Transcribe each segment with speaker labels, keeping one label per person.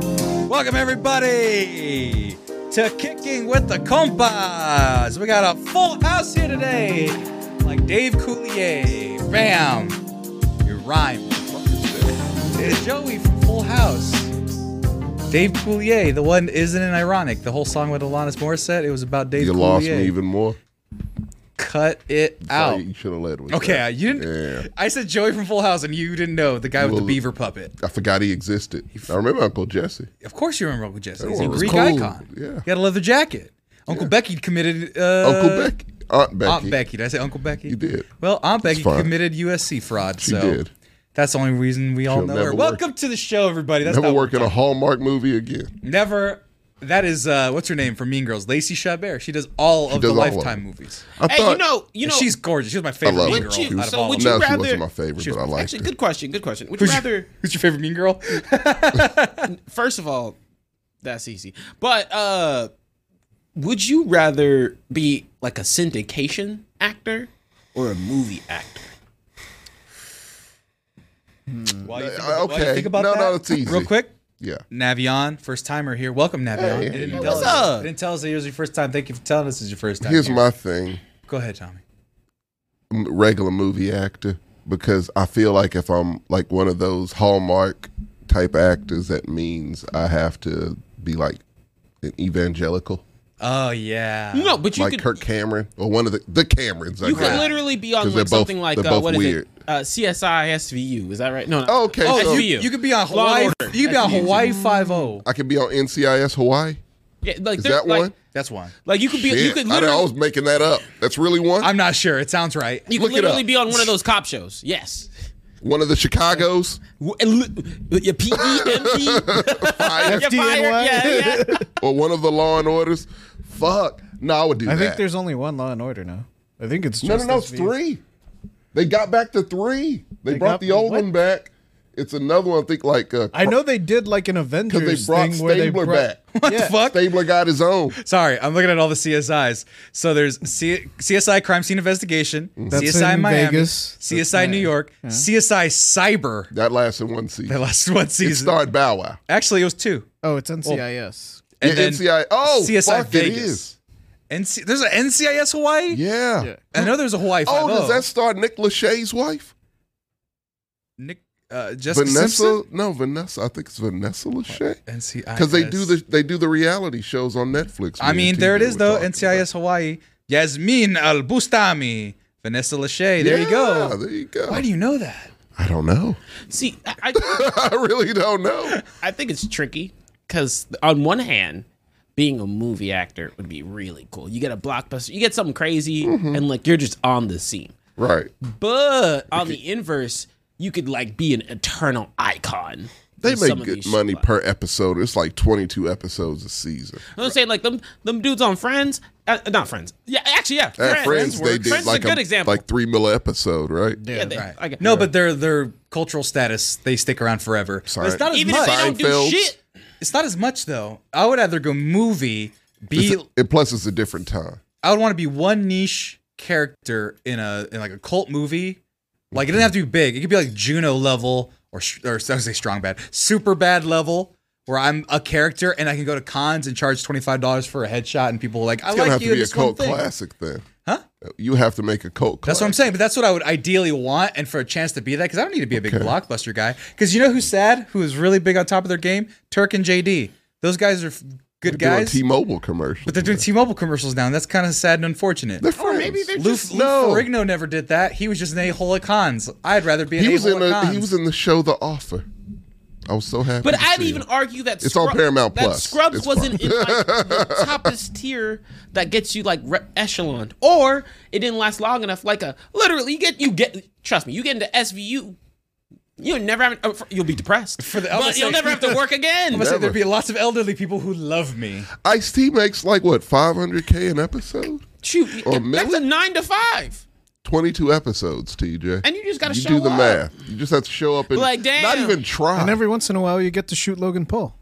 Speaker 1: Welcome, everybody, to Kicking with the Compas. We got a full house here today, like Dave Coulier, Ram, your rhyme, It's Joey from Full House. Dave Coulier, the one, isn't it ironic? The whole song with Alanis Morissette, it was about Dave
Speaker 2: you
Speaker 1: Coulier.
Speaker 2: lost me even more.
Speaker 1: Cut it
Speaker 2: Oh,
Speaker 1: out.
Speaker 2: you should have led with
Speaker 1: Okay,
Speaker 2: that.
Speaker 1: I- you didn't.
Speaker 2: Yeah.
Speaker 1: I said Joey from Full House, and you didn't know the guy with the
Speaker 2: Well,
Speaker 1: beaver puppet.
Speaker 2: I forgot he existed. I remember Uncle Jesse.
Speaker 1: Of course, you remember Uncle Jesse.
Speaker 2: That
Speaker 1: He's a
Speaker 2: one was
Speaker 1: Greek
Speaker 2: cool.
Speaker 1: icon.
Speaker 2: Yeah.
Speaker 1: He had a leather jacket. Uncle Becky committed. Uh,
Speaker 2: Uncle Becky. Aunt Becky.
Speaker 1: Aunt Becky. Did I say Uncle Becky?
Speaker 2: You did.
Speaker 1: Well, Aunt Becky
Speaker 2: fine.
Speaker 1: committed USC fraud.
Speaker 2: She
Speaker 1: so
Speaker 2: did.
Speaker 1: That's the only reason we all
Speaker 2: She'll
Speaker 1: know
Speaker 2: never
Speaker 1: her.
Speaker 2: work.
Speaker 1: Welcome to the show, everybody. That's
Speaker 2: Never
Speaker 1: not
Speaker 2: work in a Hallmark movie again.
Speaker 1: Never. That is uh, what's her name from Mean Girls, Lacey Chabert. She does all of the
Speaker 2: does all of
Speaker 1: Lifetime
Speaker 2: them.
Speaker 1: movies.
Speaker 2: I
Speaker 3: Hey,
Speaker 2: thought
Speaker 3: you know, you
Speaker 1: And
Speaker 3: know,
Speaker 1: she's gorgeous. She was my favorite
Speaker 2: love
Speaker 1: Mean
Speaker 2: her.
Speaker 1: Girl
Speaker 3: Would you-
Speaker 1: out of
Speaker 3: so
Speaker 1: all
Speaker 3: would
Speaker 1: of
Speaker 3: you
Speaker 1: them.
Speaker 2: no, she
Speaker 3: rather-
Speaker 2: wasn't my favorite, but I liked
Speaker 3: actually,
Speaker 2: her.
Speaker 3: good question, good question. Would you
Speaker 1: Who's your-
Speaker 3: rather?
Speaker 1: Who's your favorite Mean Girl?
Speaker 3: First of all, that's easy. But uh, would you rather be like a syndication actor or a movie actor?
Speaker 1: While you think
Speaker 2: Uh,
Speaker 1: about- while you
Speaker 2: okay.
Speaker 1: think about
Speaker 2: No, no,
Speaker 1: that,
Speaker 2: it's easy.
Speaker 1: Real quick,
Speaker 2: Yeah.
Speaker 1: Navion, first timer here. Welcome, Navion.
Speaker 2: Hey,
Speaker 1: it didn't
Speaker 2: hey,
Speaker 1: tell
Speaker 2: what's
Speaker 1: us.
Speaker 3: up?
Speaker 1: It didn't tell us that it was your first time. Thank you for telling us it's your first time.
Speaker 2: Here's
Speaker 1: here.
Speaker 2: my thing.
Speaker 1: Go ahead, Tommy.
Speaker 2: m- regular movie actor because I feel like if I'm like one of those Hallmark type actors, that means I have to be like an evangelical,
Speaker 1: Oh yeah.
Speaker 3: No, but you
Speaker 2: like
Speaker 3: could
Speaker 2: Kirk Cameron or one of the the Camerons. I
Speaker 3: you
Speaker 2: guess.
Speaker 3: could literally be
Speaker 2: 'Cause
Speaker 3: on
Speaker 2: they're
Speaker 3: like
Speaker 2: both-
Speaker 3: something like
Speaker 2: they're
Speaker 3: uh,
Speaker 2: both
Speaker 3: what is
Speaker 2: weird.
Speaker 3: it? Uh, CSI SVU. Is that right? No. no.
Speaker 2: Oh, okay,
Speaker 1: Oh,
Speaker 2: so
Speaker 3: SVU.
Speaker 1: you, you could be on
Speaker 3: Law and
Speaker 1: Hawaii.
Speaker 3: Order.
Speaker 1: You could be on
Speaker 3: SVU.
Speaker 1: Hawaii Five oh. O.
Speaker 2: I could be on NCIS Hawaii.
Speaker 3: yeah, like
Speaker 2: Is
Speaker 3: there's,
Speaker 2: that
Speaker 3: like,
Speaker 2: one?
Speaker 1: That's one.
Speaker 3: Like you could be. You
Speaker 2: Shit,
Speaker 3: could
Speaker 2: I,
Speaker 3: literally.
Speaker 2: I was making that up. That's really one.
Speaker 1: I'm not sure. It sounds right.
Speaker 3: you
Speaker 2: look
Speaker 3: could
Speaker 2: it
Speaker 3: literally
Speaker 2: up.
Speaker 3: be on one of those cop shows. Yes.
Speaker 2: one of the Chicago's
Speaker 3: W- and li- E Your PEMP.
Speaker 2: fire,
Speaker 3: You're fired.
Speaker 4: FDNY?
Speaker 3: Yeah, yeah.
Speaker 2: or one of the Law and Orders. Fuck, no, I would do
Speaker 4: I
Speaker 2: that.
Speaker 4: think there's only one Law and Order now. I think it's
Speaker 2: No,
Speaker 4: just
Speaker 2: no, no. It's
Speaker 4: SVU.
Speaker 2: three. They got back to three. They,
Speaker 4: They
Speaker 2: brought
Speaker 4: got-
Speaker 2: the old
Speaker 4: what?
Speaker 2: one back. It's another one. I think like uh,
Speaker 4: I know they did like an Avengers
Speaker 2: because they brought
Speaker 4: thing where they
Speaker 2: Stabler
Speaker 4: brought,
Speaker 2: back. What
Speaker 4: Yeah.
Speaker 1: fuck?
Speaker 2: Stabler got his own.
Speaker 1: Sorry, I'm looking at all the CSIs. So there's C- CSI Crime Scene Investigation,
Speaker 4: That's
Speaker 1: CSI
Speaker 4: in
Speaker 1: Miami,
Speaker 4: Vegas.
Speaker 1: CSI
Speaker 4: That's-
Speaker 1: New York, CSI Cyber.
Speaker 2: That lasted one
Speaker 1: The
Speaker 2: season.
Speaker 1: last one
Speaker 2: It
Speaker 1: season.
Speaker 2: started Bow Wow.
Speaker 1: Actually, it was two.
Speaker 4: Oh, it's NCIS.
Speaker 1: And
Speaker 2: Yeah,
Speaker 1: then
Speaker 2: NCIS. Oh,
Speaker 1: CSI
Speaker 2: fuck,
Speaker 1: Vegas.
Speaker 2: it is.
Speaker 1: NC- there's an NCIS Hawaii.
Speaker 2: Yeah.
Speaker 4: Yeah.
Speaker 1: I know there's a Hawaii. 5
Speaker 2: Oh, does that start Nick Lachey's wife?
Speaker 1: Nick, uh, Jessica
Speaker 2: Vanessa?
Speaker 1: Simpson?
Speaker 2: No, Vanessa. I think it's Vanessa Lachey.
Speaker 1: NCIS.
Speaker 2: Because they do the they do the reality shows on Netflix.
Speaker 1: I
Speaker 2: me
Speaker 1: mean,
Speaker 2: and
Speaker 1: there it
Speaker 2: TJ
Speaker 1: is
Speaker 2: were
Speaker 1: though.
Speaker 2: talking
Speaker 1: NCIS Hawaii. Yasmin Al Bustami, Vanessa Lachey. There you
Speaker 2: Yeah,
Speaker 1: go.
Speaker 2: There you go.
Speaker 1: Why do you know that?
Speaker 2: I don't know.
Speaker 3: See, I, I-
Speaker 2: I really don't know.
Speaker 3: I think it's tricky because on one hand, being a movie actor would be really cool. You get a blockbuster, you get something crazy,
Speaker 2: Mm-hmm.
Speaker 3: and like you're just on the scene.
Speaker 2: Right.
Speaker 3: But on the inverse, you could like be an eternal icon.
Speaker 2: They
Speaker 3: in some
Speaker 2: make
Speaker 3: of
Speaker 2: good
Speaker 3: these
Speaker 2: money
Speaker 3: shows.
Speaker 2: per episode. It's like 22 episodes a season.
Speaker 3: You know what I'm saying like them them dudes on Friends, uh, not Friends. Yeah, actually, yeah,
Speaker 2: At Friends, they
Speaker 3: works.
Speaker 2: did
Speaker 3: Friends
Speaker 2: like
Speaker 3: is a good
Speaker 2: a,
Speaker 3: example.
Speaker 2: like three mil episode, right?
Speaker 3: yeah, they,
Speaker 1: Right.
Speaker 3: like-
Speaker 1: no, but their their cultural status they stick around forever. But
Speaker 2: Sorry.
Speaker 1: It's not as
Speaker 3: even if
Speaker 1: much.
Speaker 3: they don't do
Speaker 2: Seinfeld.
Speaker 3: shit,
Speaker 1: It's not as much though. I would either go movie. Be
Speaker 2: It's- and plus, it's a different time.
Speaker 1: I would want to be one niche character in a in like a cult movie. Like it doesn't have to be big. It could be like Juno level or sh- or I would say strong bad, super bad level where I'm a character and I can go to cons and charge twenty five dollars for a headshot and people are like I
Speaker 2: It's
Speaker 1: like
Speaker 2: gonna have
Speaker 1: you
Speaker 2: to
Speaker 1: in
Speaker 2: be a
Speaker 1: this one
Speaker 2: cult
Speaker 1: thing."
Speaker 2: classic then.
Speaker 1: Huh?
Speaker 2: You have to make a cult.
Speaker 1: That's what I'm
Speaker 2: classic.
Speaker 1: saying, but that's what I would ideally want, and for a chance to be that, because I don't need to be a big blockbuster guy. Because you know who's sad, who is really big on top of their game, Turk and JD. Those guys are f- good
Speaker 2: They're doing
Speaker 1: guys,
Speaker 2: T-Mobile commercial.
Speaker 1: but they're doing T-Mobile commercials now, and that's kind of sad and unfortunate.
Speaker 2: They're friends.
Speaker 1: Lou, Lou
Speaker 2: no.
Speaker 1: Ferrigno never did that. He was just an a-hole at cons. I'd rather be an
Speaker 2: he was
Speaker 1: a-hole
Speaker 2: in
Speaker 1: at
Speaker 2: a,
Speaker 1: cons.
Speaker 2: he was in the show The Offer. I was so happy.
Speaker 3: But
Speaker 2: to
Speaker 3: I'd
Speaker 2: see
Speaker 3: even
Speaker 2: him.
Speaker 3: argue that
Speaker 2: It's on Paramount
Speaker 3: that
Speaker 2: Plus.
Speaker 3: Scrubs
Speaker 2: It's
Speaker 3: wasn't
Speaker 2: fine.
Speaker 3: in like, the toppest tier that gets you like re- echelon, or it didn't last long enough. Like a literally, you get you get. Trust me, you get into SVU, you'll never have. uh, You'll be depressed for
Speaker 1: the- I was
Speaker 3: but
Speaker 1: gonna
Speaker 3: you'll
Speaker 1: say-
Speaker 3: never have to work again.
Speaker 1: I'm gonna say there'd
Speaker 2: Never.
Speaker 1: be lots of elderly people who love me.
Speaker 2: Ice T makes like what 500k an episode.
Speaker 3: Shoot,
Speaker 2: Or
Speaker 3: that's a
Speaker 2: Millie?
Speaker 3: nine to five.
Speaker 2: 22 episodes, TJ.
Speaker 3: And you just gotta
Speaker 2: you
Speaker 3: show
Speaker 2: do the
Speaker 3: up.
Speaker 2: math. You just have to show up and
Speaker 3: Like,
Speaker 2: not
Speaker 3: damn.
Speaker 2: even try.
Speaker 4: And every once in a while, you get to shoot Logan Paul.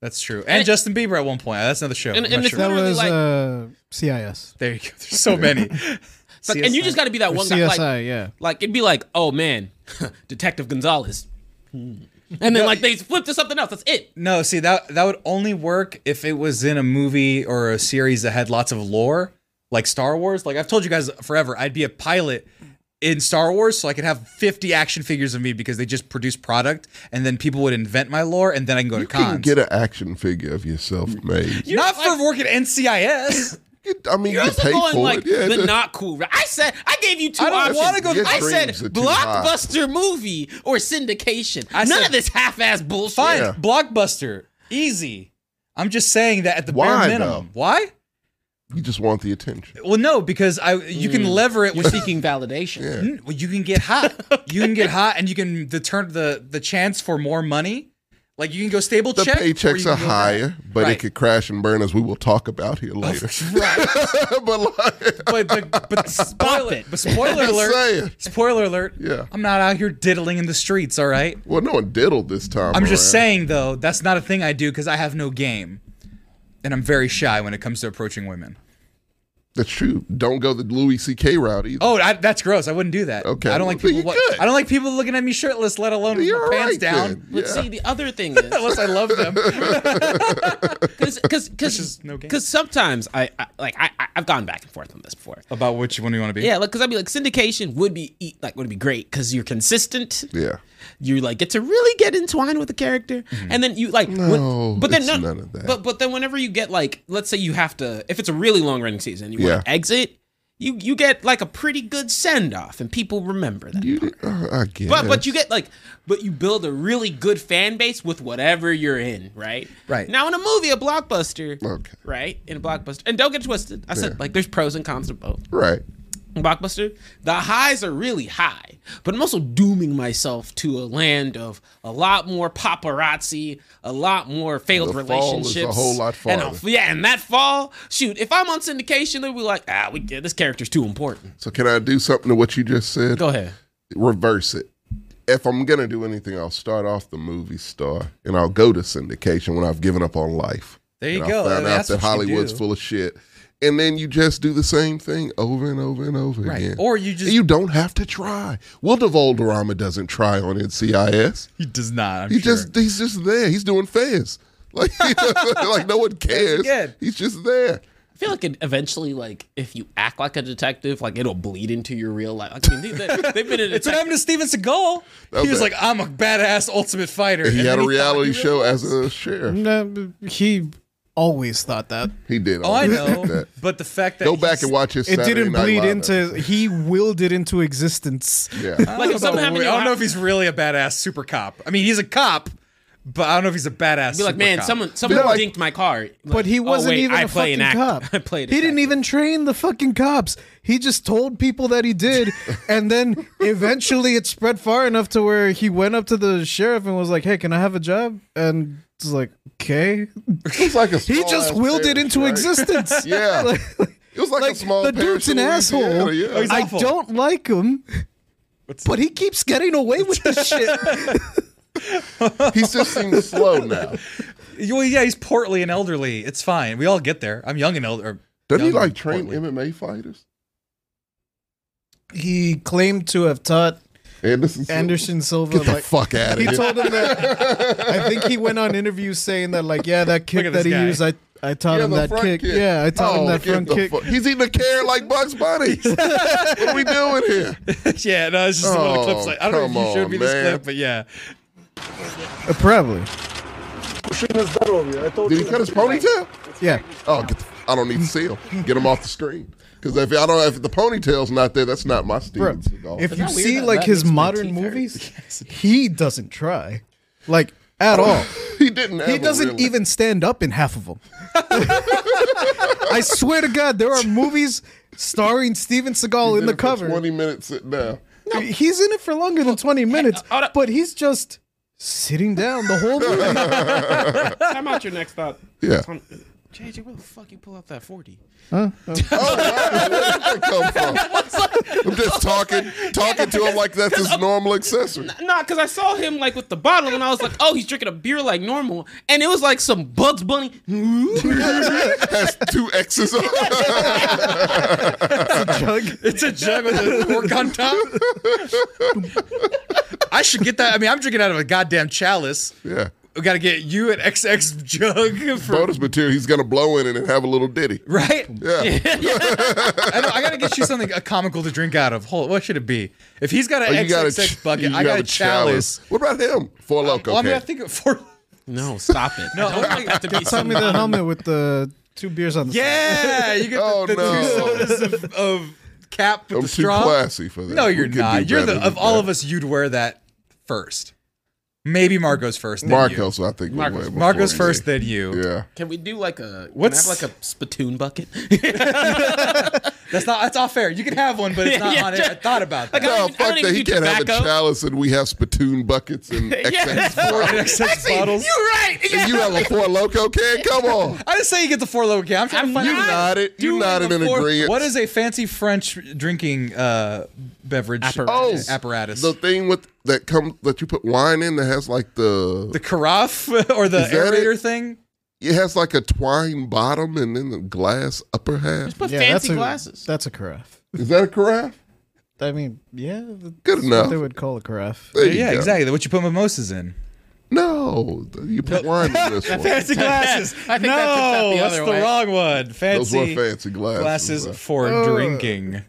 Speaker 1: That's true. And, Justin Bieber at one point. That's another show.
Speaker 3: And-
Speaker 1: I'm
Speaker 3: and
Speaker 1: not
Speaker 3: it's
Speaker 1: sure.
Speaker 4: That
Speaker 3: Literally,
Speaker 4: was
Speaker 3: like-
Speaker 4: uh, CIS.
Speaker 1: there you go. There's so many.
Speaker 3: Like, and you just got to be that
Speaker 4: Or
Speaker 3: one guy.
Speaker 4: CSI,
Speaker 3: Like,
Speaker 4: yeah.
Speaker 3: like it'd be like, oh man, Detective Gonzalez. And then like they flip to something else. That's it.
Speaker 1: No, see that that would only work if it was in a movie or a series that had lots of lore, like Star Wars. Like I've told you guys forever, I'd be a pilot in Star Wars so I could have 50 action figures of me because they just produce product and then people would invent my lore and then I can go
Speaker 2: You
Speaker 1: to
Speaker 2: can
Speaker 1: cons.
Speaker 2: get an action figure of yourself made.
Speaker 1: Not for work at NCIS.
Speaker 2: You- I mean, you
Speaker 3: You're
Speaker 2: can
Speaker 3: also
Speaker 2: pay
Speaker 3: going
Speaker 2: for
Speaker 3: like
Speaker 2: it. Yeah,
Speaker 3: the
Speaker 2: that-
Speaker 3: not cool. route. I said I gave you two
Speaker 1: I don't
Speaker 3: options.
Speaker 1: wanna go-
Speaker 2: Your
Speaker 3: I said
Speaker 2: dreams are too high.
Speaker 3: blockbuster movie or syndication.
Speaker 1: I
Speaker 3: None
Speaker 1: said-
Speaker 3: of this half-ass bullshit.
Speaker 1: Fine,
Speaker 2: Yeah.
Speaker 1: blockbuster, easy. I'm just saying that at the
Speaker 2: Why,
Speaker 1: bare minimum. Why?
Speaker 2: you just want the attention.
Speaker 1: Well, no, because I you
Speaker 2: Hmm.
Speaker 1: can lever it
Speaker 3: You're
Speaker 1: with
Speaker 3: seeking validation.
Speaker 1: Mm, well, you can get hot. You can get hot, and you can the turn the the chance for more money. Like you can go stable
Speaker 2: The
Speaker 1: check. or you
Speaker 2: paychecks
Speaker 1: can
Speaker 2: are
Speaker 1: go-
Speaker 2: higher, but
Speaker 1: Right.
Speaker 2: it could crash and burn, as we will talk about
Speaker 3: Oh,
Speaker 2: here later. but like,
Speaker 1: But the, but spoil it. But spoiler
Speaker 2: Just
Speaker 1: alert.
Speaker 2: saying.
Speaker 1: Spoiler alert.
Speaker 2: Yeah.
Speaker 1: I'm not out here diddling in the streets. All right.
Speaker 2: well, no one diddled this time.
Speaker 1: I'm just
Speaker 2: around.
Speaker 1: saying though, that's not a thing I do because I have no game, and I'm very shy when it comes to approaching women.
Speaker 2: That's true. Don't go the Louis C.K. route either.
Speaker 1: Oh, I, that's gross. I wouldn't do that.
Speaker 2: Okay,
Speaker 1: I don't
Speaker 2: well,
Speaker 1: like
Speaker 2: then
Speaker 1: people.
Speaker 2: you're
Speaker 1: look-
Speaker 2: good.
Speaker 1: I don't like people looking at me shirtless, let alone with
Speaker 2: You're
Speaker 1: my pants
Speaker 2: right
Speaker 1: down.
Speaker 2: then.
Speaker 3: But
Speaker 2: Yeah.
Speaker 3: see, the other thing is,
Speaker 1: Unless I love them.
Speaker 3: because because because
Speaker 1: is no game.
Speaker 3: sometimes I, I like I I- I've gone back and forth on this before.
Speaker 1: About which one do you want to be?
Speaker 3: Yeah, like because I'd be like syndication would be e- like would be great because you're consistent.
Speaker 2: Yeah.
Speaker 3: you like get to really get entwined with the character and then you like when-
Speaker 2: No,
Speaker 3: but then
Speaker 2: it's
Speaker 3: no,
Speaker 2: none of that.
Speaker 3: but but then whenever you get like let's say you have to if it's a really long running season you
Speaker 2: Yeah.
Speaker 3: want to exit you you get like a pretty good send off and people remember that
Speaker 2: You
Speaker 3: part.
Speaker 2: did, uh, I guess.
Speaker 3: but but you get like but you build a really good fan base with whatever you're in right
Speaker 1: Right.
Speaker 3: now in a movie a blockbuster
Speaker 2: Okay.
Speaker 3: right in a blockbuster and don't get twisted I
Speaker 2: Yeah.
Speaker 3: said like there's pros and cons to both
Speaker 2: Right.
Speaker 3: blockbuster the highs are really high but i'm also dooming myself to a land of a lot more paparazzi a lot more failed
Speaker 2: The fall is a
Speaker 3: relationships
Speaker 2: whole lot
Speaker 3: and a-
Speaker 2: farther.
Speaker 3: yeah and that fall shoot if i'm on syndication they'll be like ah we get this character's too important
Speaker 2: So can I do something to what you just said?
Speaker 3: go ahead
Speaker 2: Reverse it. If I'm gonna do anything, I'll start off the movie star, and I'll go to syndication when I've given up on life.
Speaker 1: There you
Speaker 2: and
Speaker 1: go.
Speaker 2: I found
Speaker 1: I mean,
Speaker 2: out
Speaker 1: that's
Speaker 2: that
Speaker 1: what you
Speaker 2: Hollywood's
Speaker 1: do.
Speaker 2: full of shit, and then you just do the same thing over and over and over
Speaker 1: Right.
Speaker 2: again.
Speaker 1: Or you just-
Speaker 2: you don't have to try. Well, Devolderama doesn't try on NCIS.
Speaker 1: He does not. I'm
Speaker 2: He
Speaker 1: sure.
Speaker 2: just he's just there. He's doing fairs. Like like no one cares.
Speaker 1: Again.
Speaker 2: He's just there.
Speaker 3: i feel like it eventually like if you act like a detective like it'll bleed into your real life i mean they, have been in
Speaker 1: It's what happened to Steven Seagal.
Speaker 2: was
Speaker 1: he was
Speaker 2: it.
Speaker 1: like, "I'm a badass ultimate fighter."
Speaker 2: He
Speaker 1: And
Speaker 2: had
Speaker 1: then
Speaker 2: a
Speaker 1: thought
Speaker 2: reality
Speaker 1: he
Speaker 2: show
Speaker 1: really-
Speaker 2: as a sheriff.
Speaker 4: No, uh, he always thought that.
Speaker 2: He did.
Speaker 1: Oh, I
Speaker 2: always
Speaker 1: know,
Speaker 2: like that.
Speaker 1: but the fact that
Speaker 2: Go back
Speaker 1: he's-
Speaker 2: and watch his.
Speaker 4: It
Speaker 2: Saturday
Speaker 4: didn't
Speaker 2: Night
Speaker 4: bleed
Speaker 2: Live
Speaker 4: into. He willed it into existence.
Speaker 2: episode. Yeah.
Speaker 1: I
Speaker 3: like if
Speaker 1: don't, know,
Speaker 3: something happened to
Speaker 1: I
Speaker 3: you,
Speaker 1: don't know if he's really a badass super cop. I mean, he's a cop, but I don't know if he's a badass.
Speaker 3: be like
Speaker 1: super
Speaker 3: man
Speaker 1: cop."
Speaker 3: someone someone
Speaker 2: like-
Speaker 3: dinked my car Like,
Speaker 4: But he
Speaker 3: "Oh,
Speaker 4: wasn't
Speaker 3: wait,
Speaker 4: even
Speaker 3: I
Speaker 4: a
Speaker 3: play
Speaker 4: fucking
Speaker 3: an act-
Speaker 4: cop.
Speaker 3: i played
Speaker 4: he didn't
Speaker 3: detective."
Speaker 4: even train the fucking cops. He just told people that he did, and then eventually it spread far enough to where he went up to the sheriff and was like, "Hey, can I have a job?" And it's like, "Okay."
Speaker 2: It's like a
Speaker 4: He
Speaker 2: small
Speaker 4: just
Speaker 2: ass
Speaker 4: willed it
Speaker 2: parish,
Speaker 4: into
Speaker 2: right?
Speaker 4: existence.
Speaker 2: Yeah.
Speaker 4: Like-
Speaker 2: It was like, a
Speaker 4: like
Speaker 2: small.
Speaker 4: the
Speaker 2: parish
Speaker 4: dude's an
Speaker 2: in
Speaker 4: asshole.
Speaker 2: Louisiana, Yeah.
Speaker 1: he's
Speaker 4: I
Speaker 1: awful.
Speaker 4: don't like him, but he keeps getting away with this shit.
Speaker 2: he just seems slow now.
Speaker 1: Well, yeah, he's portly and elderly. It's fine. We all get there. I'm young and elder.
Speaker 2: Doesn't he
Speaker 1: young and
Speaker 2: like train
Speaker 1: portly.
Speaker 2: MMA fighters?
Speaker 4: he claimed to have taught
Speaker 2: Anderson. Silva?
Speaker 4: Anderson Silva.
Speaker 2: Get the
Speaker 4: like,
Speaker 2: fuck out of
Speaker 4: he
Speaker 2: here.
Speaker 4: told him that. I think he went on interviews saying that, like, yeah, that
Speaker 1: at
Speaker 4: kick
Speaker 1: this
Speaker 4: that he
Speaker 1: guy.
Speaker 4: used, I, I taught
Speaker 2: Yeah,
Speaker 4: him
Speaker 2: the
Speaker 4: that
Speaker 2: front
Speaker 4: kick. Yeah, I taught him
Speaker 2: Oh,
Speaker 4: that
Speaker 2: get
Speaker 4: front
Speaker 2: the
Speaker 4: kick.
Speaker 2: fu- He's eating a carrot like Bugs Bunny. what are we doing here?
Speaker 1: yeah, no, it's just one of the clips.
Speaker 2: Oh,
Speaker 1: I, I don't know if
Speaker 2: come
Speaker 1: you showed
Speaker 2: on,
Speaker 1: me this
Speaker 2: man.
Speaker 1: clip, but yeah,
Speaker 4: Uh, probably.
Speaker 2: Did he cut his ponytail?
Speaker 4: Yeah.
Speaker 2: Oh, get the, I don't need to see him. Get him off the screen. Because if I don't, if the ponytail's not there, that's not my Steven
Speaker 4: Bro,
Speaker 2: Seagal.
Speaker 4: if you
Speaker 3: that weird
Speaker 4: see,
Speaker 3: that
Speaker 4: like,
Speaker 3: that
Speaker 4: his
Speaker 3: makes my
Speaker 4: modern
Speaker 3: teeth hurt?
Speaker 4: movies, he doesn't try. Like, at all.
Speaker 2: he didn't,
Speaker 4: He
Speaker 2: ever
Speaker 4: doesn't
Speaker 2: really.
Speaker 4: even stand up in half of them. I swear to God, there are movies starring Steven Seagal
Speaker 2: He's
Speaker 4: in the
Speaker 2: it for
Speaker 4: cover.
Speaker 2: Twenty minutes sitting down.
Speaker 4: He's in it for longer than 20 minutes,
Speaker 3: hold up.
Speaker 4: but he's just sitting down the whole movie.
Speaker 3: time out your next thought
Speaker 2: Yeah.
Speaker 3: Tom- JJ, where the fuck you pull out that 40?
Speaker 2: Oh, wow. Where did that come from? I'm just talking, talking to him like that's his normal accessory.
Speaker 3: Nah, because I saw him like with the bottle and I was like, oh, he's drinking a beer like normal. And it was like some Bugs Bunny.
Speaker 2: Has two X's on. it.
Speaker 4: Jug.
Speaker 1: it's a jug with a fork on top. I should get that. I mean, I'm drinking out of a goddamn chalice.
Speaker 2: Yeah.
Speaker 1: We got to get you an XX jug for
Speaker 2: Bonus material, he's gonna blow in it and have a little ditty.
Speaker 1: right.
Speaker 2: Yeah.
Speaker 1: I, know, I gotta get you something uh, comical to drink out of. Hold, what should it be? If he's got an
Speaker 2: Oh,
Speaker 1: XXX
Speaker 2: ch-
Speaker 1: bucket,
Speaker 2: you
Speaker 1: I got
Speaker 2: have
Speaker 1: a chalice. Uh,
Speaker 2: What about him? Four Loco.
Speaker 1: Well, I mean, I
Speaker 2: cat.
Speaker 1: think for
Speaker 3: No, stop it.
Speaker 1: No,
Speaker 3: I don't
Speaker 1: oh my-
Speaker 3: want that to be
Speaker 4: Tell
Speaker 3: some-
Speaker 4: me the helmet with the two beers on the
Speaker 1: yeah, you get
Speaker 2: Oh,
Speaker 1: the, the
Speaker 2: no.
Speaker 1: two sodas of, of cap with
Speaker 2: I'm
Speaker 1: the
Speaker 2: too
Speaker 1: straw.
Speaker 2: classy for that.
Speaker 1: No,
Speaker 2: We
Speaker 1: you're
Speaker 2: can do
Speaker 1: not. You're
Speaker 2: better
Speaker 1: the
Speaker 2: than
Speaker 1: of all
Speaker 2: that.
Speaker 1: of us. You'd wear that first. Maybe Marco's first. Then you.
Speaker 2: Marcos, I think. was
Speaker 3: Marcos.
Speaker 2: way before
Speaker 1: Marco's
Speaker 2: me.
Speaker 1: first, then you.
Speaker 2: Yeah.
Speaker 3: Can we do like a?
Speaker 1: What's-
Speaker 3: What's can I have like a spittoon bucket?
Speaker 1: That's not. That's not fair. You can have one, but it's not
Speaker 3: Yeah,
Speaker 1: on it.
Speaker 3: yeah.
Speaker 1: I thought about that.
Speaker 3: I
Speaker 2: No,
Speaker 3: don't even- I
Speaker 2: fuck
Speaker 3: don't
Speaker 2: that.
Speaker 3: even
Speaker 2: He
Speaker 3: do
Speaker 2: can't have a
Speaker 3: tobacco.
Speaker 2: chalice and we have spittoon buckets and XX.
Speaker 1: An XX bottles.
Speaker 3: You're right.
Speaker 2: And you have a Four Loco can? Come on.
Speaker 1: I didn't say you get the four low count. I'm trying to
Speaker 3: I'm
Speaker 1: find
Speaker 3: You
Speaker 1: out.
Speaker 2: nodded. You
Speaker 1: Doing
Speaker 2: nodded
Speaker 1: the
Speaker 2: in
Speaker 1: four-
Speaker 2: agreement.
Speaker 1: What is a fancy French drinking uh, beverage
Speaker 3: Apparatus.
Speaker 1: uh, apparatus?
Speaker 2: Oh, The thing with that comes that you put wine in that has like the,
Speaker 1: the carafe or the
Speaker 2: Is that
Speaker 1: aerator
Speaker 2: it?
Speaker 1: thing?
Speaker 2: it has like a twine bottom and then the glass upper half.
Speaker 3: Put
Speaker 4: Yeah, that's
Speaker 3: fancy
Speaker 4: a,
Speaker 3: glasses.
Speaker 4: That's a carafe.
Speaker 2: Is that a carafe?
Speaker 4: I mean, yeah, that's
Speaker 2: Good
Speaker 4: What
Speaker 2: enough.
Speaker 4: they would call a carafe.
Speaker 2: There you
Speaker 1: yeah,
Speaker 2: go.
Speaker 1: exactly. What you put mimosas in?
Speaker 2: No, you put wine in this one.
Speaker 1: Fancy glasses.
Speaker 3: I think
Speaker 1: no,
Speaker 3: that took that the
Speaker 1: that's
Speaker 3: other
Speaker 1: the
Speaker 3: way.
Speaker 1: wrong one.
Speaker 2: Those were
Speaker 1: Fancy Oh.
Speaker 2: fancy glasses.
Speaker 1: glasses for
Speaker 4: Uh.
Speaker 1: drinking.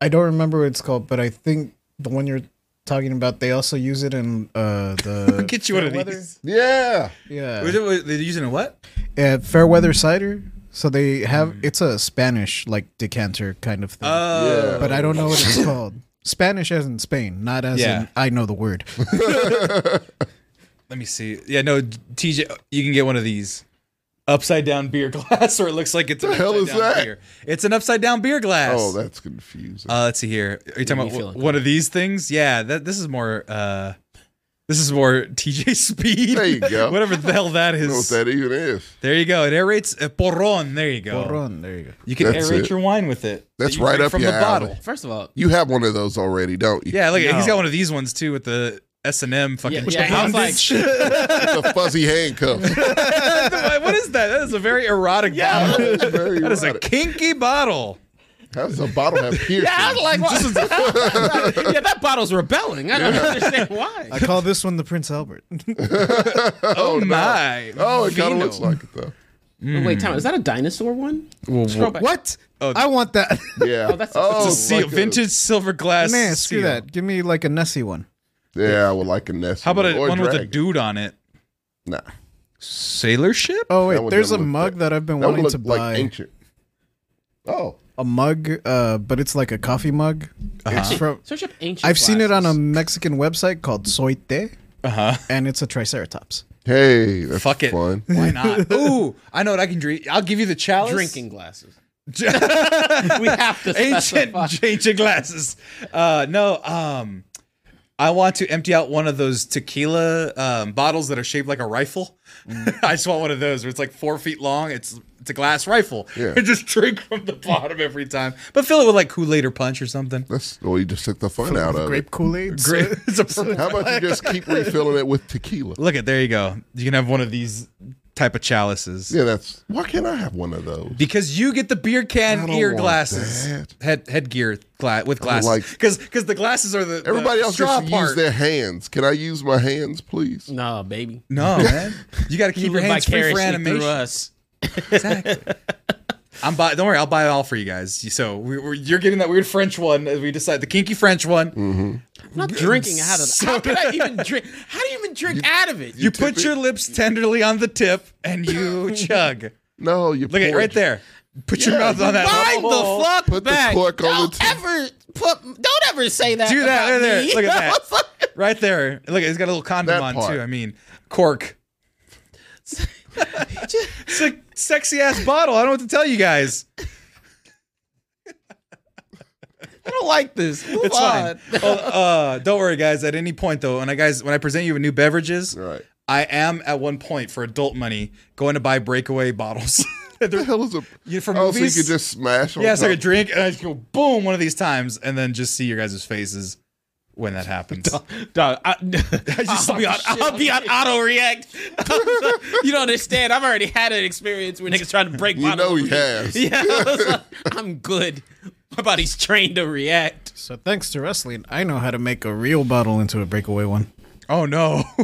Speaker 4: I don't remember what it's called, but I think the one you're talking about, they also use it in uh, the
Speaker 1: Get you one of
Speaker 4: Fairweather-
Speaker 1: these.
Speaker 2: Yeah.
Speaker 1: Was
Speaker 4: Yeah,
Speaker 1: it- was- They're using a what?
Speaker 4: uh, Fairweather cider. So they have
Speaker 1: Mm.
Speaker 4: it's a Spanish like decanter kind of thing,
Speaker 1: Uh,
Speaker 4: but I don't know what it's called. Spanish as in Spain, not as
Speaker 1: Yeah.
Speaker 4: in I know the word.
Speaker 1: Let me see. Yeah, no, TJ, you can get one of these upside down beer glass, or it looks like it's an
Speaker 2: The hell
Speaker 1: upside
Speaker 2: is
Speaker 1: down
Speaker 2: that?
Speaker 1: beer. It's an upside down beer glass.
Speaker 2: Oh, that's confusing.
Speaker 1: Uh, let's see here. Are you talking
Speaker 3: me
Speaker 1: about
Speaker 3: feel
Speaker 1: one of these things? Yeah, that this is more. uh This is more TJ speed.
Speaker 2: There you go.
Speaker 1: Whatever the hell that
Speaker 2: I don't know what
Speaker 1: is.
Speaker 2: that even is.
Speaker 1: There you go. It aerates uh, porron. There you go.
Speaker 4: Borrón, there you go.
Speaker 1: You can
Speaker 2: That's
Speaker 1: aerate
Speaker 2: it.
Speaker 1: your wine with it.
Speaker 2: That's
Speaker 1: that you
Speaker 2: right
Speaker 1: drink
Speaker 2: up
Speaker 1: from
Speaker 2: your
Speaker 1: the
Speaker 2: alley.
Speaker 1: bottle.
Speaker 3: First of all,
Speaker 2: You have one of those already, don't you?
Speaker 1: Yeah, look, he's
Speaker 3: No.
Speaker 1: got one of these ones too with the S and M fucking.
Speaker 3: yeah, yeah, I was like,
Speaker 1: bandage.
Speaker 2: The fuzzy handcuffs.
Speaker 1: what is that? That is a very erotic bottle.
Speaker 2: That's very
Speaker 1: That is a
Speaker 2: erotic.
Speaker 1: kinky bottle.
Speaker 2: How does a bottle have piercings?
Speaker 3: yeah, I was like, what? yeah, that bottle's rebelling. I don't understand why.
Speaker 4: I call this one the Prince Albert.
Speaker 1: Oh,
Speaker 2: no.
Speaker 1: my!
Speaker 2: Oh, it kind of
Speaker 1: Vino.
Speaker 2: looks like it though.
Speaker 3: Wait, time. Is that a dinosaur one? Scroll back.
Speaker 4: what?
Speaker 1: Oh.
Speaker 4: I want that.
Speaker 2: Yeah.
Speaker 3: Oh, that's-
Speaker 2: oh,
Speaker 1: It's a
Speaker 2: it's
Speaker 1: seal,
Speaker 2: like a-
Speaker 1: vintage silver glass.
Speaker 4: Man, screw
Speaker 1: seal.
Speaker 4: that. Give me like a Nessie one.
Speaker 2: yeah, I would like a nest.
Speaker 1: How about a,
Speaker 2: or
Speaker 1: one with a
Speaker 2: dragon.
Speaker 1: dude on it?
Speaker 2: Nah,
Speaker 1: Sailor ship?
Speaker 4: Oh
Speaker 2: That
Speaker 4: wait,
Speaker 2: one
Speaker 4: there's a
Speaker 2: doesn't look
Speaker 4: mug
Speaker 2: good.
Speaker 4: that I've been
Speaker 2: that would
Speaker 4: wanting
Speaker 2: look
Speaker 4: to buy.
Speaker 2: like ancient. Oh,
Speaker 4: a mug, uh, but it's like a coffee mug. It's from,
Speaker 3: Search up ancient.
Speaker 4: I've seen it on a
Speaker 3: glasses.
Speaker 4: Mexican website called Soite,
Speaker 1: Uh huh.
Speaker 4: and it's a triceratops.
Speaker 2: hey, that's
Speaker 1: Fuck it.
Speaker 2: Fun.
Speaker 1: Why not? Ooh, I know what I can drink. I'll give you the chalice.
Speaker 3: drinking glasses. we have to
Speaker 1: ancient
Speaker 3: specify.
Speaker 1: ancient glasses. Uh, no, um, I want to empty out one of those tequila um, bottles that are shaped like a rifle.
Speaker 2: Mm.
Speaker 1: I just want one of those where it's like four feet long. It's it's a glass rifle.
Speaker 2: Yeah.
Speaker 1: And just drink from the bottom every time, but fill it with like Kool Aid or punch or something.
Speaker 2: That's well, you just took the fun out of
Speaker 4: Grape Kool Aid.
Speaker 1: Great. it's a perfect-
Speaker 2: it. How about you just keep refilling it with tequila?
Speaker 1: Look at there you go. You can have one of these type of chalices.
Speaker 2: Yeah, that's. Why can't I have one of those?
Speaker 1: Because you get the beer
Speaker 2: I
Speaker 1: can
Speaker 2: don't
Speaker 1: ear
Speaker 2: want
Speaker 1: glasses,
Speaker 2: that.
Speaker 1: head headgear gla- with glasses,
Speaker 2: like-
Speaker 1: because the glasses are the the
Speaker 2: Everybody else
Speaker 1: uh, straw
Speaker 2: just
Speaker 1: part.
Speaker 2: use their hands. Can I use my hands, please?
Speaker 3: No, baby.
Speaker 1: No, man. You got to keep
Speaker 3: You
Speaker 1: your
Speaker 3: live
Speaker 1: hands free for
Speaker 3: vicariously through
Speaker 1: animation.
Speaker 3: us.
Speaker 1: Exactly. I'm buy. Don't worry, I'll buy all for you guys. So we, we you're getting that weird French one. as We decide the kinky French one.
Speaker 2: Mm.
Speaker 3: I'm not drinking out of it. How
Speaker 1: soda.
Speaker 3: can I even drink? How do you even drink out of it?
Speaker 1: You
Speaker 2: tip
Speaker 1: put
Speaker 2: it.
Speaker 1: your lips tenderly on the tip and you chug.
Speaker 2: No, you
Speaker 1: Look at right there. Put your mouth on that.
Speaker 3: Mind
Speaker 1: hole.
Speaker 3: the fuck
Speaker 2: Put the
Speaker 3: back.
Speaker 2: cork on
Speaker 3: don't
Speaker 2: the tip.
Speaker 3: ever put. Don't ever say that.
Speaker 1: Do that.
Speaker 3: about
Speaker 1: Right there.
Speaker 3: me.
Speaker 1: Look at that. Right there. Look, he's got a little condom
Speaker 2: That
Speaker 1: on
Speaker 2: part.
Speaker 1: too. I mean, cork. it's a sexy ass bottle. I don't know what to tell you guys.
Speaker 3: I don't like this. Move
Speaker 1: It's
Speaker 3: on.
Speaker 1: fine. Well, uh, don't worry, guys. At any point, though, when I guys when I present you with new beverages,
Speaker 2: All right.
Speaker 1: I am at one point for adult money going to buy breakaway bottles.
Speaker 2: The
Speaker 1: They're-
Speaker 2: hell is a.
Speaker 1: You- from
Speaker 2: oh,
Speaker 1: movies?
Speaker 2: so you could just smash. on
Speaker 1: yeah, it's like a
Speaker 2: top.
Speaker 1: drink, and I just go boom one of these times, and then just see your guys' faces when that happens.
Speaker 3: Dog, I, will be on, I'll be on auto react. Oh, you don't understand. I've already had an experience where niggas trying to break
Speaker 2: You know
Speaker 3: bottles.
Speaker 2: he has.
Speaker 3: Yeah, I was like, I'm good. My body's trained to react.
Speaker 4: So thanks to wrestling, I know how to make a real bottle into a breakaway one.
Speaker 1: Oh no!
Speaker 3: Oh,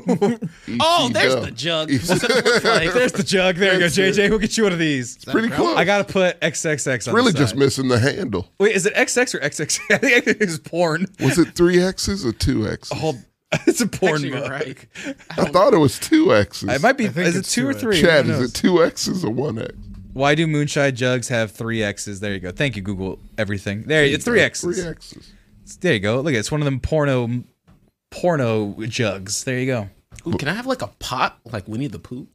Speaker 2: EC
Speaker 3: there's
Speaker 2: dub.
Speaker 3: the jug.
Speaker 2: EC
Speaker 3: That's what it looks like.
Speaker 1: There's the jug. There you go,
Speaker 2: That's it.
Speaker 1: JJ. We'll get you one of these.
Speaker 2: Pretty close.
Speaker 1: I gotta put XXX on
Speaker 2: really
Speaker 1: the
Speaker 2: just
Speaker 1: side.
Speaker 2: missing the handle.
Speaker 1: Wait, is it XX or XX? I think it's porn.
Speaker 2: Was it three X's or two X's?
Speaker 1: Hold, it's a porn
Speaker 3: Actually, you're
Speaker 1: mug.
Speaker 3: right.
Speaker 2: I thought it was two X's.
Speaker 1: It might be.
Speaker 4: I think
Speaker 1: Is it
Speaker 4: it's
Speaker 1: two or
Speaker 4: two
Speaker 1: three?
Speaker 2: uh, Chad,
Speaker 1: Who
Speaker 2: is
Speaker 1: knows?
Speaker 2: it two X's or one X?
Speaker 1: Why do moonshine jugs have three X's? There you go. Thank you, Google. Everything. There, it's three X's.
Speaker 2: Three X's.
Speaker 1: There you go. Look, it's one of them porno, porno jugs. There you go.
Speaker 3: Ooh, can I have like a pot like Winnie the Pooh?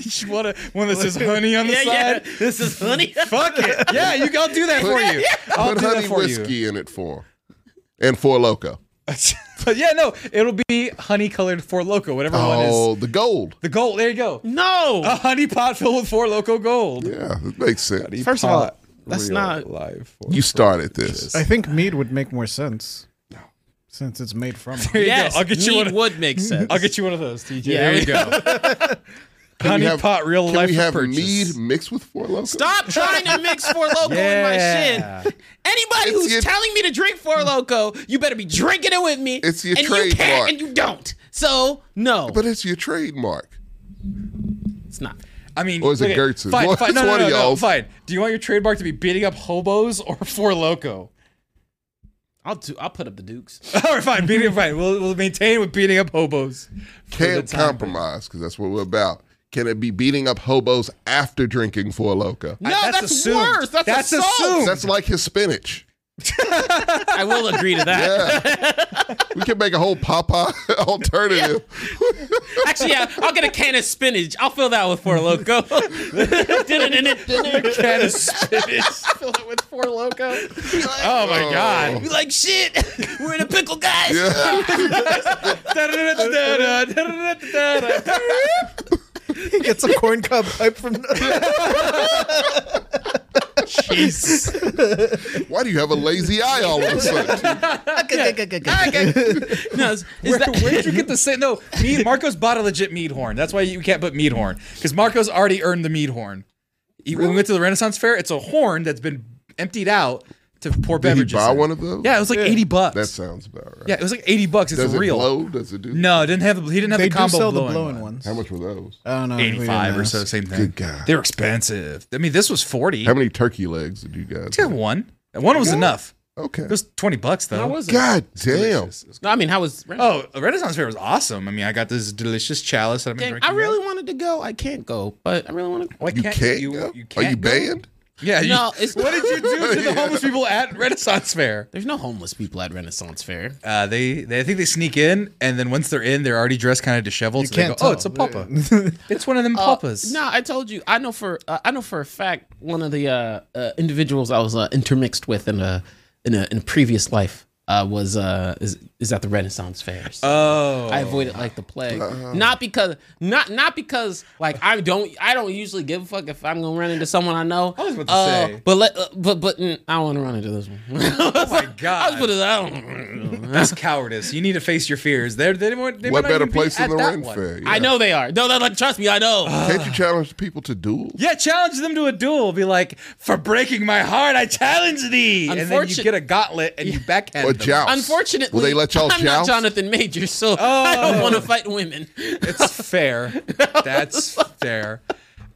Speaker 1: you want a, one that says honey on the side?
Speaker 3: This is honey.
Speaker 1: Fuck it. Yeah, you. I'll do that for you. I'll
Speaker 2: Put
Speaker 1: do that
Speaker 2: honey
Speaker 1: for
Speaker 2: whiskey in it for 'em. and four loco.
Speaker 1: you. but yeah, no, it'll be honey colored for loco, whatever one is.
Speaker 2: Oh, the gold.
Speaker 1: The gold. There you go.
Speaker 3: No.
Speaker 1: A honey pot filled with four loco gold.
Speaker 2: Yeah, it makes sense.
Speaker 3: First of all, that's not-
Speaker 1: live.
Speaker 2: You started this.
Speaker 4: I think mead would make more sense. Since it's made from it.
Speaker 1: There you
Speaker 3: yes,
Speaker 1: go. I'll get you
Speaker 3: meat
Speaker 1: one.
Speaker 3: would make sense.
Speaker 1: I'll get you one of those, TJ.
Speaker 3: Yeah.
Speaker 1: There you go.
Speaker 2: Can
Speaker 1: honey
Speaker 2: we have-
Speaker 1: pot, real
Speaker 2: can
Speaker 1: life
Speaker 2: we have
Speaker 1: purchase.
Speaker 2: mead mixed with four loco?
Speaker 3: Stop trying to mix Four Loco in
Speaker 1: Yeah.
Speaker 3: my shit. Anybody
Speaker 2: It's
Speaker 3: who's
Speaker 2: your-
Speaker 3: telling me to drink Four Loco, you better be drinking it with me.
Speaker 2: It's your
Speaker 3: and You
Speaker 2: trademark.
Speaker 3: can't and you don't. So no,
Speaker 2: But it's your trademark.
Speaker 3: it's not.
Speaker 1: I mean,
Speaker 2: Or is it
Speaker 1: okay,
Speaker 2: Gertz's?
Speaker 1: Fine,
Speaker 2: Well,
Speaker 1: fine,
Speaker 2: it's
Speaker 1: no, no,
Speaker 2: one
Speaker 1: no,
Speaker 2: of
Speaker 1: no,
Speaker 2: y'all's.
Speaker 1: fine. Do you want your trademark to be beating up hobos or for loco?
Speaker 3: I'll do. I'll put up the Dukes.
Speaker 1: All right, fine. Beating up, fine. We'll, we'll maintain with beating up hobos. for the
Speaker 2: Can't
Speaker 1: time being.
Speaker 2: compromise because that's what we're about. Can it be beating up hobos after drinking four loco?
Speaker 3: No,
Speaker 1: that's
Speaker 3: that's,
Speaker 1: assumed.
Speaker 3: worse. That's,
Speaker 1: That's
Speaker 3: assault.
Speaker 1: assumed.
Speaker 2: That's like his spinach.
Speaker 3: I will agree to that.
Speaker 2: Yeah. we can make a whole Papa alternative.
Speaker 3: Actually, yeah, I'll get a can of spinach. I'll fill that with Four Loco. Dun-dun-dun-dun-dun.
Speaker 1: Can of spinach.
Speaker 3: fill it with Four Loco. Be like,
Speaker 1: Oh my
Speaker 2: Oh.
Speaker 1: god.
Speaker 3: be like, shit, we're in a pickle, guys.
Speaker 2: Yeah.
Speaker 1: Da-da-da-da-da, da-da-da-da-da.
Speaker 4: He gets a corn cob pipe from
Speaker 1: Jeez.
Speaker 2: Why do you have a lazy eye all of a sudden? Ah,
Speaker 3: No, is, is
Speaker 1: Where,
Speaker 3: that-
Speaker 1: where'd you get the say? No, mead, Marco's bought a legit mead horn. That's why you can't put mead horn because Marco's already earned the mead horn. He- When we went to the Renaissance Fair, it's a horn that's been emptied out to pour
Speaker 2: Did he
Speaker 1: beverages.
Speaker 2: buy
Speaker 1: in.
Speaker 2: one of those?
Speaker 1: Yeah, it was like eighty bucks.
Speaker 2: That sounds about right.
Speaker 1: yeah, it was like eighty bucks. It's
Speaker 2: Does it
Speaker 1: real.
Speaker 2: blow? Does it do?
Speaker 1: No, it didn't have. the- He didn't have
Speaker 4: They
Speaker 1: the
Speaker 4: do
Speaker 1: combo
Speaker 4: sell the
Speaker 1: blowing.
Speaker 4: blowing
Speaker 1: one.
Speaker 4: ones. Oh,
Speaker 2: How much were those?
Speaker 1: Uh,
Speaker 4: I don't know. we didn't
Speaker 1: Eighty-five or
Speaker 4: ask.
Speaker 1: so, same thing.
Speaker 2: Good God.
Speaker 1: They're expensive. I mean, this was forty.
Speaker 2: How many turkey legs did you guys?
Speaker 1: Yeah,
Speaker 2: have?
Speaker 1: one. One was enough.
Speaker 2: Okay.
Speaker 1: It was twenty bucks though.
Speaker 3: How was it?
Speaker 2: God damn.
Speaker 3: No, I mean, how was?
Speaker 1: Oh, a Renaissance Fair was awesome. I mean, I got this delicious chalice that I've been
Speaker 3: Dang,
Speaker 1: drinking.
Speaker 3: I really wanted to go. I can't go, but I really want to.
Speaker 1: Why
Speaker 2: You
Speaker 1: can't,
Speaker 2: can't.
Speaker 1: you,
Speaker 2: go?
Speaker 1: you
Speaker 2: Are you
Speaker 1: can't go?
Speaker 2: banned?
Speaker 1: Yeah. you-
Speaker 3: No, it's
Speaker 1: what did you do to the homeless people at Renaissance Fair?
Speaker 3: There's no homeless people at Renaissance Fair.
Speaker 1: Uh, they, they, I think they sneak in, and then once they're in, they're already dressed kind of disheveled.
Speaker 4: You
Speaker 1: so
Speaker 4: can't
Speaker 1: they go, "Oh,
Speaker 4: tell.
Speaker 1: it's a papa. it's one of them papas."
Speaker 3: No, I told you. I know for uh, I know for a fact one of the uh, uh, individuals I was uh, intermixed with in a in a in a previous life uh, was uh, is is at the Renaissance fairs.
Speaker 1: Oh,
Speaker 3: I avoided like the plague,
Speaker 2: Uh-huh.
Speaker 3: not because not not because like I don't I don't usually give a fuck if I'm gonna run into someone I know. I
Speaker 1: was about to say.
Speaker 3: but let uh, but but mm, I don't want to run into this one. oh
Speaker 1: my
Speaker 3: I was
Speaker 1: God.
Speaker 3: put it I don't.
Speaker 1: that's cowardice. You need to face your fears. They're, they won't- they might
Speaker 2: What
Speaker 1: not
Speaker 2: better
Speaker 1: even be
Speaker 2: place
Speaker 1: at
Speaker 2: than the
Speaker 1: that
Speaker 2: Ren
Speaker 1: one.
Speaker 2: Fair?
Speaker 3: I
Speaker 2: Yeah.
Speaker 3: know they are. No, that like trust me, I know.
Speaker 2: Can't you challenge people to duels?
Speaker 1: Yeah, challenge them to a duel. Be like, for breaking my heart, I challenge thee. And then you
Speaker 3: Unfortunate-
Speaker 1: get a gauntlet and you backhand
Speaker 2: Or
Speaker 1: them.
Speaker 2: joust?
Speaker 3: Unfortunately,
Speaker 2: will they let y'all
Speaker 3: I'm
Speaker 2: joust?
Speaker 3: not Jonathan Major, so I
Speaker 1: Oh.
Speaker 3: don't want to fight women.
Speaker 1: It's fair. That's fair.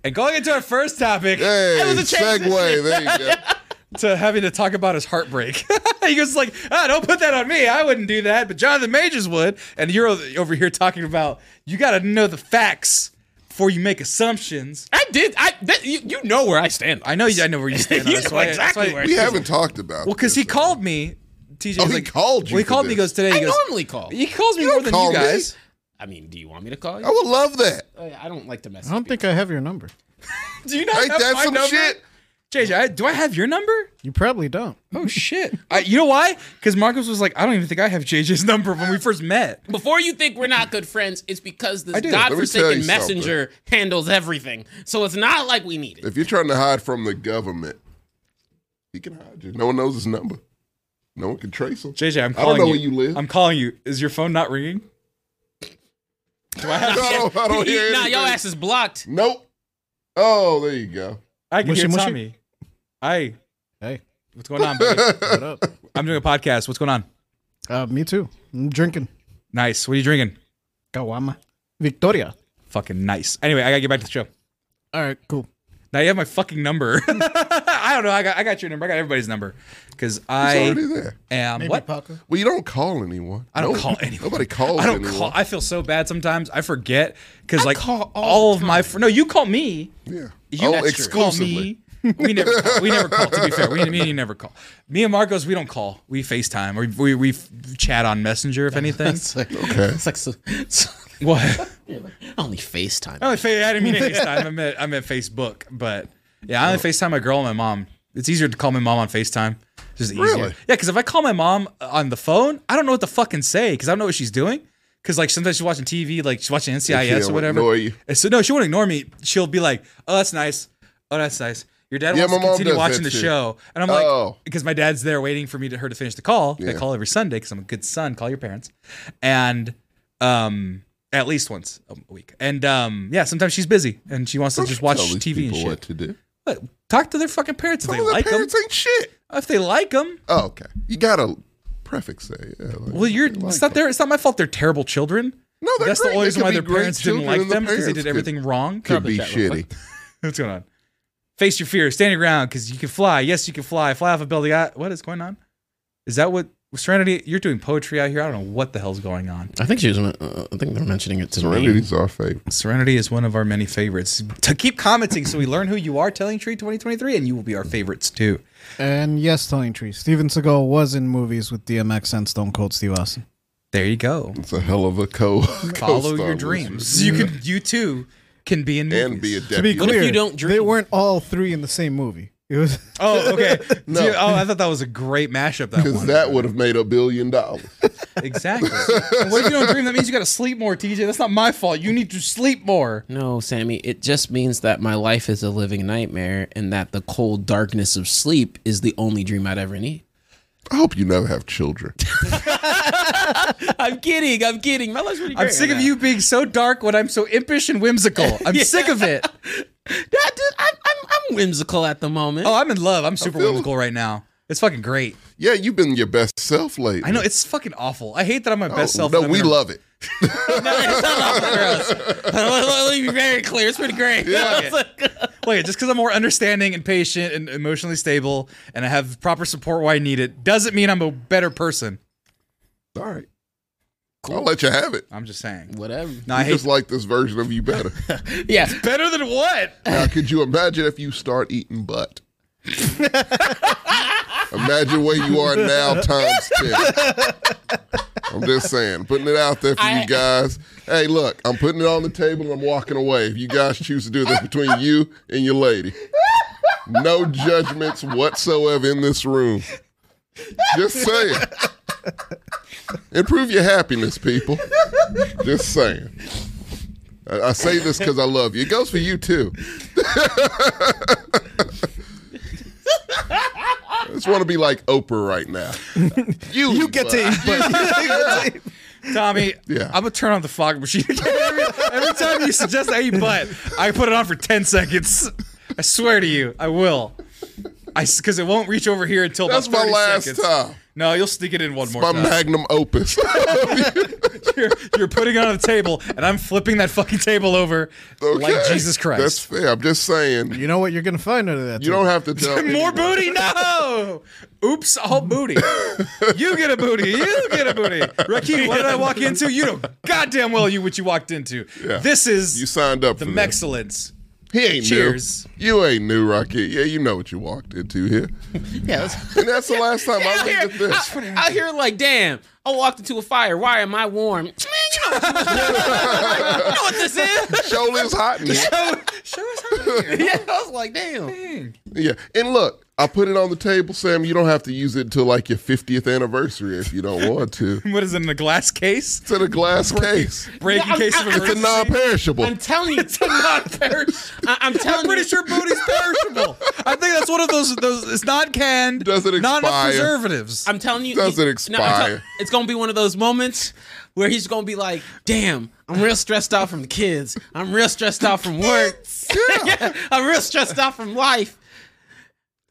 Speaker 1: And going into our first topic,
Speaker 2: Hey,
Speaker 3: was a transition.
Speaker 2: segue. There you go.
Speaker 1: to having to talk about his heartbreak. he goes like, ah, don't put that on me. I wouldn't do that, but Jonathan Majors would. And you're over here talking about you got to know the facts before you make assumptions.
Speaker 3: I did. I that, you, you know where I stand.
Speaker 1: I know you. I know where you stand. on
Speaker 3: You
Speaker 1: this.
Speaker 3: know
Speaker 1: Why- that's
Speaker 3: exactly
Speaker 1: why-
Speaker 3: where I
Speaker 2: We
Speaker 3: stand.
Speaker 2: haven't talked about.
Speaker 1: Well, because he called me. TJ
Speaker 2: Oh,
Speaker 1: was
Speaker 2: he
Speaker 1: like-
Speaker 2: called you
Speaker 1: Well, he
Speaker 2: for
Speaker 1: called me. He
Speaker 2: this.
Speaker 1: goes today. He
Speaker 3: I
Speaker 1: goes.
Speaker 3: normally call.
Speaker 1: He calls me more than
Speaker 2: call
Speaker 1: you
Speaker 2: me.
Speaker 1: guys.
Speaker 3: I mean, do you want me to call you?
Speaker 2: I would love that.
Speaker 3: I, I don't like to mess.
Speaker 4: I don't think I have your number.
Speaker 1: Do you not
Speaker 2: Ain't
Speaker 1: have
Speaker 2: that
Speaker 1: my
Speaker 2: some
Speaker 1: number?
Speaker 2: shit?
Speaker 1: JJ, I, do I have your number?
Speaker 4: You probably don't.
Speaker 1: Oh shit! I, you know why? Because Marcos was like, I don't even think I have JJ's number when we first met.
Speaker 3: Before you think we're not good friends, it's because this
Speaker 1: I do. Let
Speaker 2: me tell you
Speaker 3: godforsaken messenger handles everything. So it's not like we need it.
Speaker 2: If you're trying to hide from the government, he can hide you. No one knows his number. No one can trace him.
Speaker 1: JJ, I'm
Speaker 2: I don't
Speaker 1: calling
Speaker 2: know
Speaker 1: you.
Speaker 2: where you live.
Speaker 1: I'm calling you. Is your phone not ringing?
Speaker 2: I don't, I don't hear
Speaker 3: nah,
Speaker 2: anything.
Speaker 3: your ass is blocked.
Speaker 2: Nope. Oh, there you go.
Speaker 1: I can
Speaker 4: Mushy,
Speaker 1: hear
Speaker 4: mushy.
Speaker 1: Tommy. Hey,
Speaker 4: Hey,
Speaker 1: what's going on, buddy?
Speaker 4: what up?
Speaker 1: I'm doing a podcast. What's going on?
Speaker 4: Uh, me too. I'm drinking.
Speaker 1: Nice. What are you drinking?
Speaker 4: Kawama. Victoria.
Speaker 1: Fucking nice. Anyway, I gotta get back to the show.
Speaker 4: All right, cool.
Speaker 1: Now you have my fucking number. I don't know. I got I got your number. I got everybody's number because
Speaker 2: It's
Speaker 1: I
Speaker 2: already there.
Speaker 1: am what
Speaker 4: Parker.
Speaker 2: Well, you don't call anyone.
Speaker 1: I don't call anyone.
Speaker 2: Nobody calls
Speaker 1: I don't
Speaker 2: anyone.
Speaker 1: call. I feel so bad sometimes. I forget because like
Speaker 3: call all
Speaker 1: all
Speaker 3: the
Speaker 1: of my fr- no, you call me.
Speaker 2: yeah.
Speaker 1: You
Speaker 2: oh,
Speaker 1: call
Speaker 2: exclusively.
Speaker 1: me. We never call. we never call. To be fair, we me and you never call. Me and Marcos, we don't call. We Facetime or we we f- chat on Messenger if anything.
Speaker 3: It's like,
Speaker 2: Okay.
Speaker 3: it's like so, so-
Speaker 1: what?
Speaker 3: only FaceTime.
Speaker 1: I, only fa- Oh, I didn't mean FaceTime. I meant I meant Facebook. But yeah,
Speaker 2: Oh.
Speaker 1: I only FaceTime my girl and my mom. It's easier to call my mom on FaceTime. It's just easier.
Speaker 2: Really?
Speaker 1: Yeah, because if I call my mom uh, on the phone, I don't know what to fucking say because I don't know what she's doing. Because like sometimes she's watching TV, like she's watching NCIS
Speaker 2: she'll
Speaker 1: or whatever.
Speaker 2: ignore you.
Speaker 1: And so no, she won't ignore me. She'll be like, "Oh, that's nice. Oh, that's nice." Your dad
Speaker 2: Yeah,
Speaker 1: wants
Speaker 2: my
Speaker 1: to
Speaker 2: mom
Speaker 1: continue
Speaker 2: does
Speaker 1: watching the
Speaker 2: that too.
Speaker 1: show, and I'm like,
Speaker 2: Oh.
Speaker 1: because my dad's there waiting for me to her to finish the call. I
Speaker 2: Yeah.
Speaker 1: call every Sunday because I'm a good son. Call your parents, and um, at least once a week. And um, yeah, sometimes she's busy and she wants to just watch
Speaker 2: Tell these
Speaker 1: TV and
Speaker 2: people What
Speaker 1: shit.
Speaker 2: to do?
Speaker 1: But talk to their fucking parents if they
Speaker 2: Well, their
Speaker 1: like them.
Speaker 2: parents ain't shit.
Speaker 1: If they like them,
Speaker 2: Oh, okay. You gotta prefix that. Yeah, like,
Speaker 1: well, you're.
Speaker 2: they like
Speaker 1: it's not
Speaker 2: it.
Speaker 1: their. It's not my fault. They're terrible children.
Speaker 2: No, they're
Speaker 1: That's
Speaker 2: great.
Speaker 1: the only
Speaker 2: They
Speaker 1: reason
Speaker 2: could
Speaker 1: why
Speaker 2: be
Speaker 1: their
Speaker 2: great
Speaker 1: parents didn't
Speaker 2: children
Speaker 1: like
Speaker 2: and the
Speaker 1: them because they
Speaker 2: parents
Speaker 1: did
Speaker 2: could-
Speaker 1: everything wrong.
Speaker 2: Could be
Speaker 3: Drop it that real
Speaker 2: shitty.
Speaker 1: What's going on? Face your fear. Stand your ground because you can fly. Yes, you can fly. Fly off a building. I, what is going on? Is that what Serenity? You're doing poetry out here. I don't know what the hell's going on.
Speaker 3: I think she was. Uh, I think they're mentioning it to
Speaker 2: Serenity's our favorite.
Speaker 1: Serenity is one of our many favorites. To keep commenting so we learn who you are, Telling Tree 2023, and you will be our favorites too.
Speaker 4: And yes, Telling Tree. Steven Seagal was in movies with DMX and Stone Cold Steve Austin.
Speaker 1: There you go.
Speaker 2: It's a hell of a co.
Speaker 1: Follow
Speaker 2: co-star
Speaker 1: your
Speaker 2: list.
Speaker 1: dreams. You can. You too can be in movies.
Speaker 2: and be a
Speaker 4: To be
Speaker 2: deputy.
Speaker 3: What if
Speaker 4: clear,
Speaker 3: you don't
Speaker 4: they
Speaker 3: dream?
Speaker 4: weren't all three in the same movie. It was
Speaker 1: Oh, okay.
Speaker 2: No.
Speaker 1: Dude, oh, I thought that was a great mashup. That
Speaker 2: Because
Speaker 1: one.
Speaker 2: that would have made a billion dollars.
Speaker 1: exactly. what if you don't dream? That means you got to sleep more, TJ. That's not my fault. You need to sleep more.
Speaker 3: No, Sammy, it just means that my life is a living nightmare and that the cold darkness of sleep is the only dream I'd ever need.
Speaker 2: I hope you never have children.
Speaker 3: I'm kidding. I'm kidding. My life's pretty
Speaker 1: I'm sick of you being so dark when I'm so impish and whimsical. I'm sick of it.
Speaker 3: That, dude, I'm, I'm, I'm whimsical at the moment.
Speaker 1: Oh, I'm in love. I'm super whimsical right now. It's fucking great.
Speaker 2: Yeah, you've been your best self lately. Oh,
Speaker 1: I know it's fucking awful. I hate that I'm my best self.
Speaker 2: No,
Speaker 1: and I'm
Speaker 2: we
Speaker 1: in a-
Speaker 2: love it.
Speaker 3: let, let- let me be very clear. It's pretty great.
Speaker 1: Wait, just because I'm more understanding and patient and emotionally stable, and I have proper support where I need it, doesn't mean I'm a better person.
Speaker 2: All right. I'll let you have it.
Speaker 1: I'm just saying.
Speaker 3: Whatever.
Speaker 1: No,
Speaker 2: I
Speaker 1: I hate
Speaker 2: just like this version of you better.
Speaker 3: Yeah.
Speaker 1: better than what?
Speaker 2: now, could you imagine if you start eating butt? imagine where you are now times 10. I'm just saying, putting it out there for
Speaker 3: I-
Speaker 2: you guys. Hey, look, I'm putting it on the table and I'm walking away. If you guys choose to do this between you and your lady, no judgments whatsoever in this room. Just saying. Improve your happiness, people. Just saying. I, I say this because I love you. It goes for you too. I just want to be like Oprah right now. You,
Speaker 4: you get to eat, but
Speaker 1: Tommy,
Speaker 2: Yeah.
Speaker 1: I'm gonna turn on the fog machine. every, every time you suggest I eat butt, I put it on for 10 seconds. I swear to you, I will. I because it won't reach over here until
Speaker 2: That's
Speaker 1: about
Speaker 2: my
Speaker 1: 30
Speaker 2: last
Speaker 1: seconds.
Speaker 2: time.
Speaker 1: No, you'll sneak it in one more
Speaker 2: My
Speaker 1: time.
Speaker 2: magnum opus.
Speaker 1: you're, you're putting it on the table, and I'm flipping that fucking table over like
Speaker 2: Okay.
Speaker 1: Jesus
Speaker 2: That's
Speaker 1: Christ.
Speaker 2: fair. I'm just saying.
Speaker 4: you know what you're gonna find out of that.
Speaker 2: You don't have to tell me.
Speaker 1: More booty? No! Oops, all booty. You get a booty. You get a booty. Rakeem, what did I walk into? You know goddamn well you what you walked into.
Speaker 2: Yeah.
Speaker 1: This is
Speaker 2: You signed up
Speaker 1: the
Speaker 2: for this.
Speaker 1: Mexcellence.
Speaker 2: He ain't
Speaker 1: Cheers.
Speaker 2: new. You ain't new, Rocky. Yeah, you know what you walked into here.
Speaker 3: Yeah. let's-
Speaker 2: And that's the last time I
Speaker 3: out,
Speaker 2: looked at
Speaker 3: here,
Speaker 2: this.
Speaker 3: out, out here, like, damn, I walked into a fire. Why am I warm? Man, you know what, you know what this is.
Speaker 2: Shoulders hot in here.
Speaker 1: Show us how to
Speaker 3: Yeah, I was like, damn.
Speaker 2: Yeah. And look, I put it on the table, Sam. You don't have to use it until like your 50th anniversary if you don't want to.
Speaker 1: What is it in a glass case?
Speaker 2: It's in a glass case.
Speaker 1: Break
Speaker 3: No,
Speaker 1: in case
Speaker 3: I-
Speaker 1: of
Speaker 3: I- it's a
Speaker 2: It's a
Speaker 1: emergency.
Speaker 2: non perishable.
Speaker 3: I'm telling you,
Speaker 1: It's a non-perishable.
Speaker 3: I, I'm telling
Speaker 1: I'm pretty
Speaker 3: you,
Speaker 1: sure booty's perishable. I think that's one of those. Those it's not canned.
Speaker 2: Doesn't expire.
Speaker 1: Not enough preservatives.
Speaker 3: I'm telling you,
Speaker 2: Doesn't
Speaker 3: it- I'm tell-
Speaker 2: expire.
Speaker 3: it's gonna be one of those moments where he's gonna be like, "Damn, I'm real stressed out from the kids. I'm real stressed out from work. I'm real stressed out from life."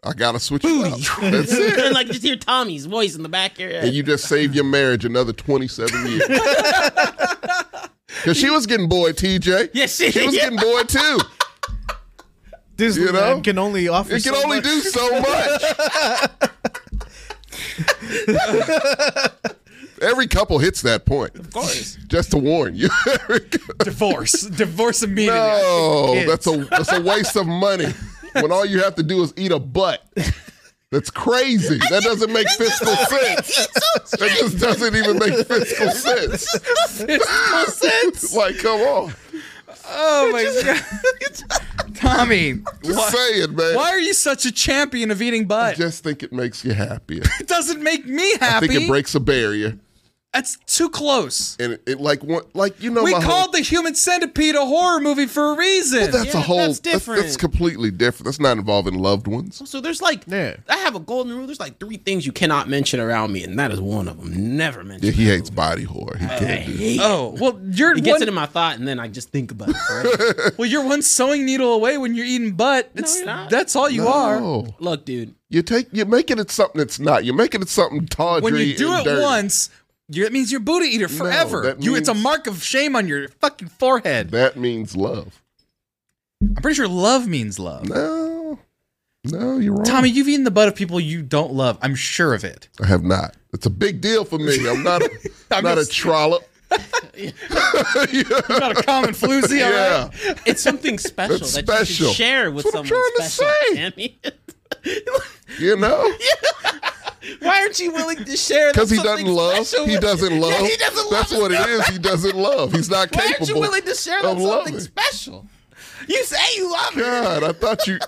Speaker 2: I gotta switch you out. That's it.
Speaker 3: and like just hear Tommy's voice in the back of your head.
Speaker 2: And you just save your marriage another twenty seven years. Cause she was getting boy, TJ.
Speaker 3: Yeah, she-
Speaker 2: was getting boy too.
Speaker 4: Disneyland
Speaker 2: You know?
Speaker 4: can only offer.
Speaker 2: It can
Speaker 4: so
Speaker 2: only
Speaker 4: much.
Speaker 2: do so much. Every couple hits that point. Of
Speaker 3: course.
Speaker 2: Just to warn you.
Speaker 1: Divorce. Divorce immediately.
Speaker 2: no,
Speaker 1: Kids.
Speaker 2: Oh, that's a that's a waste of money when all you have to do is eat a butt. That's crazy. That doesn't make fiscal sense. That just doesn't even make fiscal sense.
Speaker 1: Fiscal sense.
Speaker 2: Like, come on.
Speaker 1: Oh my god. Tommy,
Speaker 2: Just
Speaker 1: why,
Speaker 2: saying, man.
Speaker 1: why are you such a champion of eating
Speaker 2: I
Speaker 1: butt?
Speaker 2: just think it makes you happier.
Speaker 1: It doesn't make me
Speaker 2: I
Speaker 1: happy.
Speaker 2: think it breaks a barrier.
Speaker 1: That's too close.
Speaker 2: And it, it like one like you know
Speaker 1: We
Speaker 2: my whole-
Speaker 1: called the human centipede a horror movie for a reason.
Speaker 2: That's
Speaker 3: Yeah,
Speaker 2: a whole.
Speaker 3: that's
Speaker 2: That's,
Speaker 3: different.
Speaker 2: that's completely different. That's not involving loved ones.
Speaker 3: so there's like,
Speaker 4: Yeah.
Speaker 3: I have a golden rule. There's like three things you cannot mention around me, and that is one of them. Never mention.
Speaker 2: Yeah, he hates body horror. He
Speaker 3: I
Speaker 2: can't do.
Speaker 3: hate.
Speaker 1: oh, well you're
Speaker 3: It
Speaker 1: one,
Speaker 3: gets into my thought, and then I just think about it. forever.
Speaker 1: well you're one sewing needle away when you're eating butt. It's
Speaker 3: you're not.
Speaker 1: that's all you are.
Speaker 2: No,
Speaker 3: Look, dude,
Speaker 2: you take. You're making it something it's not. You're making it something tawdry.
Speaker 1: When you do
Speaker 2: and
Speaker 1: it
Speaker 2: dirty.
Speaker 1: once, you that means you're Buddha eater forever.
Speaker 2: that
Speaker 1: you it's a
Speaker 2: means-
Speaker 1: mark of shame on your fucking forehead.
Speaker 2: that means love.
Speaker 1: I'm pretty sure love means love.
Speaker 2: No, no, you're wrong.
Speaker 1: Tommy, you've eaten the butt of people you don't love. I'm sure of it.
Speaker 2: I have not. It's a big deal for me. I'm not. A,
Speaker 1: I'm
Speaker 2: I'm not
Speaker 1: just-
Speaker 2: a trollop.
Speaker 1: You're not a common floozy, all right?
Speaker 2: yeah,
Speaker 3: it's something special
Speaker 2: That's
Speaker 3: that you
Speaker 2: special.
Speaker 3: should share with
Speaker 2: That's what I'm
Speaker 3: someone
Speaker 2: trying to
Speaker 3: special.
Speaker 2: say.
Speaker 3: Sammy.
Speaker 2: you know,
Speaker 3: Why aren't you willing to share?
Speaker 2: because
Speaker 3: Because
Speaker 2: he doesn't love. He doesn't love.
Speaker 3: he doesn't
Speaker 2: That's
Speaker 3: love
Speaker 2: what it is. He doesn't love. He's not
Speaker 3: Why aren't you
Speaker 2: capable.
Speaker 3: willing to share
Speaker 2: of
Speaker 3: that's something
Speaker 2: loving.
Speaker 3: special? You say you love it.
Speaker 2: God, I thought you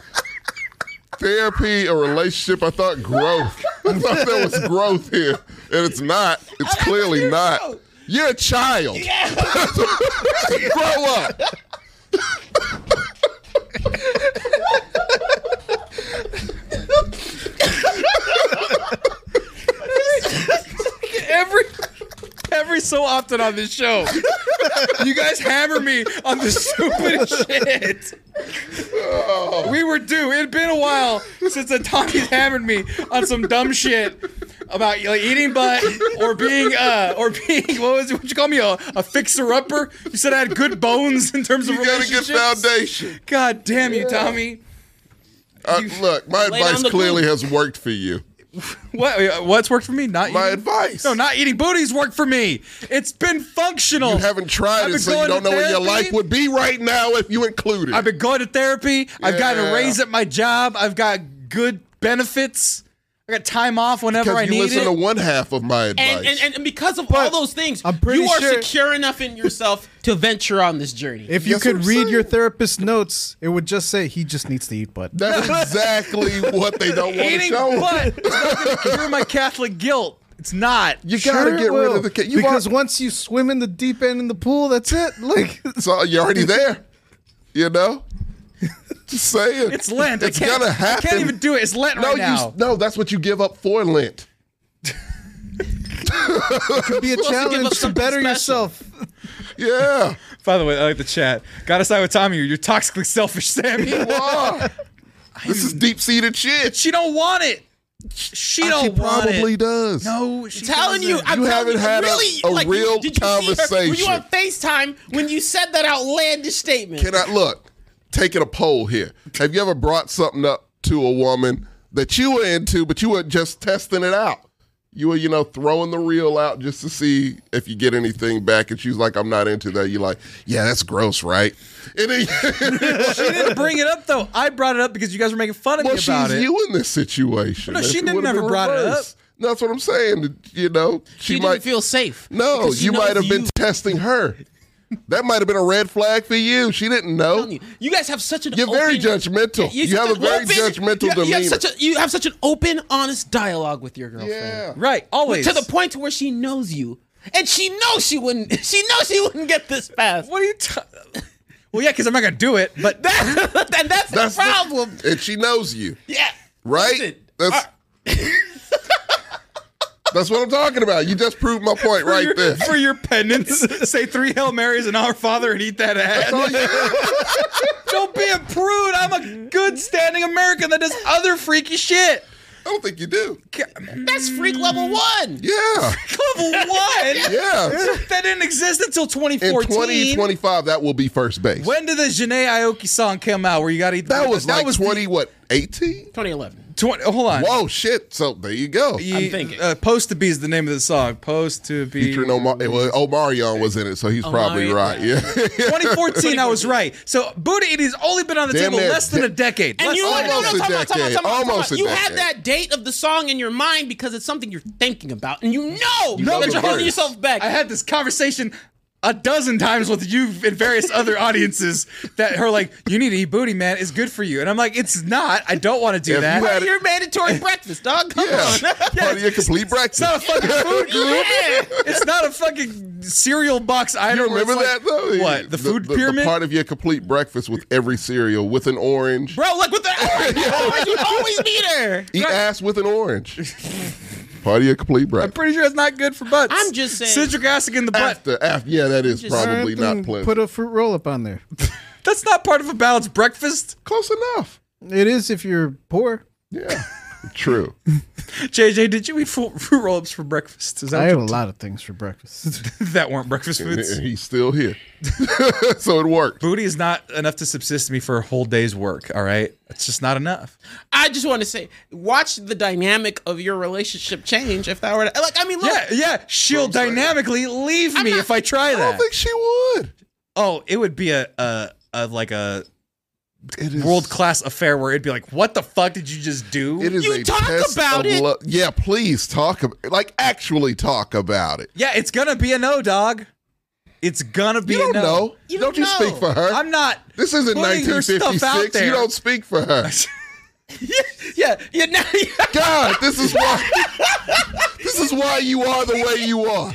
Speaker 2: therapy or relationship. I thought growth. I thought there was growth here, and it's not. It's clearly
Speaker 3: you're
Speaker 2: not.
Speaker 3: growth.
Speaker 2: You're a child. Grow up.
Speaker 1: every every so often on this show. you guys hammer me on the stupid shit.
Speaker 2: Oh.
Speaker 1: We were due. It had been a while since the Tommy's hammered me on some dumb shit about like, eating butt or being uh or being what was it? What you call me a, a fixer upper? You said I had good bones in terms of
Speaker 2: You got a good
Speaker 1: relationships.
Speaker 2: foundation.
Speaker 1: God damn you, Tommy.
Speaker 2: Uh, look, my
Speaker 3: Lay down
Speaker 2: advice
Speaker 3: the
Speaker 2: clearly
Speaker 3: food.
Speaker 2: has worked for you.
Speaker 1: What what's worked for me? Not
Speaker 2: My
Speaker 3: Mm-hmm.
Speaker 1: eating-
Speaker 2: advice.
Speaker 1: No, not eating booties worked for me. It's been functional.
Speaker 2: You haven't tried
Speaker 1: I've
Speaker 2: it,
Speaker 1: been
Speaker 2: so you
Speaker 1: going
Speaker 2: don't
Speaker 1: to
Speaker 2: know where your
Speaker 1: therapy.
Speaker 2: life would be right now if you included.
Speaker 1: I've been going to therapy. I've gotten a
Speaker 2: Yeah.
Speaker 1: raise at my job. I've got good benefits. I got time off whenever I
Speaker 2: because you
Speaker 1: need
Speaker 2: listen
Speaker 1: it.
Speaker 2: to one half of my advice.
Speaker 3: And, and, and because of all those things,
Speaker 4: I'm pretty
Speaker 3: you are
Speaker 4: sure-
Speaker 3: secure enough in yourself to venture on this journey.
Speaker 4: If you
Speaker 2: That's
Speaker 4: could
Speaker 2: what I'm
Speaker 4: read your
Speaker 2: saying.
Speaker 4: therapist's notes, it would just say he just needs to eat butt.
Speaker 2: That's exactly what they don't want to
Speaker 1: Eating
Speaker 2: show.
Speaker 1: butt is not going to cure my Catholic guilt. It's not.
Speaker 2: You gotta
Speaker 4: Sure it
Speaker 2: get rid
Speaker 4: will,
Speaker 2: of the kid. You
Speaker 4: because
Speaker 2: are-
Speaker 4: once you swim in the deep end in the pool, that's it. Like
Speaker 2: So you're already there. You know? Just saying.
Speaker 1: It's Lent.
Speaker 2: It's
Speaker 1: I can't,
Speaker 2: gonna happen.
Speaker 1: I can't even do it. It's Lent
Speaker 2: no,
Speaker 1: right
Speaker 2: you
Speaker 1: now.
Speaker 2: no, that's what you give up for Lent.
Speaker 4: could be a
Speaker 3: up
Speaker 4: challenge to
Speaker 3: something
Speaker 4: better
Speaker 3: special.
Speaker 4: yourself.
Speaker 2: Yeah.
Speaker 1: By the way, I like the chat. Got us out with Tommy. You're toxically selfish, Sammy.
Speaker 2: Wow. this is deep seated shit.
Speaker 1: she don't want it. She
Speaker 2: She
Speaker 1: don't want
Speaker 2: probably
Speaker 1: it.
Speaker 2: does.
Speaker 1: No, she
Speaker 3: telling you,
Speaker 1: doesn't.
Speaker 3: I'm
Speaker 2: You
Speaker 3: telling
Speaker 2: haven't
Speaker 3: you,
Speaker 2: had a-
Speaker 3: really,
Speaker 2: a
Speaker 3: like, you-
Speaker 2: real
Speaker 3: did you see her? Were you
Speaker 2: conversation.
Speaker 3: on FaceTime when you said that outlandish statement?
Speaker 2: Can I look? Taking a poll here. Have you ever brought something up to a woman that you were into, but you were just testing it out? You were, you know, throwing the reel out just to see if you get anything back. And she's like, "I'm not into that." You're like, "Yeah, that's gross, right?" And then,
Speaker 1: she didn't bring it up though. I brought it up because you guys were making fun of
Speaker 2: well,
Speaker 1: me
Speaker 2: she's
Speaker 1: about it.
Speaker 2: you in this situation.
Speaker 1: No,
Speaker 2: If
Speaker 1: she
Speaker 2: it
Speaker 1: didn't
Speaker 2: would've
Speaker 1: ever
Speaker 2: been
Speaker 1: brought it
Speaker 2: reversed- No, that's what I'm saying. You know, she
Speaker 3: you
Speaker 2: might
Speaker 3: didn't feel safe.
Speaker 2: no.
Speaker 3: because she
Speaker 2: You
Speaker 3: knows
Speaker 2: might have been
Speaker 3: you.
Speaker 2: testing her. That might have been a red flag for you. She didn't know.
Speaker 3: telling you. You guys have such an.
Speaker 2: You're very
Speaker 3: open-
Speaker 2: judgmental.
Speaker 3: Yeah,
Speaker 2: You have
Speaker 3: such
Speaker 2: a very
Speaker 3: an
Speaker 2: judgmental
Speaker 3: you, You have,
Speaker 2: demeanor.
Speaker 3: such a, you have such an open, honest dialogue with your girlfriend.
Speaker 2: Yeah.
Speaker 1: Right, always
Speaker 3: To the point to where she knows you, and she knows she wouldn't. She knows she wouldn't get this fast.
Speaker 1: What are you? T- well, yeah, because I'm not gonna do it. But
Speaker 3: That, and that's,
Speaker 2: That's
Speaker 3: the problem.
Speaker 2: and she knows you,
Speaker 3: yeah.
Speaker 2: right?
Speaker 3: Listen,
Speaker 2: That's That's what I'm talking about. You just proved my point right
Speaker 1: your,
Speaker 2: there.
Speaker 1: for your penance. Say three Hail Marys and Our Father and eat that ass.
Speaker 2: That's all you-
Speaker 1: Don't be a prude. I'm a good standing American that does other freaky shit.
Speaker 2: I don't think you do.
Speaker 3: That's freak level one.
Speaker 2: Yeah.
Speaker 1: Level one.
Speaker 2: Yeah.
Speaker 1: That didn't exist until
Speaker 2: In
Speaker 1: 2014.
Speaker 2: 2025, that will be first base.
Speaker 1: When did the Janae Aoki song come out where you got to eat the-
Speaker 2: that was like
Speaker 1: the
Speaker 2: 20, what, 18?
Speaker 3: 2011.
Speaker 1: 20 hold on.
Speaker 2: Whoa, shit. So there you go.
Speaker 1: You-
Speaker 3: I'm thinking.
Speaker 1: Uh, Post to Be is the name of the song. Post to Be.
Speaker 2: Featuring Omar, it was, Omarion was in it, so he's probably
Speaker 3: Omarion.
Speaker 2: right. Yeah.
Speaker 1: 2014, I was right. So Buddha Eating's only been on the
Speaker 2: Damn
Speaker 1: table
Speaker 2: near
Speaker 1: less than
Speaker 2: de-
Speaker 1: a decade.
Speaker 3: And
Speaker 1: Less
Speaker 3: you
Speaker 1: than
Speaker 3: no, no,
Speaker 2: Almost a
Speaker 3: time out, time out,
Speaker 2: decade.
Speaker 3: time out, time
Speaker 2: Almost
Speaker 3: out.
Speaker 2: a
Speaker 3: You have
Speaker 2: decade.
Speaker 3: that date of the song in your mind because it's something you're thinking about, and you know
Speaker 2: know
Speaker 3: that
Speaker 2: the
Speaker 3: you're holding
Speaker 2: verse.
Speaker 3: yourself back.
Speaker 1: I had this conversation a dozen times with you and various other audiences that are like, "You need to eat booty, man. It's good for you." And I'm like, "It's not. I don't want to do
Speaker 2: If
Speaker 1: that.
Speaker 2: you had-
Speaker 3: your mandatory breakfast, dog. Come
Speaker 2: Yeah.
Speaker 3: on.
Speaker 2: Part of your complete
Speaker 1: it's not a
Speaker 2: breakfast.
Speaker 1: fucking food group.
Speaker 3: Yeah.
Speaker 1: It's not a fucking cereal box item.
Speaker 2: You
Speaker 1: where it's
Speaker 2: remember
Speaker 1: like-
Speaker 2: that though?
Speaker 1: What the food pyramid?
Speaker 2: part of your complete breakfast with every cereal with an orange.
Speaker 3: Bro, look with the orange. orange would always be there.
Speaker 2: Eat ass with an orange. part of your complete
Speaker 1: I'm
Speaker 2: breakfast.
Speaker 1: pretty sure it's not good for butts.
Speaker 3: I'm just saying-
Speaker 1: citric acid in the butt.
Speaker 2: After, after, yeah, that is
Speaker 3: Just-
Speaker 2: probably
Speaker 4: Alright, then
Speaker 2: not plenty.
Speaker 4: Put a fruit roll up on there.
Speaker 1: That's not part of a balanced breakfast.
Speaker 2: Close enough.
Speaker 4: It is if you're poor.
Speaker 2: Yeah, true.
Speaker 1: JJ, did you eat fu- fruit roll-ups for breakfast? Is
Speaker 4: I
Speaker 1: that
Speaker 4: have
Speaker 1: what
Speaker 4: a lot of things for breakfast.
Speaker 1: that weren't breakfast
Speaker 2: And
Speaker 1: foods?
Speaker 2: He's still here, so it worked.
Speaker 1: Booty is not enough to subsist me for a whole day's work. All right, it's just not enough.
Speaker 3: I just want to say, watch the dynamic of your relationship change. If that were to, like, I mean, look,
Speaker 1: Yeah, yeah. She'll dynamically leave me
Speaker 3: not-
Speaker 1: if I try
Speaker 2: I don't
Speaker 1: that.
Speaker 2: think she would.
Speaker 1: oh, it would be a, a, a like a
Speaker 2: It is
Speaker 1: world class affair where it'd be like, what the fuck did you just do?
Speaker 2: It is
Speaker 3: You
Speaker 2: a
Speaker 3: talk
Speaker 2: test
Speaker 3: about
Speaker 2: of
Speaker 3: it.
Speaker 2: lo- yeah, please talk about like actually talk about it.
Speaker 1: yeah, it's gonna be a no, dog. It's gonna be
Speaker 2: You don't
Speaker 1: a no.
Speaker 2: know.
Speaker 3: You
Speaker 2: don't
Speaker 3: don't
Speaker 2: you speak for
Speaker 3: know.
Speaker 2: her?
Speaker 1: I'm not.
Speaker 2: this isn't
Speaker 1: putting her stuff out
Speaker 2: 1956.
Speaker 1: there.
Speaker 2: You don't speak for her.
Speaker 3: yeah, yeah, now, yeah.
Speaker 2: God, this is why. this is why you are the way you are.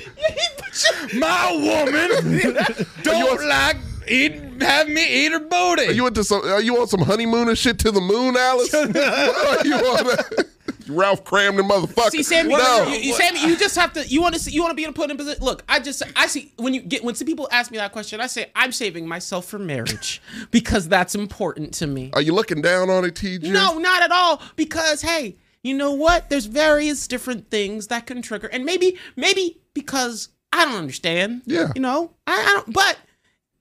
Speaker 1: My woman don't
Speaker 2: you-
Speaker 1: like eat. Have me eat her booty.
Speaker 2: Are you into some? Are you on some honeymooner shit to the moon, Alice? What are you on that? Ralph Cramden, motherfucker.
Speaker 3: See, Sammy,
Speaker 2: no.
Speaker 3: you, you, Sammy, you just have to. You want to. See, you want to be in a put in position. Look, I just. I see when you get when some people ask me that question, I say I'm saving myself for marriage because that's important to me.
Speaker 2: are you looking down on it, TG?
Speaker 3: No, not at all. Because hey, you know what? There's various different things that can trigger, and maybe, maybe because I don't understand.
Speaker 2: Yeah.
Speaker 3: You know, I, I don't. But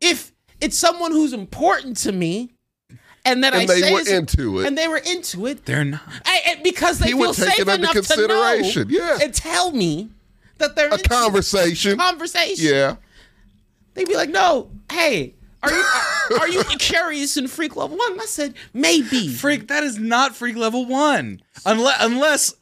Speaker 3: if it's someone who's important to me, and that I
Speaker 2: And they
Speaker 3: say
Speaker 2: were
Speaker 3: is-
Speaker 2: into it.
Speaker 3: and they were into it,
Speaker 1: They're not.
Speaker 3: I, and because they
Speaker 2: He
Speaker 3: feel
Speaker 2: would take
Speaker 3: safe
Speaker 2: it under
Speaker 3: enough
Speaker 2: consideration,
Speaker 3: to know
Speaker 2: yeah.
Speaker 3: and tell me that they're
Speaker 2: A
Speaker 3: into
Speaker 2: conversation.
Speaker 3: conversation.
Speaker 2: Yeah.
Speaker 3: They'd be like, "No, hey." Are you are, are you curious in freak level one? I said maybe.
Speaker 1: Freak, that is not freak level one. Unless, unless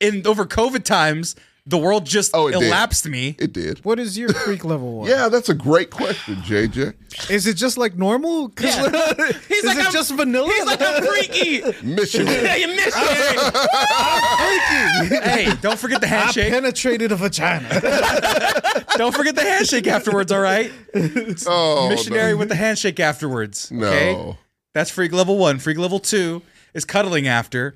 Speaker 1: in over COVID times, the world just
Speaker 2: Oh, it did.
Speaker 1: elapsed me.
Speaker 2: It did.
Speaker 4: what is your freak level one?
Speaker 2: Yeah, that's a great question, JJ.
Speaker 4: Is it just like normal? 'Cause
Speaker 3: Yeah. He's
Speaker 4: is
Speaker 3: like,
Speaker 4: it
Speaker 3: I'm-
Speaker 4: just vanilla?
Speaker 3: He's like a freaky.
Speaker 2: Mission.
Speaker 3: Yeah, you missed it.
Speaker 1: hey, don't forget the
Speaker 4: I
Speaker 1: handshake.
Speaker 4: penetrated a vagina.
Speaker 1: don't forget the handshake afterwards. All right,
Speaker 2: Oh,
Speaker 1: missionary
Speaker 2: no.
Speaker 1: with the handshake afterwards.
Speaker 2: No.
Speaker 1: okay? that's freak level one. Freak level two is cuddling after.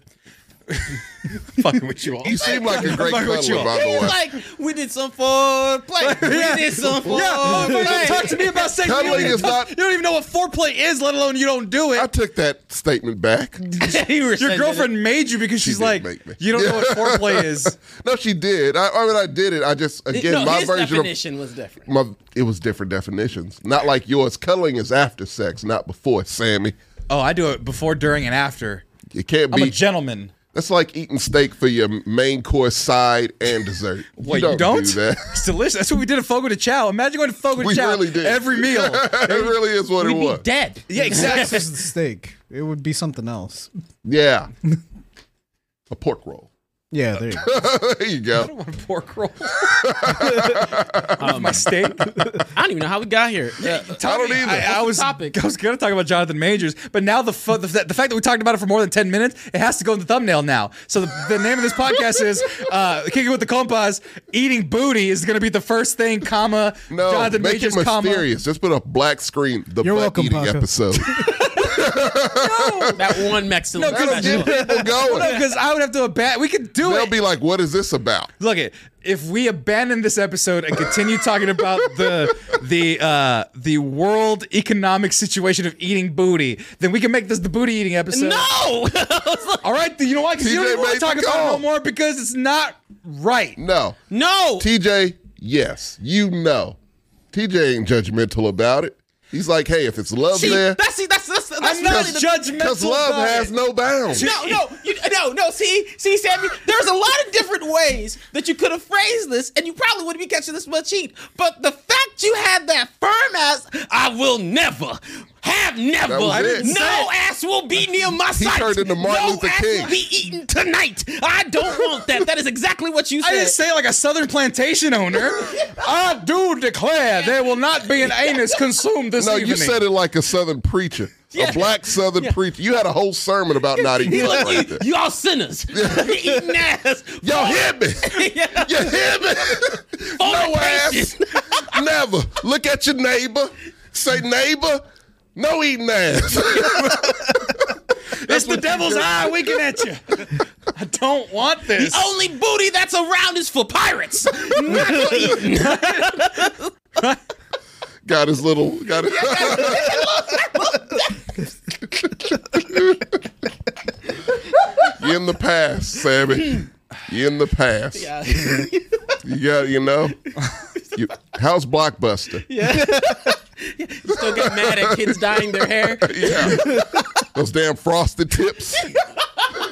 Speaker 1: fucking with you all.
Speaker 2: You seem like a great
Speaker 1: fucking with you
Speaker 2: cuddler,
Speaker 1: all.
Speaker 2: by the
Speaker 3: He's
Speaker 2: way.
Speaker 3: like, we did some foreplay.
Speaker 1: Yeah.
Speaker 3: We did some
Speaker 1: Yeah,
Speaker 3: foreplay.
Speaker 1: talk to me about sex. You don't,
Speaker 2: Cuddling
Speaker 1: even
Speaker 2: is
Speaker 1: talk-
Speaker 2: not-
Speaker 1: you don't even know what foreplay is, let alone you don't do
Speaker 2: I
Speaker 1: it.
Speaker 2: took that statement back.
Speaker 3: You were
Speaker 1: Your
Speaker 3: sending
Speaker 1: girlfriend made you because she's
Speaker 2: did
Speaker 1: like,
Speaker 2: make me.
Speaker 1: you don't know what foreplay is.
Speaker 2: No, she did. I, I mean, I did it. I just
Speaker 3: it.
Speaker 2: again,
Speaker 3: no,
Speaker 2: my
Speaker 3: his
Speaker 2: version
Speaker 3: definition was different.
Speaker 2: of my it was different definitions. Not like yours. Cuddling is after sex, not before. Sammy,
Speaker 1: Oh, I do it before, during, and after.
Speaker 2: it can't
Speaker 1: I'm a
Speaker 2: be.
Speaker 1: gentleman.
Speaker 2: that's like eating steak for your main course, side, and dessert.
Speaker 1: What you don't?
Speaker 2: do that.
Speaker 1: It's delicious. That's what we did at Fogo de Chow. Imagine going to Fogo de
Speaker 2: We
Speaker 1: Chow
Speaker 2: really did
Speaker 1: every meal.
Speaker 2: it really is what it
Speaker 3: We'd
Speaker 2: was.
Speaker 3: be dead.
Speaker 1: yeah,
Speaker 4: Sex
Speaker 1: exactly.
Speaker 4: is the steak. It would be something else.
Speaker 2: Yeah, a pork roll.
Speaker 4: Yeah, there you go.
Speaker 2: there you go.
Speaker 1: What a pork roll. With my steak.
Speaker 3: I don't even know how we got here. Yeah.
Speaker 1: Tommy,
Speaker 2: don't either.
Speaker 1: I, I was
Speaker 3: Topic.
Speaker 1: I was going to talk about Jonathan Majors, but now the, fo- the the fact that we talked about it for more than ten minutes, it has to go in the thumbnail now. So the, the name of this podcast is uh, "Kicking with the Compas." Eating booty is going to be the first thing, comma
Speaker 2: No,
Speaker 1: Jonathan
Speaker 2: make
Speaker 1: Majors,
Speaker 2: it
Speaker 1: comma
Speaker 2: mysterious. Just put a black screen. The
Speaker 4: You're
Speaker 2: butt
Speaker 4: welcome,
Speaker 2: eating
Speaker 4: Paco.
Speaker 2: episode.
Speaker 3: That one Mexican.
Speaker 1: No, 'cause
Speaker 2: That'll get people going.
Speaker 1: because I would have to abandon. We could do
Speaker 2: They'll
Speaker 1: it.
Speaker 2: be like, "What is this about?"
Speaker 1: Look it. If we abandon this episode and continue talking about the the uh, the world economic situation of eating booty, then we can make this the booty eating episode.
Speaker 3: no!
Speaker 1: All right. then You know why? Because you
Speaker 2: TJ
Speaker 1: don't want
Speaker 2: made
Speaker 1: to talk
Speaker 2: the
Speaker 1: about it
Speaker 2: call.
Speaker 1: no more because it's not right.
Speaker 2: No,
Speaker 3: no!
Speaker 2: TJ, yes, you know, TJ ain't judgmental about it. He's like, "Hey, if it's love
Speaker 3: See,
Speaker 2: there,
Speaker 3: that's, see, that's, that's, that's
Speaker 1: I'm not
Speaker 3: really the-
Speaker 1: judgmental.
Speaker 2: because love
Speaker 1: about
Speaker 2: has
Speaker 1: it.
Speaker 2: no bounds."
Speaker 3: No, no, you, no, no. See, see, Sammy, there's a lot of different ways that you could have phrased this, and you probably wouldn't be catching this much heat. But the fact you had that firm ass, I will never. Have never.
Speaker 2: That was
Speaker 3: I didn't
Speaker 2: it.
Speaker 3: No ass will be near my
Speaker 2: He
Speaker 3: sight.
Speaker 2: turned into Martin
Speaker 3: no
Speaker 2: Luther
Speaker 3: ass
Speaker 2: King.
Speaker 3: will be eaten tonight. I don't want that. That is exactly what you
Speaker 1: I
Speaker 3: said.
Speaker 1: didn't say it like a southern plantation owner. I do declare there will not be an anus consumed this
Speaker 2: No,
Speaker 1: evening.
Speaker 2: you said it like a Southern preacher, a black Southern preacher. You had a whole sermon about not eating
Speaker 3: You
Speaker 2: like,
Speaker 3: like,
Speaker 2: that.
Speaker 3: you, all sinners. You're eating ass.
Speaker 2: Y'all hear me? You hear me? no ass.
Speaker 3: Fornication.
Speaker 2: Never. Look at your neighbor. Say neighbor. No eating ass.
Speaker 1: it's the devil's eye winking at you. I don't want this.
Speaker 2: Oh,
Speaker 3: Only booty that's around is for pirates. Not for eating.
Speaker 2: got his little. Got his, you in the past, Sammy. You in the past. You got. You know. You, how's blockbuster?
Speaker 3: Still get mad at kids dyeing their hair.
Speaker 2: Yeah. Those damn frosted tips.
Speaker 3: Why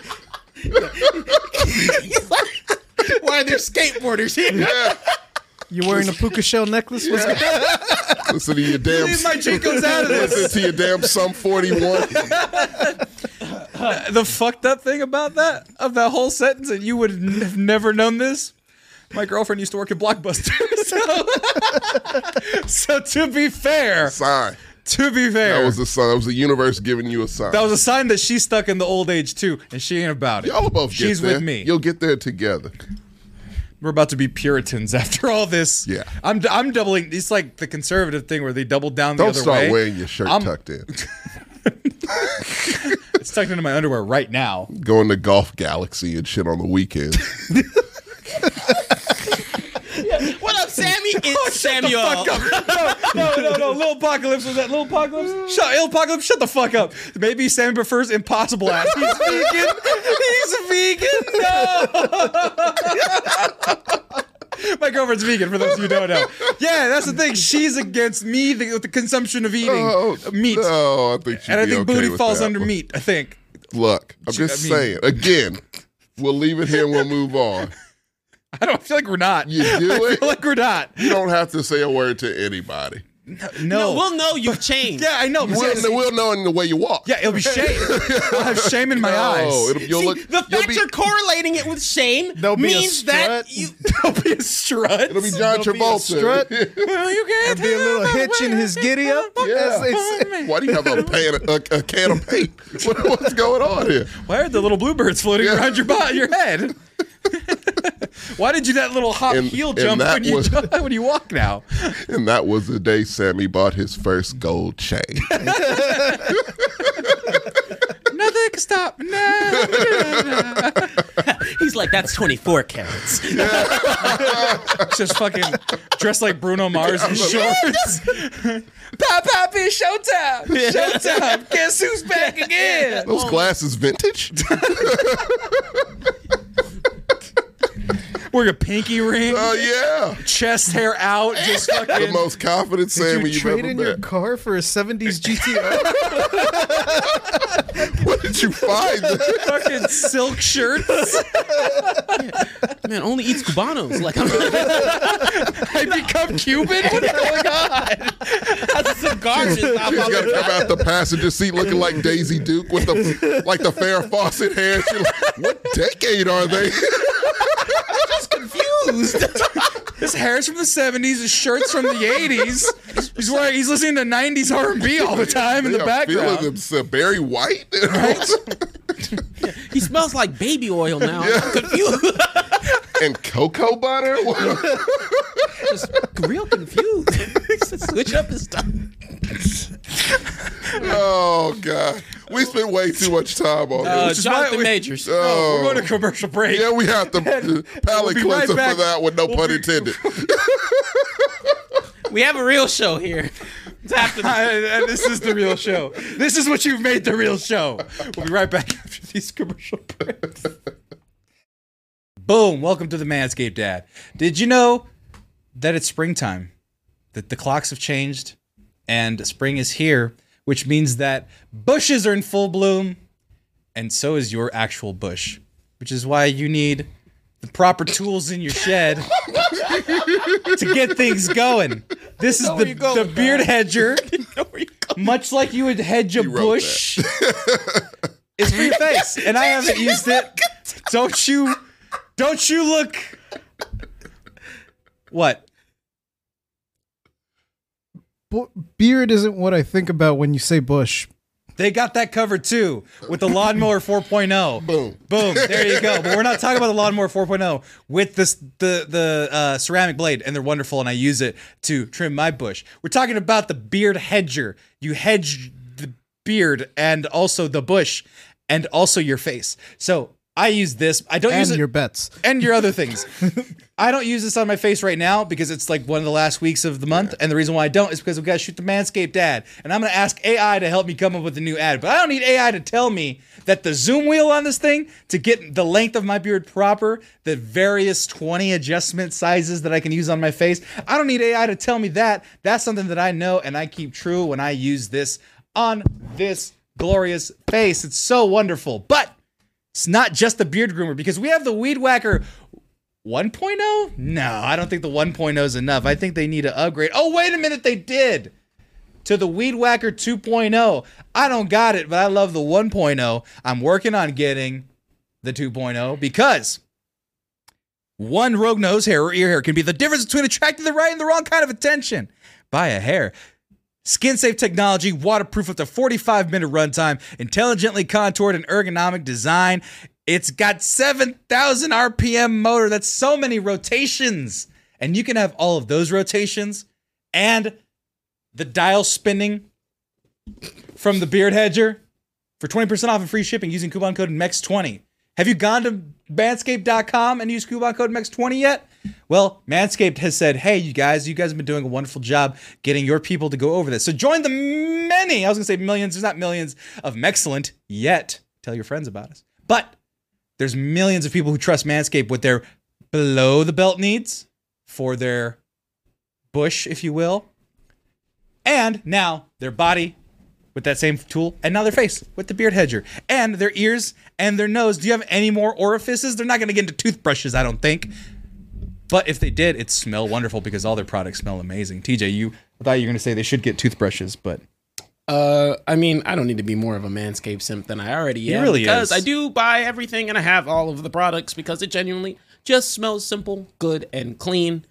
Speaker 3: are there skateboarders here?
Speaker 2: Yeah.
Speaker 4: You wearing a puka shell necklace? What's going
Speaker 2: Listen to your damn.
Speaker 1: Leave my chicos out of this.
Speaker 2: Listen to your damn sum 41.
Speaker 1: the fucked up thing about that of that whole sentence and you would n- have never known this my girlfriend used to work at blockbuster so, so to be fair
Speaker 2: Sign.
Speaker 1: to be fair
Speaker 2: That was a sign. That was the universe giving you a sign.
Speaker 1: a sign that she's stuck in the old age too and she ain't about it
Speaker 2: Y'all both get
Speaker 1: she's
Speaker 2: there.
Speaker 1: with me
Speaker 2: You'll get there together.
Speaker 1: we're about to be puritans after all this
Speaker 2: Yeah.
Speaker 1: i'm i'm doubling it's like the conservative thing where they double down the
Speaker 2: Don't
Speaker 1: other
Speaker 2: start
Speaker 1: way
Speaker 2: wearing your shirt
Speaker 1: I'm-
Speaker 2: tucked in.
Speaker 1: it's tucked into my underwear right now
Speaker 2: Going to Golf Galaxy and shit on the weekend.
Speaker 3: What up, Sammy? It's Samuel.
Speaker 1: No, no, no. Little Apocalypse was that Little Apocalypse? Shut Little Apocalypse, shut the fuck up. Maybe Sam prefers impossible ass. He's vegan. He's vegan. No. My girlfriend's vegan, for those of you who don't know. Yeah, that's the thing. She's against me the, with the consumption of eating meat.
Speaker 2: No, I think Oh,
Speaker 1: uh,
Speaker 2: she'd
Speaker 1: and I
Speaker 2: be
Speaker 1: think
Speaker 2: okay
Speaker 1: booty
Speaker 2: with
Speaker 1: falls
Speaker 2: that
Speaker 1: under
Speaker 2: one.
Speaker 1: meat, I think.
Speaker 2: Look, I'm
Speaker 1: She-
Speaker 2: just
Speaker 1: I mean-
Speaker 2: saying. Again, we'll leave it here and we'll move on.
Speaker 1: I don't I feel like we're not.
Speaker 2: You do
Speaker 1: I
Speaker 2: it?
Speaker 1: feel like we're not.
Speaker 2: You don't have to say a word to anybody.
Speaker 3: No,
Speaker 1: No.
Speaker 3: we'll know you've changed.
Speaker 1: yeah, I know.
Speaker 2: We'll, we'll know in the way you walk.
Speaker 1: yeah, it'll be shame. I'll have shame in my eyes.
Speaker 2: Oh, it'll, you'll
Speaker 3: See,
Speaker 2: look.
Speaker 3: the
Speaker 2: you'll
Speaker 3: fact
Speaker 2: be,
Speaker 3: you're correlating it with Shane
Speaker 4: There'll be a
Speaker 3: means that
Speaker 4: strut.
Speaker 3: you.
Speaker 1: It'll be a strut.
Speaker 2: it'll be John
Speaker 4: There'll be a strut.
Speaker 2: Travolta.
Speaker 1: Well, you can't
Speaker 4: be a little
Speaker 1: tell
Speaker 4: hitch in
Speaker 1: way
Speaker 4: his
Speaker 1: I
Speaker 4: giddy up.
Speaker 1: feel
Speaker 4: as they
Speaker 1: about
Speaker 4: say.
Speaker 1: me.
Speaker 2: Why do you have a, pan, a, a can of paint? What, what's going on here?
Speaker 1: Why are the little bluebirds floating
Speaker 2: Yeah.
Speaker 1: around your body, your head? Why did you that little hop
Speaker 2: And-
Speaker 1: heel
Speaker 2: and
Speaker 1: jump
Speaker 2: that
Speaker 1: when you
Speaker 2: was-
Speaker 1: jump- when you walk now?
Speaker 2: And that was the day Sammy bought his first gold chain.
Speaker 1: Nothing can stop. No.
Speaker 3: He's like, that's 24 carats.
Speaker 1: Just fucking dressed like Bruno Mars in shorts. pop pop it's showtime. Showtime. Guess who's back again?
Speaker 2: Those
Speaker 4: Oh.
Speaker 2: glasses vintage?
Speaker 1: Wearing a pinky ring,
Speaker 2: Oh yeah.
Speaker 1: chest hair out, just
Speaker 2: The
Speaker 1: fucking
Speaker 2: most confident
Speaker 4: You
Speaker 2: Sammy you have
Speaker 4: trade
Speaker 2: ever
Speaker 4: in your
Speaker 2: met.
Speaker 4: car for a '70s GTR?
Speaker 2: What did you find?
Speaker 1: fucking silk shirts.
Speaker 3: Man, only eats Cubanos. Like, I'm
Speaker 1: I become Cuban. What the hell?
Speaker 3: that's a cigar. Just pop
Speaker 2: She's
Speaker 3: out
Speaker 2: gonna
Speaker 3: the-
Speaker 2: come out the passenger seat looking like Daisy Duke with the like the Farrah Fawcett hair. She like, what decade are they?
Speaker 1: confused. His hair's from the '70s. His shirt's from the '80s. He's wearing. He's listening to '90s R&B all the time in
Speaker 2: They
Speaker 1: the
Speaker 2: are Feeling
Speaker 1: background.
Speaker 2: themselves very white.
Speaker 3: He smells like baby oil now. I'm confused.
Speaker 2: and cocoa butter?
Speaker 3: Just real confused. Switch up his stuff.
Speaker 2: Oh god, we spent way too much time on
Speaker 1: Uh,
Speaker 2: this.
Speaker 1: just-
Speaker 3: Jonathan
Speaker 1: we-
Speaker 3: Majors.
Speaker 1: Oh,
Speaker 2: Oh.
Speaker 1: we're going to commercial break.
Speaker 2: yeah, we have to palate
Speaker 1: be right
Speaker 2: cleanser
Speaker 1: back.
Speaker 2: for that with no pun
Speaker 1: be-
Speaker 2: intended.
Speaker 3: We have a real show here. It's after the
Speaker 1: and and this is the real show. This is what you've made the real show. We'll be right back after these commercial breaks. Boom. Welcome to the Manscaped Dad. Did you know that it's springtime? That the clocks have changed and spring is here, which means that bushes are in full bloom and so is your actual bush, which is why you need the proper tools in your shed to get things going. This is the,
Speaker 3: you go
Speaker 1: the
Speaker 3: with
Speaker 1: beard hedger
Speaker 3: where you go.
Speaker 1: much like you would hedge a
Speaker 2: wrote
Speaker 1: bush, it's for your face, and I haven't used it. Don't you? Don't you look? What?
Speaker 4: Bo- beard isn't what I think about when you say bush.
Speaker 1: They got that covered too with the lawnmower 4.0.
Speaker 2: Boom.
Speaker 1: Boom. There you go. But we're not talking about the lawnmower 4.0 with this the the uh, ceramic blade, and they're wonderful, and I use it to trim my bush. We're talking about the beard hedger. You hedge the beard and also the bush, and also your face. So I use this. I don't use
Speaker 4: And
Speaker 1: it
Speaker 4: your bets.
Speaker 1: and your other things. I don't use this on my face right now because it's like one of the last weeks of the month. And the reason why I don't is because we've got to shoot the Manscaped ad. And I'm going to ask AI to help me come up with a new ad. But I don't need AI to tell me that the zoom wheel on this thing to get the length of my beard proper, the various 20 adjustment sizes that I can use on my face. I don't need AI to tell me that. That's something that I know and I keep true when I use this on this glorious face. It's so wonderful. But it's not just the beard groomer because we have the weed whacker 1.0? No, I don't think the 1.0 is enough. I think they need to upgrade. Oh, wait a minute, they did. To the Weed Whacker 2.0. I don't got it, but I love the 1.0. I'm working on getting the 2.0 because one rogue nose hair or ear hair can be the difference between attracting the right and the wrong kind of attention by a hair. Skin safe technology, waterproof up to 45 minute runtime, intelligently contoured and ergonomic design. It's got 7,000 RPM motor. That's so many rotations. And you can have all of those rotations and the dial spinning from the beard hedger for 20% off and free shipping using coupon code MEX20. Have you gone to manscaped.com and used coupon code MEX20 yet? Well, Manscaped has said, hey, you guys, you guys have been doing a wonderful job getting your people to go over this. So join the many, I was going to say millions, there's not millions of Mexcellent yet. Tell your friends about us. But there's millions of people who trust Manscaped with their below the belt needs for their bush, if you will, and now their body with that same tool, and now their face with the beard hedger, and their ears and their nose. Do you have any more orifices? They're not going to get into toothbrushes, I don't think. But if they did, it'd smell wonderful because all their products smell amazing. TJ, you I thought you were going to say they should get toothbrushes, but
Speaker 3: Uh, I mean, I don't need to be more of a Manscaped simp than I already am.
Speaker 1: really
Speaker 3: because
Speaker 1: is.
Speaker 3: I do buy everything and I have all of the products because it genuinely just smells simple, good, and clean.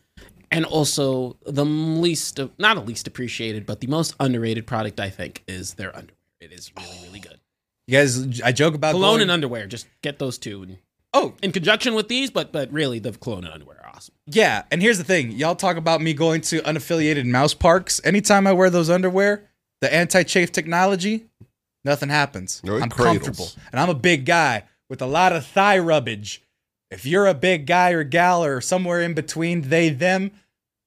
Speaker 3: And also the least, of, not the least appreciated, but the most underrated product I think is their underwear. It is really, really good.
Speaker 1: you guys, I joke about
Speaker 3: Cologne
Speaker 1: going-
Speaker 3: and underwear, just get those two. And
Speaker 1: oh,
Speaker 3: in conjunction with these, but but really, the cologne and underwear are awesome.
Speaker 1: Yeah, and here's the thing. Y'all talk about me going to unaffiliated mouse parks. Anytime I wear those underwear, the anti-chafe technology, nothing happens.
Speaker 2: No, it
Speaker 1: I'm
Speaker 2: cradles.
Speaker 1: comfortable. And I'm a big guy with a lot of thigh rubbage. If you're a big guy or gal or somewhere in between they them,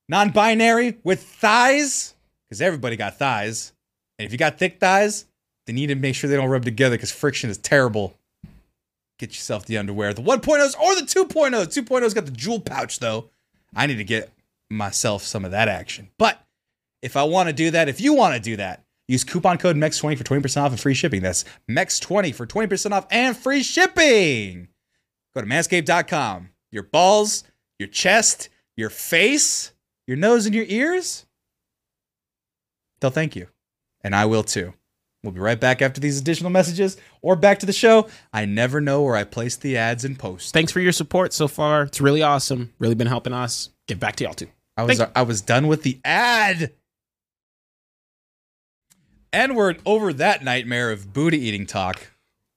Speaker 1: non-binary with thighs, cuz everybody got thighs. And if you got thick thighs, they need to make sure they don't rub together because friction is terrible. Get yourself the underwear, the 1.0s or the 2.0s. 2.0's got the jewel pouch though. I need to get myself some of that action. But if I want to do that, if you want to do that, use coupon code MEX20 for 20% off and free shipping. That's MEX20 for 20% off and free shipping. Go to manscaped.com. Your balls, your chest, your face, your nose, and your ears. They'll thank you. And I will too. We'll be right back after these additional messages or back to the show. I never know where I place the ads and posts.
Speaker 3: Thanks for your support so far. It's really awesome. Really been helping us. Give back to y'all too.
Speaker 1: I was uh,
Speaker 3: Thank-
Speaker 1: I was done with the ad. And we're over that nightmare of booty eating talk.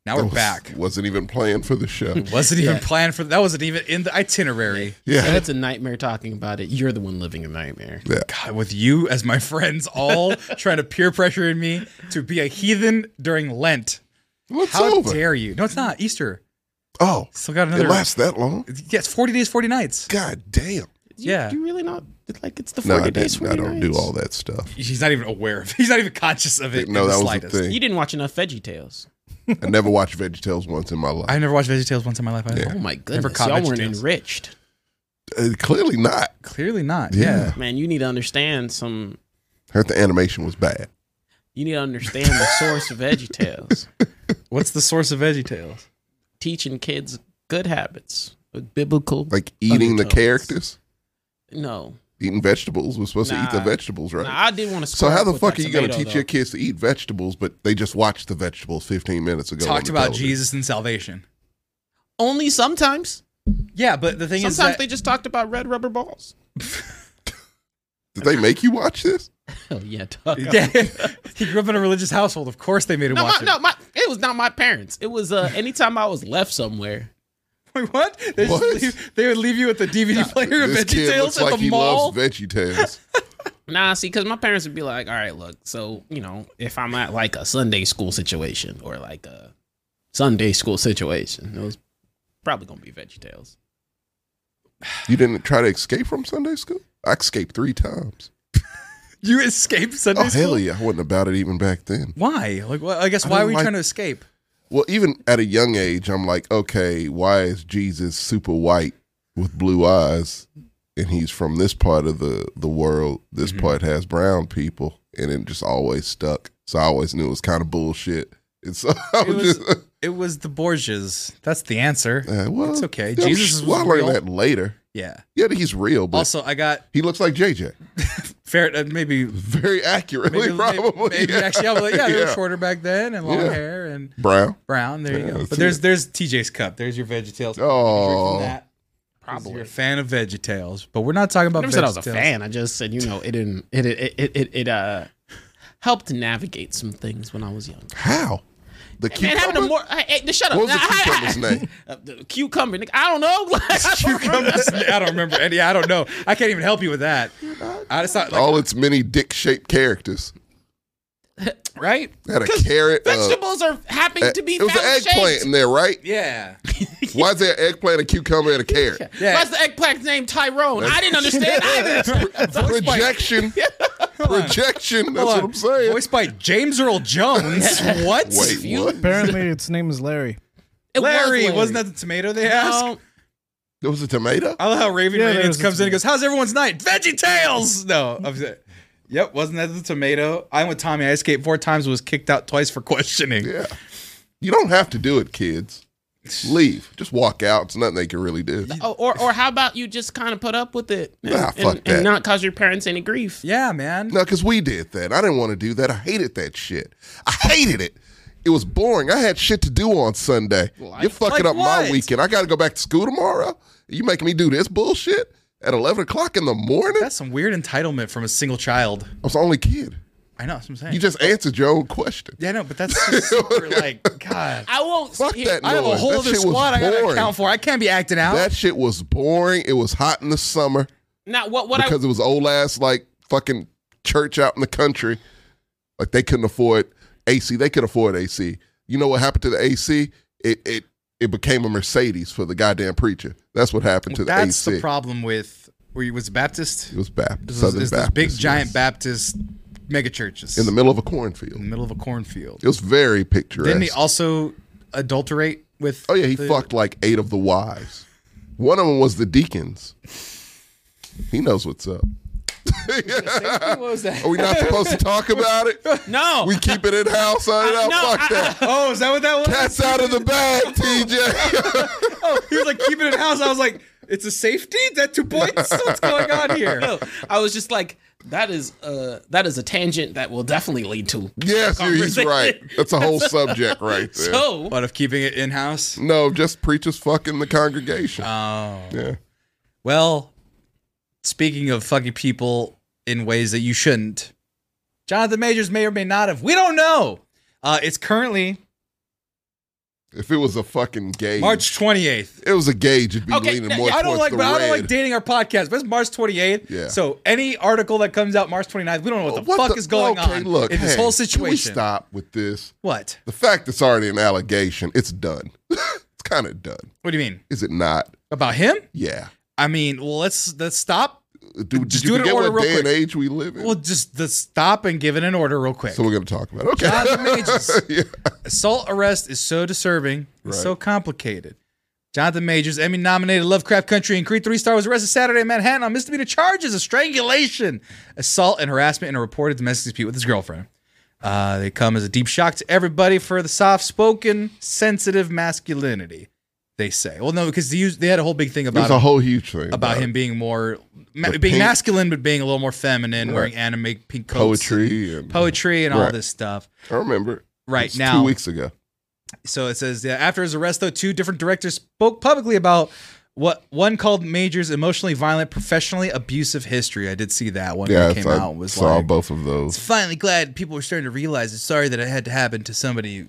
Speaker 1: Now we're
Speaker 2: was-
Speaker 1: back.
Speaker 2: Wasn't even playing for the show.
Speaker 1: Wasn't even planned for that. Wasn't even in the itinerary.
Speaker 2: yeah.
Speaker 3: That's a nightmare talking about it. You're the one living a nightmare.
Speaker 1: God, with you as my friends, all trying to peer pressure me to be a heathen during Lent.
Speaker 2: What's
Speaker 1: How
Speaker 2: over?
Speaker 1: dare you? No, it's not Easter.
Speaker 2: oh,
Speaker 1: Still got another.
Speaker 2: it lasts that long?
Speaker 1: Yes, forty days, forty nights.
Speaker 2: God damn.
Speaker 3: You,
Speaker 1: Yeah.
Speaker 3: You really not like it's the
Speaker 2: No,
Speaker 3: 40
Speaker 2: I,
Speaker 3: days.
Speaker 2: didn't, I
Speaker 3: 40
Speaker 2: don't do
Speaker 3: nights.
Speaker 2: all that stuff.
Speaker 1: He's not even aware of. He's not even conscious of it.
Speaker 2: No,
Speaker 1: in the
Speaker 2: that was
Speaker 1: slightest.
Speaker 2: the thing.
Speaker 3: You didn't watch enough Veggie Tales.
Speaker 2: I never watched VeggieTales once in my life.
Speaker 1: I never watched VeggieTales once in my life. either.
Speaker 3: Oh my
Speaker 1: Never
Speaker 3: goodness,
Speaker 1: caught
Speaker 3: y'all
Speaker 1: Veggie
Speaker 3: weren't
Speaker 1: Tales.
Speaker 3: enriched.
Speaker 2: Uh, clearly not.
Speaker 1: Clearly not.
Speaker 2: Yeah.
Speaker 1: Yeah.
Speaker 3: Man, you need to understand some.
Speaker 2: Heard the animation was bad.
Speaker 3: You need to understand the source of Veggie Tales.
Speaker 1: What's the source of VeggieTales?
Speaker 3: Teaching kids good habits with biblical.
Speaker 2: Like eating the
Speaker 3: Undertones.
Speaker 2: characters,
Speaker 3: no,
Speaker 2: eating vegetables. We're supposed to eat the
Speaker 3: Nah.
Speaker 2: vegetables, right?
Speaker 3: Nah, I did want to.
Speaker 2: so how the fuck are you
Speaker 3: going
Speaker 2: going to teach your kids to eat vegetables, but they just watched the vegetables 15 minutes ago? on
Speaker 1: Talked
Speaker 2: the
Speaker 1: about
Speaker 2: television?
Speaker 1: Jesus and salvation.
Speaker 3: Only sometimes.
Speaker 1: Yeah, but the thing
Speaker 3: Sometimes
Speaker 1: is, that,
Speaker 3: they just talked about red rubber balls.
Speaker 2: Did they make you watch this?
Speaker 3: Oh yeah, dog.
Speaker 1: yeah, he grew up in a religious household. Of course, they made him
Speaker 3: No, my,
Speaker 1: watch
Speaker 3: no,
Speaker 1: it.
Speaker 3: my it was not my parents. It was uh anytime I was left somewhere.
Speaker 1: Wait, what? They, just
Speaker 2: What?
Speaker 1: leave- they would leave you with the DVD player of
Speaker 2: this kid
Speaker 1: VeggieTales
Speaker 2: looks
Speaker 1: at
Speaker 2: like
Speaker 1: the
Speaker 2: he
Speaker 1: mall.
Speaker 2: loves VeggieTales.
Speaker 3: Nah, see, because my parents would be like, "All right, look, so you know, if I'm at like a Sunday school situation or like a Sunday school situation, it was probably gonna be Veggie Tales."
Speaker 2: you didn't try to escape from Sunday school? I escaped three times.
Speaker 1: you escape Sunday
Speaker 2: oh
Speaker 1: school.
Speaker 2: hell yeah! I wasn't about it even back then.
Speaker 1: Why? Like, well, I guess
Speaker 2: I
Speaker 1: why
Speaker 2: didn't
Speaker 1: were you
Speaker 2: like-
Speaker 1: trying to escape?
Speaker 2: Well, even at a young age, I'm like, okay, why is Jesus super white with blue eyes, and he's from this part of the the world? This
Speaker 1: Mm-hmm.
Speaker 2: part has brown people, and it just always stuck. So I always knew it was kind of bullshit. And so I
Speaker 1: It
Speaker 2: was,
Speaker 1: was-
Speaker 2: just,
Speaker 1: It was the Borgias. That's the answer.
Speaker 2: uh, well,
Speaker 1: it's okay.
Speaker 2: I'm
Speaker 1: Jesus
Speaker 2: sh-
Speaker 1: was
Speaker 2: well, I learned
Speaker 1: real.
Speaker 2: that later.
Speaker 1: Yeah.
Speaker 2: Yeah, he's real, but
Speaker 1: Also, I got
Speaker 2: he looks like JJ.
Speaker 1: fair. Uh, maybe
Speaker 2: Very accurately,
Speaker 1: maybe,
Speaker 2: probably.
Speaker 1: maybe actually, yeah, but yeah, they were
Speaker 2: Yeah.
Speaker 1: shorter back then and long
Speaker 2: Yeah.
Speaker 1: hair and
Speaker 2: Brown.
Speaker 1: brown. There you
Speaker 2: Yeah,
Speaker 1: go.
Speaker 2: that's
Speaker 1: But there's there's TJ's cup. There's your VeggieTales.
Speaker 2: Oh.
Speaker 1: Probably
Speaker 3: Probably.
Speaker 1: you're a fan of VeggieTales, but we're not talking
Speaker 3: I
Speaker 1: about.
Speaker 3: never said I was a
Speaker 1: VeggieTales.
Speaker 3: fan. I just said, you know, it didn't. It it it it, it uh helped navigate some things when I was young.
Speaker 2: How? The
Speaker 3: Man, having a
Speaker 2: cucumber.
Speaker 3: more I, I, shut up.
Speaker 2: What was the
Speaker 3: I- I-
Speaker 2: cucumber's name?
Speaker 3: Uh, the cucumber. nigga, I don't know.
Speaker 1: Cucumbers. I don't remember any. I don't know. I can't even help you with that. I just thought, like,
Speaker 2: All its many dick-shaped characters.
Speaker 1: right?
Speaker 2: Had a carrot. uh,
Speaker 3: Vegetables are happen to be
Speaker 2: it was an
Speaker 3: phallic
Speaker 2: eggplant
Speaker 3: shaped.
Speaker 2: in there, right?
Speaker 1: Yeah.
Speaker 2: Why is there an eggplant, a cucumber, and a carrot?
Speaker 1: Yeah.
Speaker 3: Why's the eggplant's name Tyrone? I didn't understand either.
Speaker 2: Projection. Projection. That's what I'm saying.
Speaker 1: Voiced by James Earl Jones. what?
Speaker 2: Wait, what?
Speaker 4: Apparently, its name is Larry.
Speaker 3: It was
Speaker 1: Larry, wasn't that the tomato they asked?
Speaker 3: Um,
Speaker 2: There was a tomato?
Speaker 1: I love how Raven
Speaker 4: Yeah, there
Speaker 1: Radiance
Speaker 4: was a
Speaker 1: comes in and
Speaker 4: tomato.
Speaker 1: goes, "How's everyone's night? Veggie Tales." No, I'm s- yep, wasn't that the tomato? I went with Tommy. I escaped four times. Was kicked out twice for questioning.
Speaker 2: Yeah. You don't have to do it, kids. Leave. Just walk out. It's nothing they can really do.
Speaker 3: Oh, or or how about you just kind of put up with it and,
Speaker 2: Nah, fuck
Speaker 3: and, and
Speaker 2: that.
Speaker 3: not cause your parents any grief?
Speaker 1: Yeah, man.
Speaker 2: No, because we did that. I didn't want to do that. I hated that shit. I hated it. It was boring. I had shit to do on Sunday. You're fucking
Speaker 1: Like
Speaker 2: up
Speaker 1: what?
Speaker 2: my weekend. I got to go back to school tomorrow. You making me do this bullshit at 11 o'clock in the morning?
Speaker 1: That's some weird entitlement from a single child.
Speaker 2: I was the only kid.
Speaker 1: I know. That's what I'm saying.
Speaker 2: You just answered your own question.
Speaker 1: yeah, no, but that's just super like God.
Speaker 3: I won't.
Speaker 2: Fuck
Speaker 3: here-
Speaker 2: that
Speaker 1: I have a
Speaker 2: noise.
Speaker 1: whole
Speaker 2: That
Speaker 1: other
Speaker 2: shit was
Speaker 1: squad I gotta
Speaker 2: boring.
Speaker 1: account for. I can't be acting out.
Speaker 2: That shit was boring. It was hot in the summer
Speaker 3: Now what? What
Speaker 2: because it was old ass like fucking church out in the country. Like they couldn't afford AC. They could afford AC. You know what happened to the AC? It it it became a Mercedes for the goddamn preacher. That's what happened to the
Speaker 1: that's
Speaker 2: AC.
Speaker 1: the problem with where you was Baptist.
Speaker 2: It was Baptist.
Speaker 1: This is,
Speaker 2: Southern
Speaker 1: is those
Speaker 2: Baptist.
Speaker 1: big
Speaker 2: yes.
Speaker 1: giant Baptist megachurches
Speaker 2: in the middle of a
Speaker 1: in
Speaker 2: cornfield.
Speaker 1: the middle of a cornfield.
Speaker 2: It was very picturesque.
Speaker 1: Didn't he also adulterate with?
Speaker 2: oh yeah, he
Speaker 1: the-
Speaker 2: fucked like eight of the wives. One of them was the deacons. He knows what's up.
Speaker 1: What was that?
Speaker 2: Are we not supposed to talk about it?
Speaker 3: I no?
Speaker 2: We keep it in house. I don't
Speaker 3: no,
Speaker 2: fuck that.
Speaker 1: Oh, is that what that was?
Speaker 2: That's out of the bag, TJ.
Speaker 1: oh, he was like keeping it in house. I was like, it's a safety. Is that two points? What's going on here?
Speaker 3: no. I was just like, that is uh that is a tangent that will definitely lead to.
Speaker 2: yes, you- he's right. That's a whole subject right there.
Speaker 3: So
Speaker 1: What of keeping it in house?
Speaker 2: no, just preachers fucking the congregation.
Speaker 1: Oh,
Speaker 2: yeah.
Speaker 1: well. Speaking of fucking people in ways that you shouldn't, Jonathan Majors may or may not have. We don't know. Uh, it's currently
Speaker 2: If it was a fucking gauge,
Speaker 1: March 28th.
Speaker 2: it was a gauge, it'd be
Speaker 3: Okay,
Speaker 2: leaning
Speaker 3: yeah,
Speaker 2: more
Speaker 1: I don't
Speaker 2: towards
Speaker 1: like,
Speaker 2: the
Speaker 1: but I don't
Speaker 2: red.
Speaker 1: like dating our podcast. But it's March 28th.
Speaker 2: Yeah. Uh,
Speaker 1: So any article that comes out March 29th, we don't know what the
Speaker 2: What
Speaker 1: fuck is going
Speaker 2: okay,
Speaker 1: on
Speaker 2: Look,
Speaker 1: in this
Speaker 2: hey,
Speaker 1: whole
Speaker 2: can we
Speaker 1: situation.
Speaker 2: stop with this.
Speaker 1: What?
Speaker 2: The fact it's already an allegation, it's done. it's kind of done.
Speaker 1: What do you mean
Speaker 2: Is it not?
Speaker 1: about him?
Speaker 2: Yeah.
Speaker 1: I mean, well, let's let's stop.
Speaker 2: Do,
Speaker 1: Just
Speaker 2: did
Speaker 1: do it
Speaker 2: you
Speaker 1: in
Speaker 2: forget
Speaker 1: order real
Speaker 2: what day and
Speaker 1: quick.
Speaker 2: age we live in?
Speaker 1: Well, just the stop and give it an order real quick.
Speaker 2: so we're going to talk about it. Okay.
Speaker 1: John Majors.
Speaker 2: yeah.
Speaker 1: Assault arrest is so disturbing. It's
Speaker 2: Right.
Speaker 1: so complicated. Jonathan Majors, Emmy nominated Lovecraft Country and Creed 3 star, was arrested Saturday in Manhattan on misdemeanor charges of strangulation, assault, and harassment in a reported domestic dispute with his girlfriend. Uh, they come as a deep shock to everybody for the soft spoken, sensitive masculinity, they say. Well, no, because they, used, they had a whole big thing about
Speaker 2: There's
Speaker 1: it
Speaker 2: a whole huge thing
Speaker 1: about
Speaker 2: it.
Speaker 1: him being more ma-
Speaker 2: The
Speaker 1: being
Speaker 2: pink-
Speaker 1: masculine but being a little more feminine wearing anime pink coats
Speaker 2: poetry and
Speaker 1: poetry and all
Speaker 2: Right.
Speaker 1: this stuff
Speaker 2: I remember
Speaker 1: right
Speaker 2: It's
Speaker 1: now
Speaker 2: two weeks ago.
Speaker 1: so it says yeah, after his arrest though two different directors spoke publicly about what one called major's emotionally violent professionally abusive history i did see that one
Speaker 2: Yeah,
Speaker 1: that
Speaker 2: it's-
Speaker 1: came
Speaker 2: I
Speaker 1: out and was
Speaker 2: saw
Speaker 1: like
Speaker 2: both of those.
Speaker 1: it's finally glad people were starting to realize it's sorry that it had to happen to somebody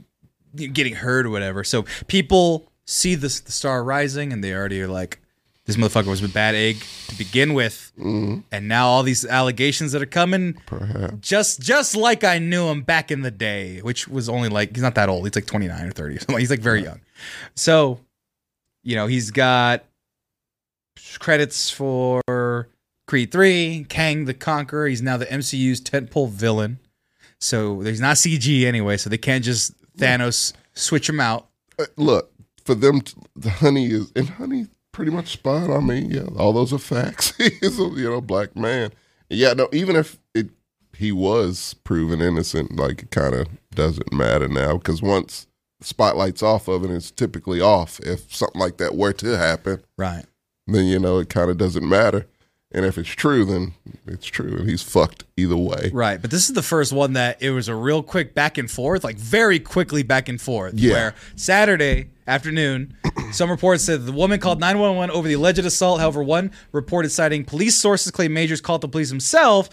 Speaker 1: getting hurt or whatever so people see this the star rising and they already are like this motherfucker was a bad egg to begin with
Speaker 2: Mm-hmm.
Speaker 1: and now all these allegations that are coming
Speaker 2: Perhaps.
Speaker 1: just just like I knew him back in the day, which was only like he's not that old. He's like 29 or 30. or something. He's like very young. So, you know, he's got credits for Creed 3, Kang the Conqueror. He's now the MCU's tentpole villain. So, there's not CG anyway, so they can't just Thanos switch him out.
Speaker 2: Uh, Look, for them, to, the honey is, and honey pretty much spot. I mean, yeah, all those are facts. He's a, you know, black man. Yeah, no, even if it, he was proven innocent, like it kind of doesn't matter now because once the spotlight's off of it, it's typically off. If something like that were to happen,
Speaker 1: Right.
Speaker 2: then, you know, it kind of doesn't matter. And if it's true, then it's true. And he's fucked either way.
Speaker 1: Right. But this is the first one that it was a real quick back and forth, like very quickly back and forth.
Speaker 2: Yeah.
Speaker 1: Where Saturday afternoon, some reports said the woman called 911 over the alleged assault. However, one reported citing police sources claim Majors called the police himself,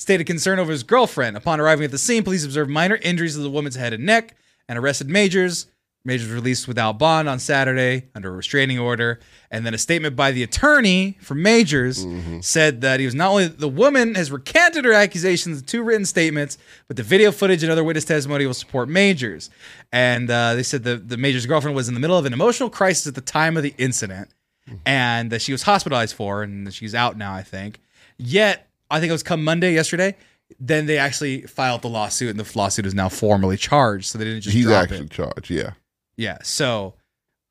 Speaker 1: stated concern over his girlfriend. Upon arriving at the scene, police observed minor injuries to the woman's head and neck and arrested Majors. Majors was released without bond on Saturday under a restraining order. And then a statement by the attorney for Majors
Speaker 2: Mm-hmm.
Speaker 1: said that he was not only the woman has recanted her accusations in two written statements, but the video footage and other witness testimony will support Majors. And uh, they said the, the Majors' girlfriend was in the middle of an emotional crisis at the time of the incident
Speaker 2: Mm-hmm.
Speaker 1: and that she was hospitalized for and she's out now, I think. Yet, I think it was come Monday yesterday. Then they actually filed the lawsuit, and the lawsuit is now formally charged. So they didn't just
Speaker 2: He's
Speaker 1: drop
Speaker 2: actually
Speaker 1: it.
Speaker 2: charged. Yeah.
Speaker 1: Yeah. So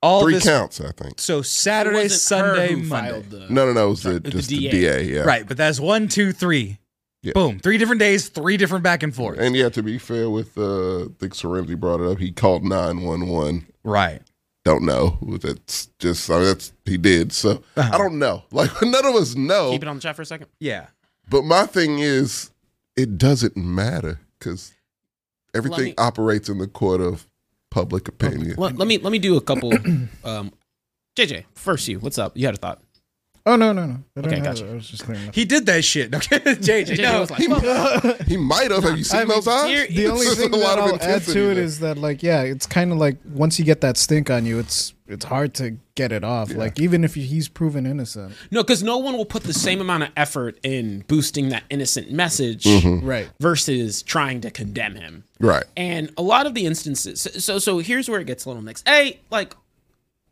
Speaker 1: all
Speaker 2: Three
Speaker 1: this.
Speaker 2: counts, I think.
Speaker 1: So
Speaker 3: It
Speaker 1: Saturday,
Speaker 3: wasn't her
Speaker 1: Sunday,
Speaker 3: who
Speaker 1: Monday.
Speaker 3: filed the-
Speaker 2: No, no, no. It was the,
Speaker 3: the
Speaker 2: just the
Speaker 3: DA.
Speaker 2: DA. Yeah.
Speaker 1: Right, but that's one, two, three.
Speaker 2: Yeah.
Speaker 1: Boom. Three different days, three different back and forth.
Speaker 2: And yeah, to be fair with, uh, I think Serenity brought it up. He called 911.
Speaker 1: right.
Speaker 2: Don't know. That's just, I mean, that's, he did. So
Speaker 1: Uh-huh.
Speaker 2: I don't know. Like, none of us know.
Speaker 3: Keep it on the chat for a second.
Speaker 1: Yeah.
Speaker 2: But my thing is, it doesn't matter because everything
Speaker 3: me-
Speaker 2: operates in the court of public opinion.
Speaker 3: Let, let me let me do a couple. Um, JJ, first you. What's up? You had a thought.
Speaker 4: Oh no no no! I don't
Speaker 3: Okay,
Speaker 4: have
Speaker 3: gotcha.
Speaker 4: it. I was just clearing up.
Speaker 1: He did that shit. Okay. JJ,
Speaker 3: JJ
Speaker 1: no.
Speaker 3: was
Speaker 2: He,
Speaker 3: like,
Speaker 2: he might have. Have you seen
Speaker 4: I mean,
Speaker 2: those eyes?
Speaker 3: here-
Speaker 4: The only
Speaker 2: There's
Speaker 4: thing
Speaker 2: a lot
Speaker 4: that
Speaker 2: of
Speaker 4: I'll add
Speaker 2: intensity
Speaker 4: to it
Speaker 2: there.
Speaker 4: is that like yeah, it's kind of like once you get that stink on you, it's it's hard to get it off. Like even if he's proven innocent,
Speaker 3: no, because no one will put the same amount of effort in boosting that innocent message
Speaker 2: Mm-hmm.
Speaker 4: right?
Speaker 3: versus trying to condemn him.
Speaker 2: Right.
Speaker 3: And a lot of the instances, so- so so here's where it gets a little mixed. A, like,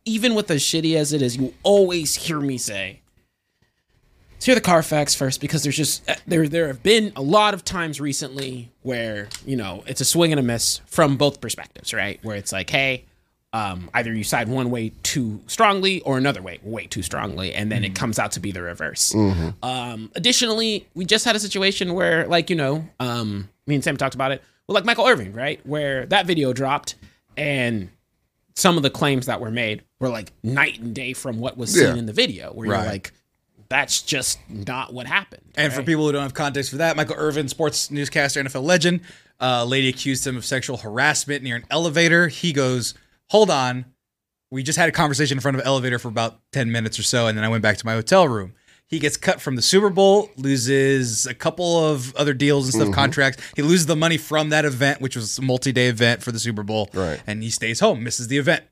Speaker 3: even with as shitty as it is, you always hear me say, let's hear the Carfax first because there's just uh, there there have been a lot of times recently where you know it's a swing and a miss from both perspectives, right? Where it's like, hey, um, either you side one way too strongly or another way way too strongly, and then it comes out to be the reverse. Um, additionally, we just had a situation where, like, you know, um, me and Sam talked about it. Well, like Michael Irving, right? Where that video dropped and some of the claims that were made were like night and day from what was seen
Speaker 2: Yeah.
Speaker 3: in the video, where
Speaker 1: Right.
Speaker 3: you're like, that's just not what happened.
Speaker 1: And for
Speaker 3: right?
Speaker 1: people who don't have context for that, Michael Irvin, sports newscaster, NFL legend, uh, a lady accused him of sexual harassment near an elevator. He goes, "Hold on, we just had a conversation in front of an elevator for about ten minutes or so, and then I went back to my hotel room." He gets cut from the Super Bowl, loses a couple of other deals and stuff, contracts. He loses the money from that event, which was a multi day event for the Super Bowl.
Speaker 2: Right.
Speaker 1: And he stays home, misses the event,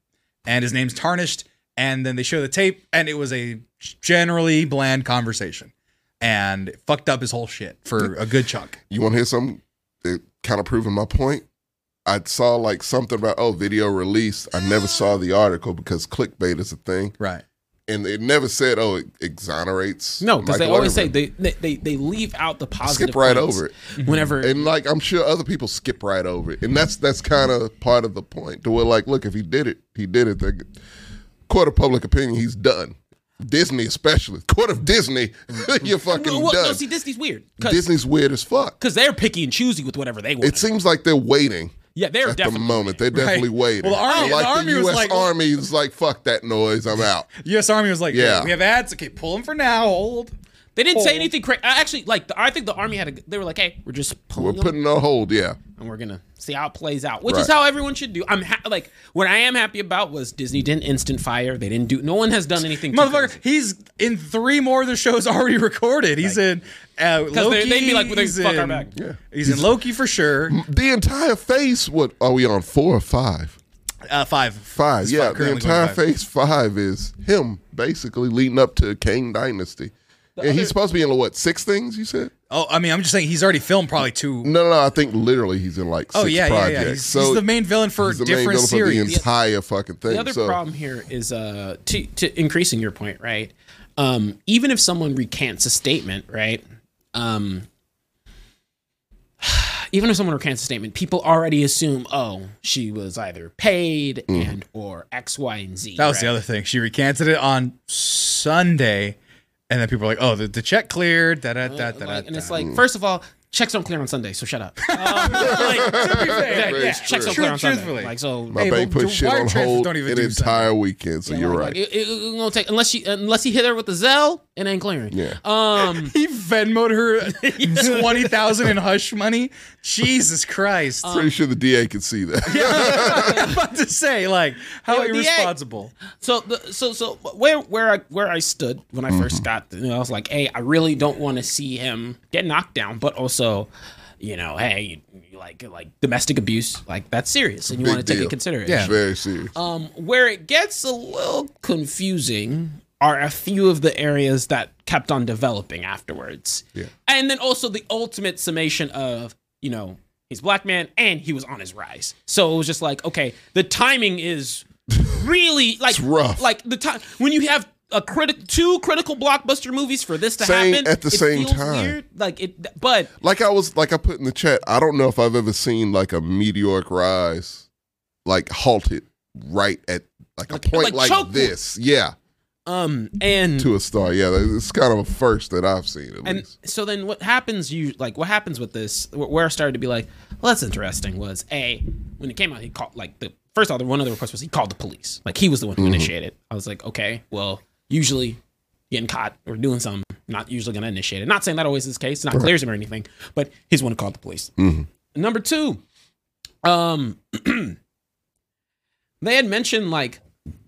Speaker 1: and his name's tarnished. And then they show the tape, and it was a generally bland conversation and it fucked up his whole shit for a good chunk.
Speaker 2: You want to hear something? It kind of proving my point. I saw like something about oh video released. I never saw the article because clickbait is a thing,
Speaker 1: Right.
Speaker 2: and it never said oh it exonerates.
Speaker 3: No, because they
Speaker 2: Michael
Speaker 3: always say
Speaker 2: Irvin.
Speaker 3: they, they they they leave out the positive.
Speaker 2: skip right
Speaker 3: points
Speaker 2: over it.
Speaker 3: Whenever
Speaker 2: And like I'm sure other people skip right over it, and that's that's kind of part of the point. To where like, look, if he did it, he did it. The court of public opinion, he's done. Disney, especially court of Disney, you're fucking
Speaker 3: well, well, no,
Speaker 2: done.
Speaker 3: see, Disney's weird because
Speaker 2: Disney's weird as fuck.
Speaker 3: they're picky and choosy with whatever they want.
Speaker 2: It seems like they're waiting.
Speaker 3: yeah, they're
Speaker 2: At the
Speaker 3: definitely
Speaker 2: moment, they're definitely waiting.
Speaker 1: Well, the army-
Speaker 2: like
Speaker 1: the army was
Speaker 2: U.S.
Speaker 1: like-
Speaker 2: Army is like, fuck that noise, I'm out.
Speaker 1: U.S. Army was like,
Speaker 2: Yeah.
Speaker 1: yeah, we have ads. Okay, pull them for now. Hold.
Speaker 3: they didn't say
Speaker 1: Oh.
Speaker 3: anything crazy. Actually, like the, I think the army had a. They were like, hey, we're just
Speaker 2: We're
Speaker 3: pulling them
Speaker 2: putting on hold, yeah.
Speaker 3: and we're gonna see how it plays out, which is
Speaker 2: Right.
Speaker 3: how everyone should do. I'm ha- like what I am happy about was Disney didn't instant fire. They didn't do. No one has done anything. too
Speaker 1: Motherfucker,
Speaker 3: crazy.
Speaker 1: he's in three more of the shows already recorded. He's in uh, Loki.
Speaker 3: they- they'd be like, well, they
Speaker 1: he's
Speaker 3: fuck our Mm.
Speaker 1: in-
Speaker 3: back.
Speaker 2: Yeah.
Speaker 1: He's in Loki for sure.
Speaker 2: The entire face, what are we on? Four or five?
Speaker 1: Uh, five.
Speaker 2: Five,
Speaker 1: He's fu-
Speaker 2: yeah. The
Speaker 1: currently going
Speaker 2: entire
Speaker 1: five.
Speaker 2: phase five is him basically leading up to Kang Dynasty. and he's supposed to be in like, what six things? You said?
Speaker 1: Oh, I mean, I'm just saying he's already filmed probably
Speaker 3: Mm.
Speaker 1: two.
Speaker 2: No, no, no. I think literally he's in like six
Speaker 1: Oh, yeah, yeah,
Speaker 2: projects.
Speaker 1: yeah. He's,
Speaker 2: so
Speaker 1: he's the main villain for
Speaker 2: he's the main
Speaker 1: different
Speaker 2: villain for
Speaker 1: series.
Speaker 2: the entire fucking thing.
Speaker 3: the other
Speaker 2: so
Speaker 3: problem here is uh to to increasing your point, right? Um, even if someone recants a statement, right? Um, even if someone recants a statement, people already assume, oh, she was either paid
Speaker 2: Mm.
Speaker 3: and or X, Y, and Z.
Speaker 1: That was
Speaker 3: right?
Speaker 1: the other thing. She recanted it on Sunday, and then people were like, "Oh, the, the check cleared." Da da da da.
Speaker 3: Like, and it's like, first of all, checks don't clear on Sunday, so shut up. Um, like, yeah,
Speaker 2: Very
Speaker 3: yeah,
Speaker 2: true.
Speaker 3: checks don't clear on Sunday.
Speaker 1: Truthfully.
Speaker 3: Like, so
Speaker 2: my
Speaker 1: Hey,
Speaker 2: bank
Speaker 1: well,
Speaker 2: put shit
Speaker 1: wire
Speaker 2: on
Speaker 1: transfers
Speaker 2: hold
Speaker 1: don't even
Speaker 2: an
Speaker 1: do
Speaker 2: entire weekend. So you're
Speaker 3: like,
Speaker 2: right.
Speaker 3: it, it, it won't take unless she unless he hit her with a Zell, it ain't clearing.
Speaker 2: Yeah.
Speaker 3: Um.
Speaker 1: He Venmoed her twenty thousand in hush money. Jesus Christ!
Speaker 3: Um,
Speaker 2: Pretty sure the DA can see that.
Speaker 1: I'm about to say, like, how
Speaker 3: Yo, DA.
Speaker 1: irresponsible.
Speaker 3: So the so so where where I where I stood when I
Speaker 2: Mm-hmm.
Speaker 3: first got, you know, I was like, hey, I really don't want to see him get knocked down, but also, you know, hey, you, you like like domestic abuse, like that's serious, and you
Speaker 2: Big
Speaker 3: want to take
Speaker 2: deal.
Speaker 3: it consideration.
Speaker 1: Yeah.
Speaker 2: Very serious.
Speaker 3: Um, where it gets a little confusing are a few of the areas that kept on developing afterwards.
Speaker 2: Yeah.
Speaker 3: And then also the ultimate summation of, you know, he's a black man and he was on his rise. So it was just like, okay, the timing is really like
Speaker 2: rough.
Speaker 3: Like the time when you have a critic two critical blockbuster movies for this to
Speaker 2: Same-
Speaker 3: happen
Speaker 2: at the
Speaker 3: it
Speaker 2: same
Speaker 3: feels
Speaker 2: time.
Speaker 3: Weird. Like it but
Speaker 2: like I was like I put in the chat, I don't know if I've ever seen like a meteoric rise like halted right at like,
Speaker 3: Like-
Speaker 2: a point
Speaker 3: like
Speaker 2: like,
Speaker 3: choke
Speaker 2: this. Yeah.
Speaker 3: um and
Speaker 2: To a star. Yeah. that- It's kind of a first that I've seen at
Speaker 3: and
Speaker 2: least.
Speaker 3: so then what happens you like what happens with this wh- where i started to be like well that's interesting was a when it came out he called like the first other one of the requests was he called the police like he was the one who initiated i was like okay well usually getting caught or doing something not usually gonna initiate it not saying that always is the case not clears him or anything but he's the one who called the police number two um they had mentioned like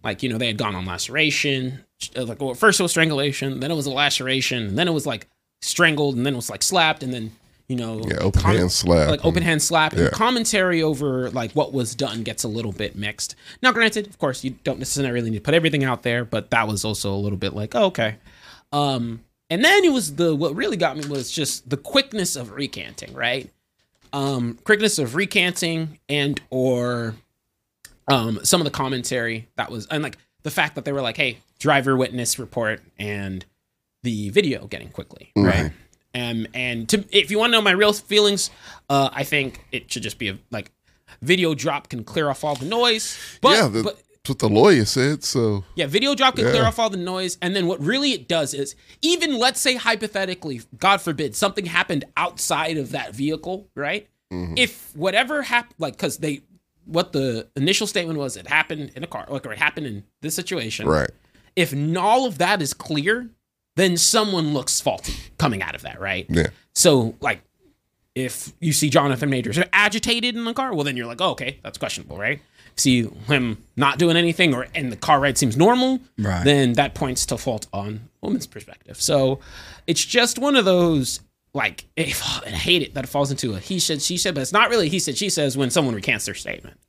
Speaker 3: like you know they had gone on laceration uh, like well, first it was strangulation then it was a laceration and then it was like strangled and then it was like slapped and then you know
Speaker 2: Yeah, open hand slap
Speaker 3: like open hand slap
Speaker 2: Yeah.
Speaker 3: and commentary over like what was done gets a little bit mixed now granted of course you don't necessarily need to put everything out there but that was also a little bit like oh, okay um and then it was the what really got me was just the quickness of recanting right um quickness of recanting and or um, some of the commentary that was, and like the fact that they were like, "Hey, driver witness report," and the video getting quickly, right?
Speaker 2: Right.
Speaker 3: Um, and to, if you want to know my real feelings, uh, I think it should just be a like video drop can clear off all the noise, but
Speaker 2: yeah, the,
Speaker 3: but
Speaker 2: that's what the lawyer said. So
Speaker 3: yeah, video drop can clear
Speaker 2: Yeah.
Speaker 3: off all the noise. And then what really it does is, even let's say hypothetically, God forbid, something happened outside of that vehicle, right?
Speaker 2: Mm-hmm.
Speaker 3: If whatever happened, like, because they, what the initial statement was, it happened in a car, like, or it happened in this situation.
Speaker 2: right.
Speaker 3: If all of that is clear, then someone looks faulty coming out of that, right?
Speaker 2: Yeah.
Speaker 3: So, like, if you see Jonathan Majors agitated in the car, well, then you're like, oh, okay, that's questionable, right? see him not doing anything or and the car ride seems normal,
Speaker 1: Right.
Speaker 3: then that points to fault on woman's perspective. So it's just one of those like I hate it that it falls into a he said she said, but it's not really he said she says when someone recants their statement.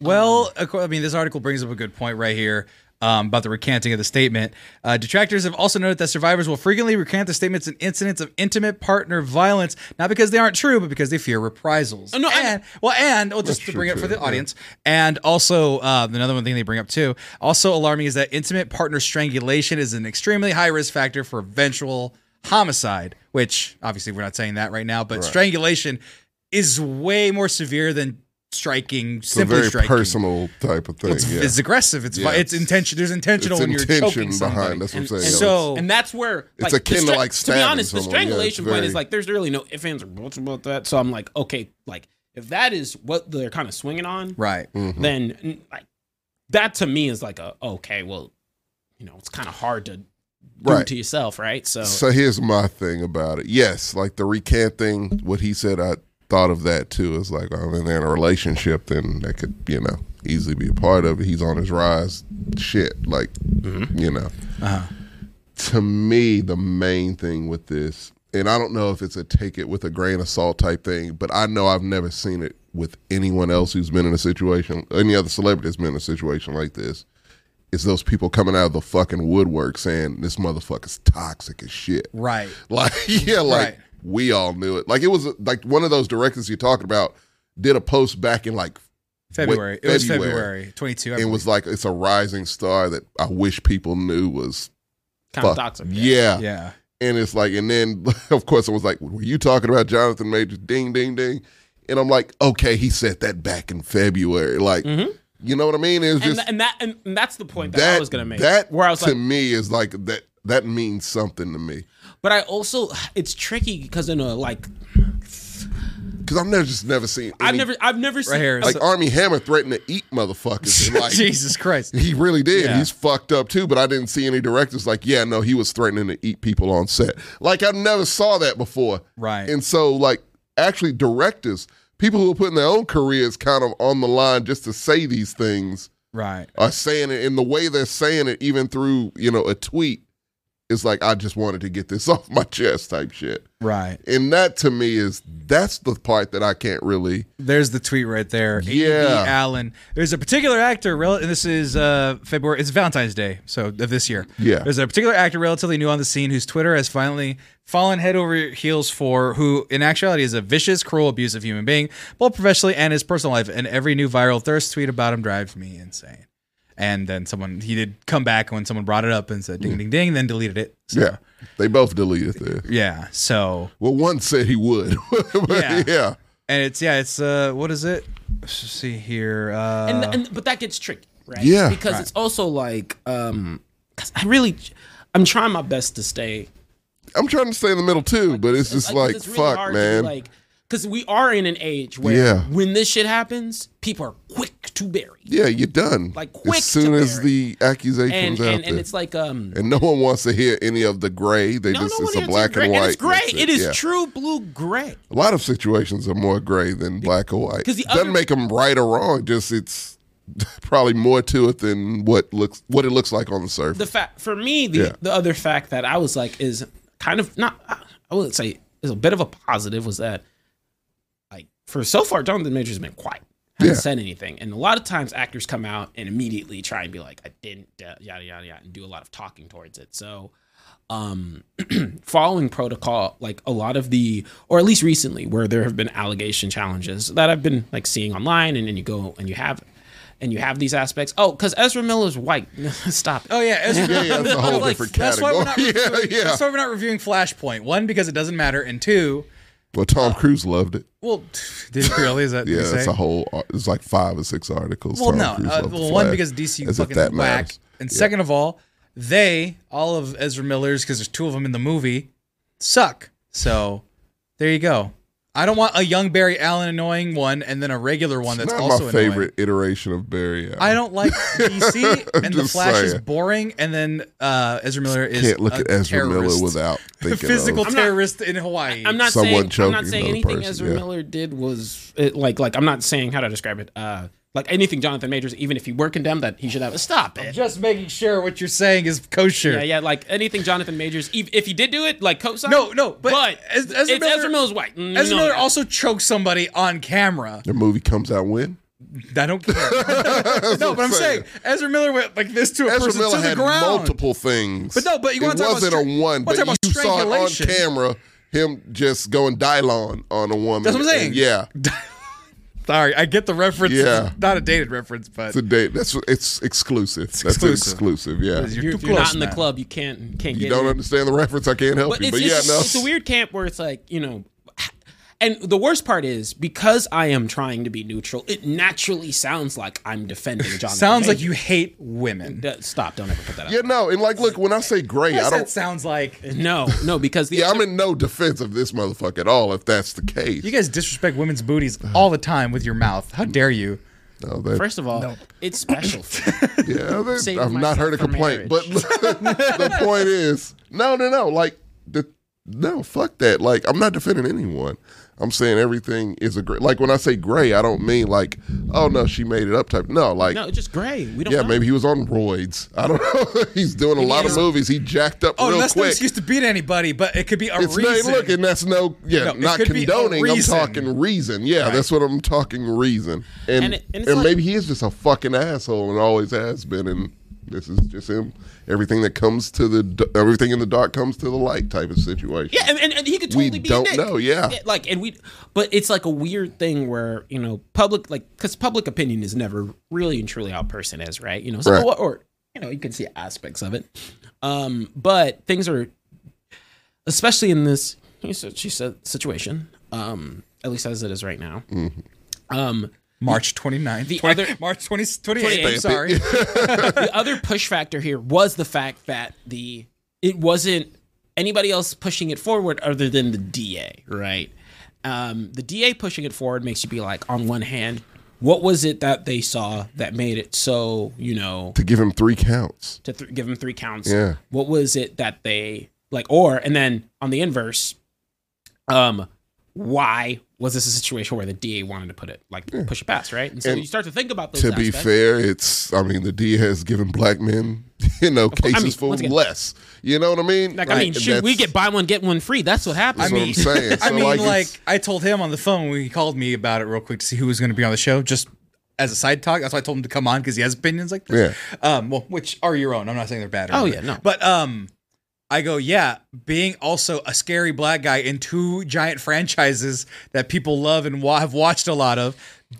Speaker 1: Well, acco- I mean, this article brings up a good point right here um, about the recanting of the statement. Uh, detractors have also noted that survivors will frequently recant the statements in incidents of intimate partner violence, not because they aren't true, but because they fear reprisals.
Speaker 3: no, I-
Speaker 1: and, well, and well, just to bring it for the audience, and also uh, another one thing they bring up too, also alarming is that intimate partner strangulation is an extremely high risk factor for eventual homicide. Which obviously we're not saying that right now, but strangulation is way more severe than striking
Speaker 2: It's a
Speaker 1: simply
Speaker 2: very
Speaker 1: striking.
Speaker 2: personal type of thing.
Speaker 1: It's,
Speaker 2: yeah.
Speaker 1: it's aggressive. It's vi-
Speaker 2: Yeah,
Speaker 1: it's
Speaker 2: it's-
Speaker 1: intention. There's intentional
Speaker 2: it's
Speaker 1: when you're choking
Speaker 2: intention
Speaker 1: somebody.
Speaker 2: behind. That's what I'm
Speaker 3: And-
Speaker 2: saying.
Speaker 3: and-
Speaker 1: So-
Speaker 3: and that's where
Speaker 2: It's
Speaker 3: like,
Speaker 2: akin
Speaker 3: the
Speaker 2: to, like,
Speaker 3: to be
Speaker 2: stabbing
Speaker 3: honest, the
Speaker 2: someone. Yeah, it's
Speaker 3: strangulation point is
Speaker 2: very-
Speaker 3: like there's really no ifs ands or buts about that. So I'm like, okay, like if that is what they're kind of swinging on,
Speaker 1: Right.
Speaker 2: Mm-hmm.
Speaker 3: then mm, like that to me is like a okay, well, you know, it's kind of hard to do
Speaker 2: Right.
Speaker 3: to yourself, right? So,
Speaker 2: So here's my thing about it. Yes, like the recant thing, what he said, I thought of that too. It's like, oh, and they're in a relationship, then that could, you know, easily be a part of it. He's on his rise, shit, like, you know. To me, the main thing with this, and I don't know if it's a take it with a grain of salt type thing, but I know I've never seen it with anyone else who's been in a situation, any other celebrity that's been in a situation like this is those people coming out of the fucking woodwork saying this motherfucker's toxic as shit.
Speaker 1: Right.
Speaker 2: Like, yeah, like
Speaker 1: Right.
Speaker 2: we all knew it. Like it was like one of those directors you're talking about did a post back in like
Speaker 1: February.
Speaker 2: Wait,
Speaker 1: it was
Speaker 2: February.
Speaker 1: February 22. I
Speaker 2: and was like it's a rising star that I wish people knew was
Speaker 3: kind of
Speaker 2: fuck,
Speaker 3: toxic.
Speaker 2: yeah.
Speaker 1: believe. yeah.
Speaker 2: And it's like, and then of course it was like, were you talking about Jonathan Majors? Ding, ding, ding. And I'm like, okay, he said that back in February. Like, you know what I mean? It's
Speaker 3: Mm-hmm. And,
Speaker 2: just
Speaker 3: tha- and that and, and that's the point that, I was gonna make.
Speaker 2: That
Speaker 3: where I was
Speaker 2: to
Speaker 3: like,
Speaker 2: me is like that. That means something to me
Speaker 3: but I also it's tricky because in a like
Speaker 2: because I've never just never seen.
Speaker 3: I've
Speaker 2: any-
Speaker 3: never I've never seen
Speaker 1: here,
Speaker 3: a-
Speaker 2: like Army Hammer threatened to eat motherfuckers. and, like,
Speaker 1: Jesus Christ.
Speaker 2: he really did.
Speaker 1: Yeah.
Speaker 2: He's fucked up too. But I didn't see any directors like, yeah, no, he was threatening to eat people on set. Like I never saw that before.
Speaker 1: Right.
Speaker 2: And so like actually directors, people who are putting their own careers kind of on the line just to say these things
Speaker 1: Right.
Speaker 2: are saying it in the way they're saying it, even through you know a tweet. It's like I just wanted to get this off my chest type shit.
Speaker 1: Right.
Speaker 2: And that to me is that's the part that I can't really.
Speaker 1: There's the tweet right there. A.B.
Speaker 2: Yeah.
Speaker 1: Allen. There's a particular actor, rel- and this is uh, February, it's Valentine's Day, so of this year.
Speaker 2: Yeah.
Speaker 1: There's a particular actor relatively new on the scene whose Twitter has finally fallen head over heels for, who in actuality is a vicious, cruel, abusive human being, both professionally and his personal life. And every new viral thirst tweet about him drives me insane. And then someone, he did come back when someone brought it up and said ding, ding, ding, then deleted it. So,
Speaker 2: Mm. Yeah, they both deleted this.
Speaker 1: Yeah. So,
Speaker 2: Well, one said he would. But,
Speaker 1: Yeah.
Speaker 2: yeah.
Speaker 1: and it's, yeah, it's, uh, what is it? Let's see here. Uh,
Speaker 3: and, and but that gets tricky, right?
Speaker 2: Yeah.
Speaker 3: because it's also like, um, 'cause I really, I'm trying my best to stay.
Speaker 2: I'm trying to stay in the middle too, but it's just like,
Speaker 3: it's really
Speaker 2: fuck,
Speaker 3: hard to be
Speaker 2: man.
Speaker 3: like, because we are in an age where
Speaker 2: Yeah.
Speaker 3: when this shit happens, people are quick to bury,
Speaker 2: yeah, you're done.
Speaker 3: Like, quick
Speaker 2: as soon
Speaker 3: to
Speaker 2: as
Speaker 3: bury.
Speaker 2: the
Speaker 3: and
Speaker 2: accusations out
Speaker 3: and,
Speaker 2: there,
Speaker 3: and it's like, um,
Speaker 2: And no one wants to hear any of the gray. They
Speaker 3: no,
Speaker 2: just
Speaker 3: no,
Speaker 2: it's
Speaker 3: no,
Speaker 2: a black
Speaker 3: gray.
Speaker 2: and white.
Speaker 3: it's gray.
Speaker 2: That's
Speaker 3: it is
Speaker 2: Yeah.
Speaker 3: true blue gray.
Speaker 2: A lot of situations are more gray than black or white.
Speaker 3: 'cause the
Speaker 2: Doesn't
Speaker 3: other-
Speaker 2: make them right or wrong. Just it's probably more to it than what looks what it looks like on the surface.
Speaker 3: The fact for me, the
Speaker 2: Yeah.
Speaker 3: the other fact that I was like is kind of not, I would say, is a bit of a positive was that, like, for so far, Jonathan Majors has been quiet. Hasn't
Speaker 2: Yeah.
Speaker 3: said anything, and a lot of times actors come out and immediately try and be like, "I didn't," uh, yada yada yada, and do a lot of talking towards it. So, um, following protocol, like a lot of the, or at least recently, where there have been allegation challenges that I've been like seeing online, and then you go and you have, and you have these aspects. Oh, because Ezra Miller's white. Stop. It.
Speaker 1: Oh yeah, Ezra
Speaker 2: Yeah, yeah, that's a whole different
Speaker 1: that's Why we're not
Speaker 2: category. Yeah,
Speaker 1: reviewing,
Speaker 2: yeah.
Speaker 1: That's why we're not reviewing Flashpoint. One, because it doesn't matter, and two,
Speaker 2: well,
Speaker 3: uh,
Speaker 2: Tom Cruise loved it.
Speaker 1: well, did it really? Is that
Speaker 2: Yeah,
Speaker 1: you say?
Speaker 2: it's a whole. uh, It's like five or six articles.
Speaker 1: well,
Speaker 2: Tom
Speaker 1: no.
Speaker 2: Cruise
Speaker 1: Uh,
Speaker 2: loved The
Speaker 1: well, one
Speaker 2: Flash,
Speaker 1: because DC
Speaker 2: as if
Speaker 1: fucking
Speaker 2: that
Speaker 1: whack,
Speaker 2: matters.
Speaker 1: and second of all, they all of Ezra Miller's because there's two of them in the movie suck. So there you go. I don't want a young Barry Allen annoying one and then a regular one
Speaker 2: It's
Speaker 1: that's
Speaker 2: not
Speaker 1: also
Speaker 2: my
Speaker 1: annoying.
Speaker 2: favorite iteration of Barry. Allen.
Speaker 1: I don't like DC and the
Speaker 2: Just
Speaker 1: Flash is
Speaker 2: saying.
Speaker 1: boring, and then uh, Ezra Miller is
Speaker 2: can't look
Speaker 1: a
Speaker 2: at Ezra
Speaker 1: terrorist.
Speaker 2: Miller without thinking
Speaker 1: physical
Speaker 2: Of,
Speaker 3: not-
Speaker 1: terrorist in Hawaii.
Speaker 3: I'm not
Speaker 2: Someone
Speaker 3: saying I'm
Speaker 2: choking
Speaker 3: not saying
Speaker 2: another
Speaker 3: anything
Speaker 2: person,
Speaker 3: Ezra
Speaker 2: yeah.
Speaker 3: Miller did was it, like like I'm not saying how to describe it. Uh, Like anything Jonathan Majors, even if he were condemned, that he should have. Stop it.
Speaker 1: Just making sure what you're saying is kosher.
Speaker 3: Yeah, yeah, like anything Jonathan Majors, if, if he did do it, like co-sign.
Speaker 1: No, no, but, Ez-
Speaker 3: Ezra, Miller, Ezra Miller's white. Mm,
Speaker 1: Ezra
Speaker 3: no.
Speaker 1: Miller also choked somebody on camera.
Speaker 2: The movie comes out when?
Speaker 1: I don't care. no, but I'm saying. Ezra Miller went like this to a
Speaker 2: Ezra
Speaker 1: person
Speaker 2: Miller
Speaker 1: to the
Speaker 2: had
Speaker 1: ground.
Speaker 2: multiple things.
Speaker 1: But no, but you
Speaker 2: it
Speaker 1: wanna talk about
Speaker 2: wasn't
Speaker 1: stra-
Speaker 2: a
Speaker 1: wanna talk
Speaker 2: one, but
Speaker 1: about
Speaker 2: you saw it on
Speaker 1: strangulation.
Speaker 2: camera. Him just going Dylon on a woman.
Speaker 1: That's what I'm saying.
Speaker 2: And yeah,
Speaker 1: Sorry, I get the reference.
Speaker 2: Yeah.
Speaker 1: It's not a dated reference, but
Speaker 2: it's a date. That's it's exclusive. That's
Speaker 1: exclusive.
Speaker 2: exclusive. Yeah,
Speaker 1: you're,
Speaker 3: You're,
Speaker 1: too
Speaker 3: if you're not
Speaker 1: close
Speaker 3: in the
Speaker 1: now.
Speaker 3: club, you can't can't
Speaker 2: you
Speaker 3: get.
Speaker 2: don't
Speaker 3: in.
Speaker 2: understand the reference. I can't help
Speaker 3: But
Speaker 2: you.
Speaker 3: it's,
Speaker 2: But
Speaker 3: it's,
Speaker 2: yeah,
Speaker 3: just-
Speaker 2: no.
Speaker 3: it's a weird camp where it's like you know, and the worst part is because I am trying to be neutral, it naturally sounds like I'm defending Jonathan.
Speaker 1: Sounds like
Speaker 3: Majors.
Speaker 1: you hate women.
Speaker 3: That- Stop! Don't ever put that out.
Speaker 2: Yeah, no. And like, look, when I say gray, I
Speaker 1: Yes,
Speaker 2: don't.
Speaker 1: that sounds like
Speaker 3: No, no, because the
Speaker 2: Yeah, I'm in no defense of this motherfucker at all. If that's the case,
Speaker 1: you guys disrespect women's booties all the time with your mouth. How dare you?
Speaker 2: no, that,
Speaker 3: First of all, it's special.
Speaker 2: yeah, that-
Speaker 3: saved
Speaker 2: I've not
Speaker 3: myself
Speaker 2: heard a
Speaker 3: for
Speaker 2: complaint. But the point is, no, no, no. Like the no, fuck that. Like I'm not defending anyone. I'm saying everything is a gray. Like when I say gray, I don't mean like, oh no, she made it up type. No, like.
Speaker 3: no, it's just gray. We don't.
Speaker 2: Yeah,
Speaker 3: know.
Speaker 2: maybe he was on roids. I don't know. He's doing a lot of movies. He jacked up
Speaker 1: Oh,
Speaker 2: real
Speaker 1: that's no
Speaker 2: quick.
Speaker 1: excuse to beat anybody, but it could be a
Speaker 2: It's
Speaker 1: reason.
Speaker 2: not looking. That's no. Yeah,
Speaker 1: No, it
Speaker 2: not
Speaker 1: could be a
Speaker 2: condoning. I'm
Speaker 1: reason.
Speaker 2: talking reason. Yeah, that's what I'm talking reason. And
Speaker 3: And
Speaker 2: and,
Speaker 3: it- and it's like-
Speaker 2: maybe he is just a fucking asshole and always has been. And this is just him. Everything that comes to the d- everything in the dark comes to the light type of situation.
Speaker 3: Yeah, and, and, and he could
Speaker 2: We
Speaker 3: totally be
Speaker 2: don't
Speaker 3: a dick.
Speaker 2: know, yeah.
Speaker 3: Like, and we, but it's like a weird thing where you know public, like, because public opinion is never really and truly how a person is, right? You know, so,
Speaker 2: Right.
Speaker 3: or, or you know, you can see aspects of it, um, but things are, especially in this, he said, she said situation, um, at least as it is right now, um,
Speaker 1: March 29th.
Speaker 3: The
Speaker 1: 20
Speaker 3: other-
Speaker 1: March 20, 28th. I'm
Speaker 3: Baby.
Speaker 1: sorry.
Speaker 3: the other push factor here was the fact that the it wasn't anybody else pushing it forward other than the DA, right? Um, the DA pushing it forward makes you be like, on one hand, what was it that they saw that made it so you know
Speaker 2: To give him three counts.
Speaker 3: to th- give him three counts?
Speaker 2: Yeah.
Speaker 3: What was it that they like, or and then on the inverse, um, why was this a situation where the DA wanted to put it like push it past, right? And so
Speaker 2: And
Speaker 3: you start to think about those.
Speaker 2: To be
Speaker 3: aspects.
Speaker 2: fair, it's. I mean, the D has given black men, you know,
Speaker 3: course. I
Speaker 2: cases
Speaker 3: mean,
Speaker 2: for
Speaker 3: once again-
Speaker 2: less. You know what I mean?
Speaker 3: Like, I mean, shoot, we
Speaker 2: that's-
Speaker 3: get buy one get one free. That's what
Speaker 1: I
Speaker 3: happens.
Speaker 2: what
Speaker 1: mean,
Speaker 2: I'm saying.
Speaker 1: I
Speaker 2: So,
Speaker 1: mean,
Speaker 2: like,
Speaker 1: like,
Speaker 2: it's-
Speaker 1: I told him on the phone when he called me about it real quick to see who was going to be on the show, just as a side talk. That's why I told him to come on because he has opinions like this. Yeah. Um, well, which are your own. I'm not saying they're bad. Or
Speaker 3: Oh,
Speaker 1: anything.
Speaker 3: yeah, no.
Speaker 1: But um, I go, yeah, being also a scary black guy in two giant franchises that people love and wa- have watched a lot of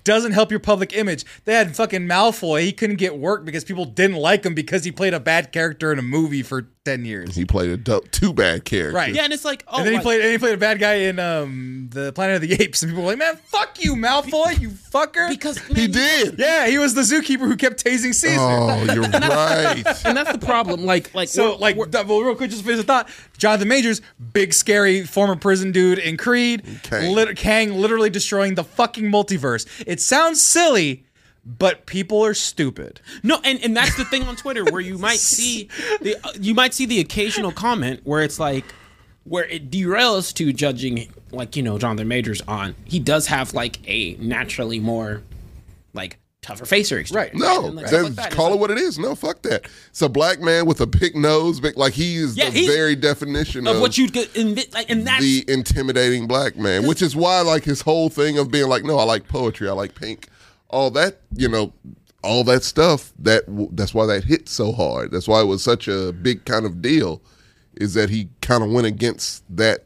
Speaker 1: doesn't help your public image. They had fucking Malfoy. He couldn't get work because people didn't like him because he played a bad character in a movie for ten years.
Speaker 2: He played a du- two bad characters.
Speaker 1: Right.
Speaker 3: yeah, and it's like, oh,
Speaker 1: And then he
Speaker 3: like-
Speaker 1: played. And he played a bad guy in um the Planet of the Apes, and people were like, "Man, fuck you, Malfoy, you fucker!"
Speaker 3: because
Speaker 2: He
Speaker 3: man,
Speaker 2: did.
Speaker 1: yeah, he was the zookeeper who kept tasing Caesar.
Speaker 2: Oh, you're right.
Speaker 3: and that's the problem. Like, like
Speaker 1: So,
Speaker 3: we're-
Speaker 1: like,
Speaker 3: we're-
Speaker 1: well, real quick, just to finish the thought. Jonathan Majors, big scary former prison dude in Creed,
Speaker 2: Kang.
Speaker 1: Lit- Kang literally destroying the fucking multiverse. It sounds silly, but people are stupid.
Speaker 3: no, and and that's the thing on Twitter where you might see the uh, you might see the occasional comment where it's like where it derails to judging like you know Jonathan Majors on he does have like a naturally more like tougher facer exterior.
Speaker 1: Right.
Speaker 2: No,
Speaker 3: And, like, stuff
Speaker 2: then
Speaker 3: like that. It's
Speaker 2: call
Speaker 3: like-
Speaker 2: it what it is. No, fuck that. It's a black man with a big nose, big like he is
Speaker 3: Yeah,
Speaker 2: the
Speaker 3: he's-
Speaker 2: very definition of,
Speaker 3: of what you could invi- like, and that's
Speaker 2: the intimidating black man, which is why like his whole thing of being like, no, I like poetry, I like pink, all that, you know, all that stuff. That w- that's why that hit so hard. That's why it was such a big kind of deal, is that he kind of went against that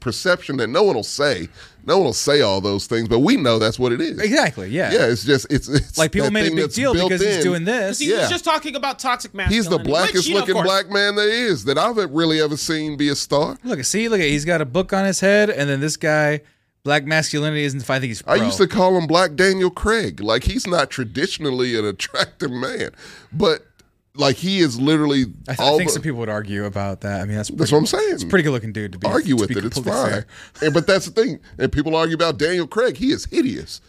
Speaker 2: perception that no one will say, no one will say all those things, but we know that's what it is.
Speaker 1: Exactly. Yeah.
Speaker 2: Yeah, it's just it's, it's
Speaker 1: Like people
Speaker 2: that
Speaker 1: made a
Speaker 2: thing
Speaker 1: big
Speaker 2: that's
Speaker 1: deal
Speaker 2: built
Speaker 1: because
Speaker 2: in.
Speaker 1: he's doing this.
Speaker 3: he
Speaker 2: yeah.
Speaker 3: was just talking about toxic masculinity.
Speaker 2: He's the blackest
Speaker 3: which, you know, of
Speaker 2: looking
Speaker 3: course,
Speaker 2: black man there is that I've really ever seen be a star.
Speaker 1: Look at see, look at he's got a book on his head, and then this guy, black masculinity isn't. I think he's.
Speaker 2: I
Speaker 1: pro.
Speaker 2: used to call him Black Daniel Craig. Like he's not traditionally an attractive man, but like he is literally
Speaker 1: I, th- I
Speaker 2: all
Speaker 1: think
Speaker 2: the-
Speaker 1: some people would argue about that. I mean, that's pretty,
Speaker 2: That's what I'm saying.
Speaker 1: It's a pretty good looking dude to be.
Speaker 2: argue
Speaker 1: to
Speaker 2: with
Speaker 1: be
Speaker 2: it. It's
Speaker 1: completely
Speaker 2: fine.
Speaker 1: fair.
Speaker 2: And, but that's the thing. And people argue about Daniel Craig. He is hideous.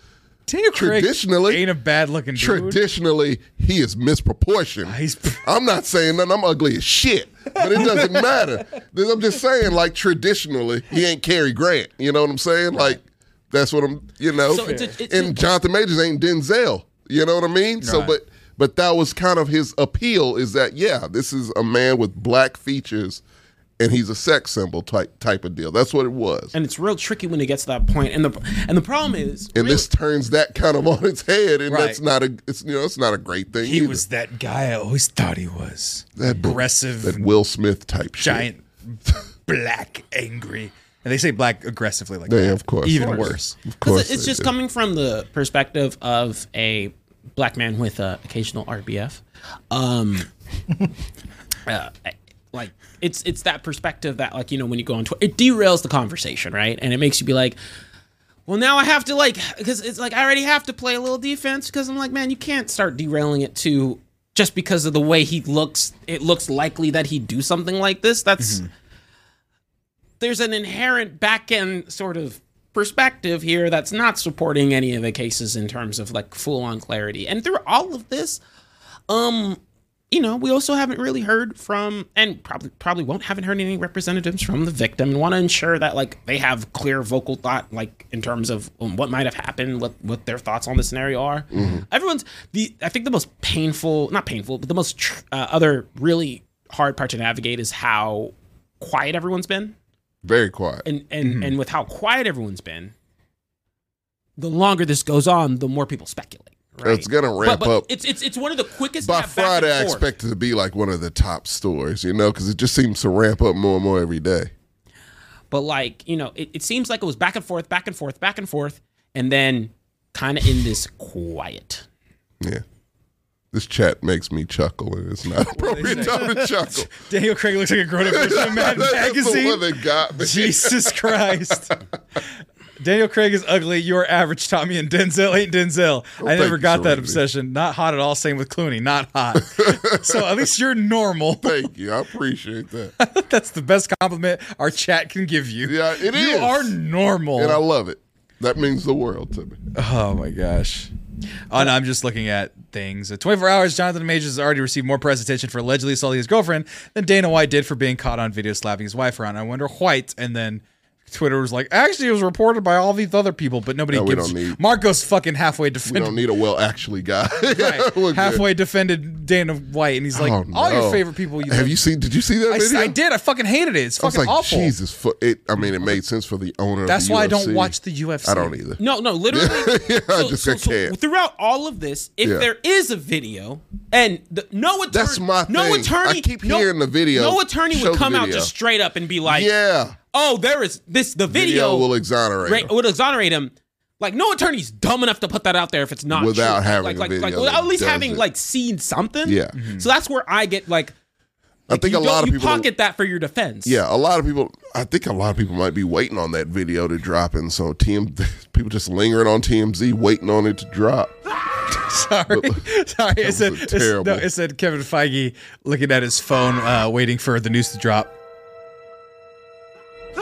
Speaker 1: Daniel Craig
Speaker 2: Traditionally-
Speaker 1: ain't a bad looking dude.
Speaker 2: Traditionally, he is misproportioned.
Speaker 1: he's-
Speaker 2: I'm not saying nothing. I'm ugly as shit, but it doesn't matter. I'm just saying, like traditionally, he ain't Cary Grant. You know what I'm saying? Like that's what I'm. You know,
Speaker 3: So it's a- it's a-
Speaker 2: and Jonathan Majors ain't Denzel. You know what I mean? So,
Speaker 1: Right.
Speaker 2: but but that was kind of his appeal is that yeah, this is a man with black features, and he's a sex symbol type type of deal. That's what it was. And,
Speaker 3: and it's real tricky when it gets to that point. And the and the problem is, really-
Speaker 2: this turns that kind of on its head, and
Speaker 1: Right.
Speaker 2: that's not a it's you know it's not a great thing.
Speaker 1: He
Speaker 2: either.
Speaker 1: was that guy I always thought he was.
Speaker 2: That book.
Speaker 1: aggressive,
Speaker 2: that Will Smith type shit.
Speaker 1: giant, black, angry. And they say black aggressively like
Speaker 2: Yeah,
Speaker 1: that.
Speaker 2: of course.
Speaker 1: Even
Speaker 2: Of course.
Speaker 1: worse.
Speaker 2: Of
Speaker 3: Because
Speaker 2: course,
Speaker 3: it's
Speaker 2: they
Speaker 3: just
Speaker 2: do.
Speaker 3: coming from the perspective of a black man with uh, occasional RBF. Um, uh, I- like it's it's that perspective that like you know when you go on Twitter, it derails the conversation, right? And it makes you be like. Well, now I have to like, because it's like I already have to play a little defense because I'm like, man, you can't start derailing it to just because of the way he looks. It looks likely that he'd do something like this. That's
Speaker 2: Mm-hmm.
Speaker 3: there's an inherent back end sort of perspective here that's not supporting any of the cases in terms of like full on clarity. And through all of this, um, you know, we also haven't really heard from and probably probably won't haven't heard any representatives from the victim and want to ensure that like they have clear vocal thought like in terms of um, what might have happened, what what their thoughts on the scenario are. Everyone's the I think the most painful, not painful, but the most tr- uh, other really hard part to navigate is how quiet everyone's been
Speaker 2: very quiet.
Speaker 3: and and and with how quiet everyone's been, the longer this goes on, the more people speculate. Right?
Speaker 2: It's gonna
Speaker 3: But-
Speaker 2: ramp
Speaker 3: but,
Speaker 2: up.
Speaker 3: It's it's it's one of the quickest.
Speaker 2: By
Speaker 3: that back and
Speaker 2: Friday, I
Speaker 3: forth.
Speaker 2: expect it to be like one of the top stories, you know, because it just seems to ramp up more and more every day.
Speaker 3: But like you know, it, it seems like it was back and forth, back and forth, back and forth, and then kind of in this quiet.
Speaker 2: Yeah. This chat makes me chuckle, and it's not appropriate time to chuckle.
Speaker 1: Daniel Craig looks like a grown up version of Mad
Speaker 2: That's the one
Speaker 1: Magazine.
Speaker 2: that got me.
Speaker 1: Jesus Christ. Daniel Craig is ugly. You're average, Tommy, and Denzel ain't Denzel. I
Speaker 2: Oh, thank
Speaker 1: never
Speaker 2: you,
Speaker 1: got that
Speaker 2: Serenity.
Speaker 1: obsession. Not hot at all. Same with Clooney. Not hot. so at least you're normal.
Speaker 2: Thank you. I appreciate that.
Speaker 1: That's the best compliment our chat can give you.
Speaker 2: Yeah, it
Speaker 1: you
Speaker 2: is.
Speaker 1: are normal.
Speaker 2: And I love it. That means the world to me.
Speaker 1: Oh my gosh. Oh no, I'm just looking at things. At 24 hours, Jonathan Majors has already received more press attention for allegedly assaulting his girlfriend than Dana White did for being caught on video slapping his wife around. I wonder White. And then Twitter was like, actually, it was reported by all these other people, but nobody
Speaker 2: No, we
Speaker 1: gives.
Speaker 2: don't need-
Speaker 1: Marco's fucking halfway
Speaker 2: We don't
Speaker 1: defended.
Speaker 2: need a well actually guy. We're good.
Speaker 1: halfway defended Dana White, and he's like,
Speaker 2: Oh, no.
Speaker 1: all your favorite people. You
Speaker 2: have you seen? Did you see that
Speaker 1: I,
Speaker 2: video?
Speaker 1: I did. I fucking hated it. It's
Speaker 2: I was
Speaker 1: fucking
Speaker 2: like,
Speaker 1: awful. Mm-hmm.
Speaker 2: Jesus. For it, I mean, it made sense for the owner.
Speaker 1: That's
Speaker 2: of the
Speaker 1: why I
Speaker 2: UFC.
Speaker 1: don't watch the UFC.
Speaker 2: I don't either.
Speaker 3: No, no, literally.
Speaker 2: Yeah, I just got canned.
Speaker 3: throughout all of this, if
Speaker 2: Yeah.
Speaker 3: there is a video and the, no attorney,
Speaker 2: That's my
Speaker 3: no
Speaker 2: thing.
Speaker 3: attorney,
Speaker 2: I keep
Speaker 3: no-
Speaker 2: hearing the video.
Speaker 3: No attorney
Speaker 2: Show
Speaker 3: would
Speaker 2: the
Speaker 3: come out
Speaker 2: video.
Speaker 3: just straight up and be like,
Speaker 2: Yeah.
Speaker 3: "Oh, there is this the
Speaker 2: Video,
Speaker 3: video,
Speaker 2: will exonerate.
Speaker 3: ra-
Speaker 2: him.
Speaker 3: would exonerate him. Like no attorney's dumb enough to put that out there if it's not
Speaker 2: Without
Speaker 3: true.
Speaker 2: having
Speaker 3: like
Speaker 2: a
Speaker 3: like, like
Speaker 2: video
Speaker 3: without at
Speaker 2: that
Speaker 3: least
Speaker 2: does
Speaker 3: having
Speaker 2: it.
Speaker 3: like seen something. Mm-hmm.
Speaker 2: Yeah.
Speaker 3: So that's where I get like
Speaker 2: I think
Speaker 3: you
Speaker 2: a lot
Speaker 3: don't-
Speaker 2: of
Speaker 3: you
Speaker 2: people.
Speaker 3: pocket that for your defense.
Speaker 2: Yeah, a lot of people. I think a lot of people might be waiting on that video to drop, and so TM people just lingering on TMZ, waiting on it to drop.
Speaker 1: Sorry, sorry. It
Speaker 2: was
Speaker 1: said
Speaker 2: a
Speaker 1: it's-
Speaker 2: terrible-
Speaker 1: no. It said Kevin Feige looking at his phone, uh, waiting for the news to drop.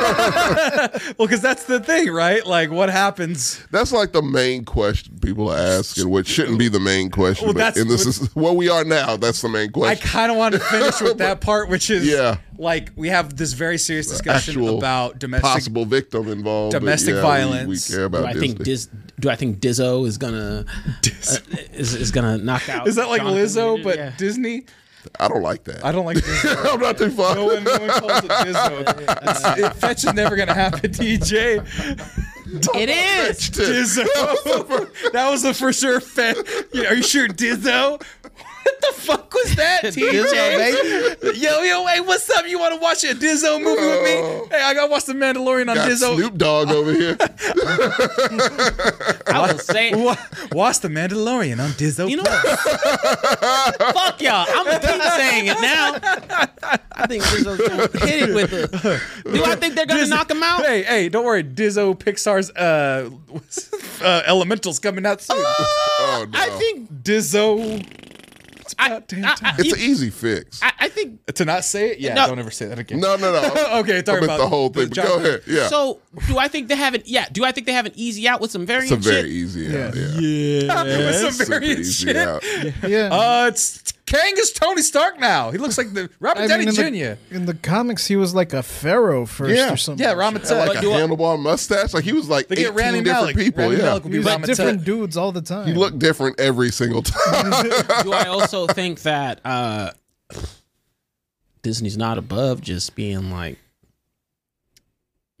Speaker 1: well, because that's the thing, right? Like, what happens?
Speaker 2: That's like the main question people are asking, which shouldn't be the main question.
Speaker 1: Well,
Speaker 2: but
Speaker 1: that's
Speaker 2: and this
Speaker 1: what-
Speaker 2: is where we are now. That's the main
Speaker 1: I
Speaker 2: question.
Speaker 1: kind of want to finish with that part, which is
Speaker 2: Yeah.
Speaker 1: like we have this very serious discussion
Speaker 2: Actual
Speaker 1: about domestic.
Speaker 2: possible victim involved. but
Speaker 1: domestic
Speaker 2: yeah, we-
Speaker 1: violence.
Speaker 2: We, care about
Speaker 3: Do I think
Speaker 2: Disney.
Speaker 3: Diz, do I think Dizzo is gonna uh, is, is gonna knock out?
Speaker 1: Is that like
Speaker 3: Jonathan
Speaker 1: Lizzo
Speaker 3: Majors?
Speaker 1: but
Speaker 3: Yeah.
Speaker 1: Disney?
Speaker 2: I don't like that.
Speaker 1: I don't like Disney.
Speaker 2: I'm not too fond.
Speaker 1: No one, no one calls it Dizzo. It's- It, fetch is never gonna happen, DJ.
Speaker 3: it is.
Speaker 1: Dizzo. that was a for sure fan. Yeah, are you sure Dizzo? What the fuck was that, TJ? yo, yo, hey, what's up? You want to watch a Dizzo movie
Speaker 3: Oh.
Speaker 1: with me? Hey, I gotta watch The Mandalorian on
Speaker 2: Got
Speaker 1: Dizzo.
Speaker 2: Snoop Dogg over here.
Speaker 3: I will say.
Speaker 1: Wa- Watch The Mandalorian on Dizzo.
Speaker 3: You know what? Fuck y'all. I'm gonna keep saying it now. I think Lizzo's gonna hit it with a. Do I think they're gonna
Speaker 1: Dizzo-
Speaker 3: knock him out?
Speaker 1: Hey, hey, don't worry. Dizzo Pixar's uh, uh Elementals coming out soon.
Speaker 2: Oh no,
Speaker 3: I think
Speaker 1: Dizzo. It's
Speaker 3: I-
Speaker 1: about damn
Speaker 3: I-
Speaker 1: time.
Speaker 2: it's an easy fix.
Speaker 3: I, I think
Speaker 1: to not say it, yeah.
Speaker 3: No.
Speaker 1: Don't ever say that again.
Speaker 2: no, no, no.
Speaker 1: Okay,
Speaker 2: I
Speaker 1: talk
Speaker 2: meant
Speaker 1: about
Speaker 2: the whole thing.
Speaker 1: the
Speaker 2: but go
Speaker 1: Jonathan-
Speaker 2: ahead. Yeah,
Speaker 3: so. Do I think they have an yeah? Do I think they have an easy out with some very
Speaker 2: it's a very
Speaker 3: shit?
Speaker 2: easy. Yeah, yeah.
Speaker 1: With some
Speaker 2: Super
Speaker 1: variant
Speaker 2: easy
Speaker 1: shit.
Speaker 2: out.
Speaker 4: Yeah.
Speaker 1: Uh, it's Kang is Tony Stark now. He looks like the Robert
Speaker 4: I
Speaker 1: Downey
Speaker 4: mean, in
Speaker 1: Jr.
Speaker 4: the, in the comics, he was like a pharaoh first
Speaker 2: Yeah.
Speaker 4: or something.
Speaker 1: yeah, Ramatut.
Speaker 3: But
Speaker 2: Oh, like a
Speaker 3: do I-
Speaker 2: handlebar mustache. Like he was like
Speaker 1: Look at
Speaker 2: 18
Speaker 1: Rami
Speaker 2: different
Speaker 1: Malek.
Speaker 2: people.
Speaker 1: Rami
Speaker 2: yeah,
Speaker 1: Malek will be
Speaker 4: He was
Speaker 1: Ramatut.
Speaker 4: different dudes all the time.
Speaker 2: he looked different every single time.
Speaker 3: Do I also think that uh Disney's not above just being like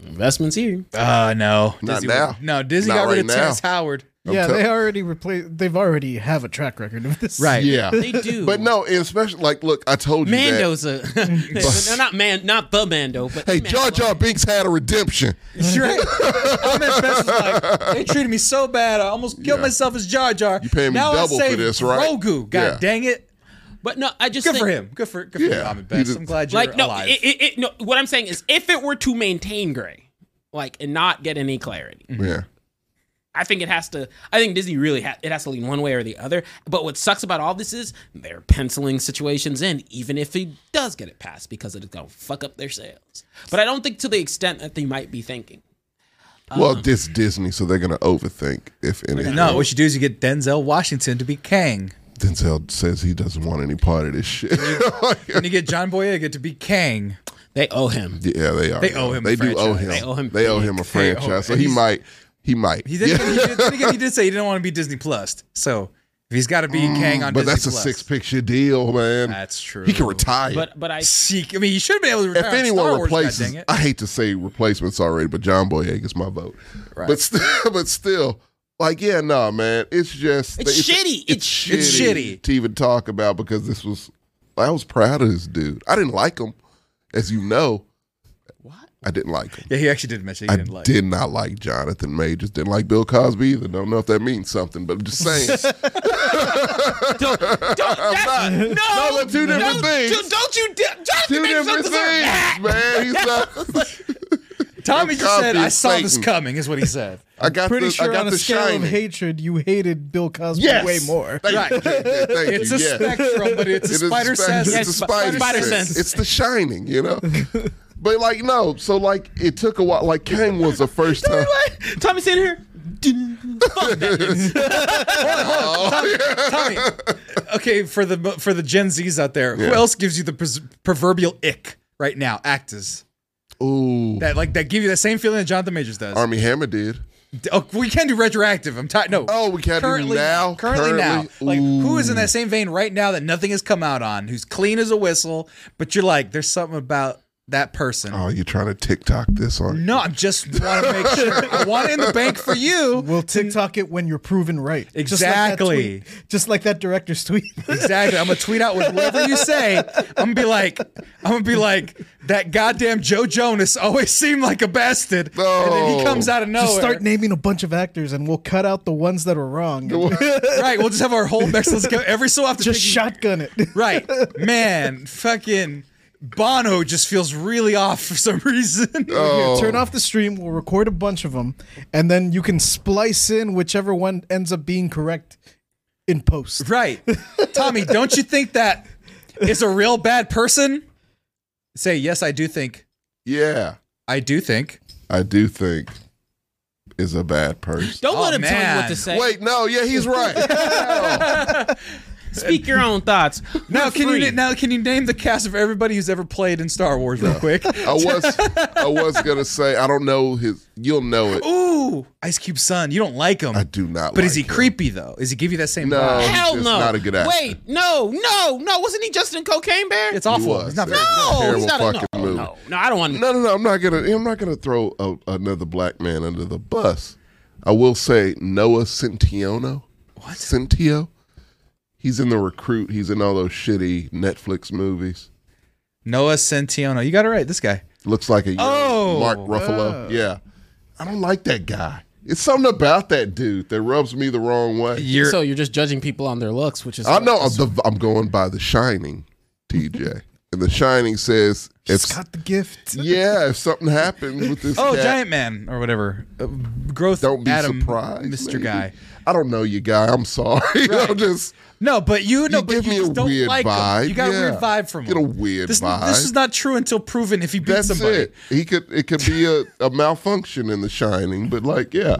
Speaker 3: investments here?
Speaker 1: Uh no,
Speaker 2: Not
Speaker 1: Disney,
Speaker 2: now.
Speaker 1: No, Disney
Speaker 2: Not
Speaker 1: got rid
Speaker 2: right
Speaker 1: of Terrence
Speaker 2: now.
Speaker 1: Howard.
Speaker 4: yeah,
Speaker 2: I'm tell-
Speaker 4: they already replaced. They've already have a track record of this.
Speaker 1: Right.
Speaker 2: yeah,
Speaker 3: They do,
Speaker 2: but no, and especially like look, I told you that.
Speaker 3: Mando's a no, not man, not the Mando, but
Speaker 2: Hey,
Speaker 3: the
Speaker 2: Jar
Speaker 3: Mando.
Speaker 2: Jar Binks had a redemption.
Speaker 1: You're right. I'm at best it's like, they treated me so bad. I almost killed
Speaker 2: Yeah.
Speaker 1: myself as Jar Jar. You
Speaker 2: paying me
Speaker 1: now
Speaker 2: double
Speaker 1: I
Speaker 2: for
Speaker 1: saved
Speaker 2: this, right?
Speaker 1: Grogu. God
Speaker 2: Yeah.
Speaker 1: dang it.
Speaker 3: But no, I just
Speaker 1: Good
Speaker 3: think,
Speaker 1: for him. Good for good for
Speaker 2: Yeah.
Speaker 1: you, Ahmed
Speaker 2: He
Speaker 1: Best.
Speaker 2: did-
Speaker 1: I'm glad you're
Speaker 3: Like no,
Speaker 1: alive.
Speaker 3: it, it, it, no. What I'm saying is, if it were to maintain gray, like and not get any clarity,
Speaker 2: Yeah,
Speaker 3: I think it has to. I think Disney really ha- it has to lean one way or the other. But what sucks about all this is they're penciling situations in, even if he does get it passed, because it's gonna fuck up their sales. But I don't think to the extent that they might be thinking.
Speaker 2: well, this Disney, so they're gonna overthink if anything.
Speaker 1: no, what you do is you get Denzel Washington to be Kang.
Speaker 2: Denzel says he doesn't want any part of this shit.
Speaker 1: And you get John Boyega to be Kang.
Speaker 3: They owe him.
Speaker 2: yeah, they are.
Speaker 1: They owe him a
Speaker 2: They do owe
Speaker 1: franchise.
Speaker 2: him.
Speaker 3: They owe him
Speaker 2: They owe him a
Speaker 1: big. They owe-
Speaker 2: franchise. So
Speaker 1: and
Speaker 2: he
Speaker 1: he's-
Speaker 2: might. He might.
Speaker 1: He did,
Speaker 2: Yeah.
Speaker 1: he did, then again, he did say he didn't want to be Disney Plus. So if he's got to be Mm, Kang on
Speaker 2: But
Speaker 1: Disney
Speaker 2: that's a
Speaker 1: Plus,
Speaker 2: six picture deal, man.
Speaker 1: That's true.
Speaker 2: He can retire.
Speaker 3: But but I
Speaker 1: Seek. I mean, he should have been able to
Speaker 2: if
Speaker 1: retire. on
Speaker 2: anyone
Speaker 1: Star Wars, God
Speaker 2: replaces,
Speaker 1: dang it.
Speaker 2: I hate to say replacements already, but John Boyega is my vote.
Speaker 1: Right.
Speaker 2: But still, but still, like yeah, nah, man, it's just
Speaker 3: It's shitty.
Speaker 2: It's,
Speaker 1: It's
Speaker 2: shitty,
Speaker 1: shitty.
Speaker 2: to even talk about because this was. I was proud of this dude. I didn't like him, as you know.
Speaker 3: what?
Speaker 2: I didn't like him.
Speaker 1: Yeah, he actually did mention he
Speaker 2: I
Speaker 1: didn't like.
Speaker 2: did not like Jonathan Majors. Didn't like Bill Cosby either. Don't know if that means something, but I'm just saying.
Speaker 3: Don't, don't, that's, no,
Speaker 2: No, they're two different
Speaker 3: don't,
Speaker 2: things.
Speaker 3: Don't you dare. Jonathan
Speaker 2: Two
Speaker 3: Majors
Speaker 2: different
Speaker 3: doesn't
Speaker 2: things,
Speaker 3: deserve that.
Speaker 2: man. He's not,
Speaker 1: Tommy just said,
Speaker 2: Cosby
Speaker 1: "I
Speaker 2: is
Speaker 1: saw this
Speaker 2: Satan.
Speaker 1: coming," is what he said.
Speaker 2: I got
Speaker 4: Pretty
Speaker 2: the,
Speaker 4: sure
Speaker 2: I got
Speaker 4: on a
Speaker 2: the
Speaker 4: scale
Speaker 2: shining.
Speaker 4: of hatred, you hated Bill Cosby
Speaker 2: Yes.
Speaker 4: way more.
Speaker 2: Thank
Speaker 1: Right.
Speaker 2: you, JJ. Thank
Speaker 1: It's
Speaker 2: you.
Speaker 1: a
Speaker 2: Yes.
Speaker 1: spectrum, but it's a
Speaker 2: It is
Speaker 1: spider
Speaker 2: spe-
Speaker 1: sense.
Speaker 2: It's a
Speaker 3: Yes, sp-
Speaker 2: spider,
Speaker 3: spider
Speaker 2: sense.
Speaker 3: sense.
Speaker 2: It's the shining, you know. but like no, so like it took a while. Like Kang was the first time.
Speaker 3: What? Tommy's in here.
Speaker 1: Tommy, okay, for the for the Gen Zs out there, who
Speaker 2: Yeah.
Speaker 1: else gives you the pres- proverbial ick right now? Actors
Speaker 2: Ooh,
Speaker 1: that like that give you the same feeling that Jonathan Majors does.
Speaker 2: Army Hammer did.
Speaker 1: Oh, we can do retroactive. I'm tired. No.
Speaker 2: Oh, we can't do now?
Speaker 1: Currently, now.
Speaker 2: Currently?
Speaker 1: Like who is in
Speaker 2: Ooh.
Speaker 1: that same vein right now that nothing has come out on? Who's clean as a whistle? But you're like, there's something about that person.
Speaker 2: Oh, you're trying to TikTok this on?
Speaker 1: No, I just want to make sure. I want it in the bank for you.
Speaker 4: We'll TikTok it when you're proven right. Just like that
Speaker 1: Exactly.
Speaker 4: tweet- Just like that director's tweet.
Speaker 1: Exactly. I'm gonna tweet out with whatever you say. I'm gonna be like, I'm gonna be like that goddamn Joe Jonas always seemed like a bastard, and then he
Speaker 2: No.
Speaker 1: comes out of nowhere.
Speaker 4: Just start naming a bunch of actors, and we'll cut out the ones that are wrong.
Speaker 1: right. We'll just have our whole Mexican let's go every so often.
Speaker 4: Just
Speaker 1: Piggy-
Speaker 4: shotgun it.
Speaker 1: Right, man. Fucking Bono just feels really off for some reason.
Speaker 2: Oh.
Speaker 4: Turn off the stream. We'll record a bunch of them, and then you can splice in whichever one ends up being correct in post.
Speaker 1: Right. Tommy, don't you think that is a real bad person? Say, yes, I do think.
Speaker 2: Yeah,
Speaker 1: I do think.
Speaker 2: I do think is a bad person.
Speaker 3: Don't
Speaker 1: Oh,
Speaker 3: let him tell you
Speaker 1: man.
Speaker 3: what to say.
Speaker 2: Wait, no, yeah, he's right.
Speaker 3: Speak your own thoughts.
Speaker 1: Now can
Speaker 3: free.
Speaker 1: you now can you name the cast of everybody who's ever played in Star Wars real quick?
Speaker 2: I was, I was gonna say I don't know his. You'll know it.
Speaker 1: Ooh, Ice Cube son, you don't like him.
Speaker 2: I do not.
Speaker 1: But is he
Speaker 2: like him.
Speaker 1: creepy though? Is he give you that same
Speaker 2: No.
Speaker 1: vibe?
Speaker 3: Hell
Speaker 2: just
Speaker 3: no.
Speaker 2: not a good actor.
Speaker 3: Wait, no, no, no. Wasn't he just in Cocaine Bear?
Speaker 1: It's
Speaker 2: He
Speaker 1: awful.
Speaker 2: was.
Speaker 1: He's not
Speaker 2: That
Speaker 1: very
Speaker 2: was a
Speaker 3: no,
Speaker 2: terrible
Speaker 3: he's not. A,
Speaker 2: fucking
Speaker 3: no,
Speaker 2: movie.
Speaker 3: no, no. I don't want.
Speaker 2: No, no, no. I'm not gonna. I'm not gonna throw a, another black man under the bus. I will say Noah Centiono. What Centio? He's in the recruit. He's in all those shitty Netflix movies.
Speaker 1: Noah Centiono. You got it right, this guy.
Speaker 2: Looks like a young
Speaker 1: Oh.
Speaker 2: Mark Ruffalo. Yeah, I don't like that guy. It's something about that dude that rubs me the wrong way.
Speaker 1: You're
Speaker 3: So you're just judging people on their looks, which is.
Speaker 2: I know. I'm, the, I'm going by The Shining, TJ, and The Shining says
Speaker 4: It's
Speaker 2: if
Speaker 4: got the gift.
Speaker 2: yeah, if something happens with this.
Speaker 1: Oh,
Speaker 2: cat,
Speaker 1: Giant Man or whatever. Uh, growth
Speaker 2: Don't be
Speaker 1: Adam,
Speaker 2: surprised,
Speaker 1: Mr.
Speaker 2: maybe.
Speaker 1: Guy.
Speaker 2: I don't know you, guy. I'm sorry. I'm just
Speaker 1: No, but you know,
Speaker 2: you
Speaker 1: but
Speaker 2: give
Speaker 1: you
Speaker 2: me a
Speaker 1: just don't
Speaker 2: weird
Speaker 1: like him.
Speaker 2: vibe.
Speaker 1: You got
Speaker 2: Yeah.
Speaker 1: a weird vibe from
Speaker 2: Get
Speaker 1: him.
Speaker 2: a weird
Speaker 1: this,
Speaker 2: vibe.
Speaker 1: This is not true until proven if he beats
Speaker 2: that's
Speaker 1: somebody.
Speaker 2: it. He could it could be a, a malfunction in The Shining, but like yeah,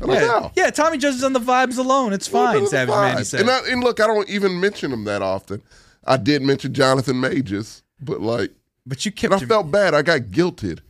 Speaker 2: I'm like,
Speaker 1: yeah.
Speaker 2: no.
Speaker 1: Yeah, Tommy judges on the vibes alone. It's
Speaker 2: Well,
Speaker 1: fine,
Speaker 2: those are
Speaker 1: Savage
Speaker 2: the
Speaker 1: Man
Speaker 2: vibes.
Speaker 1: said.
Speaker 2: And, I, and look, I don't even mention him that often. I did mention Jonathan Majors, but like,
Speaker 1: but you
Speaker 2: and
Speaker 1: kept
Speaker 2: I
Speaker 1: him.
Speaker 2: felt bad. I got guilted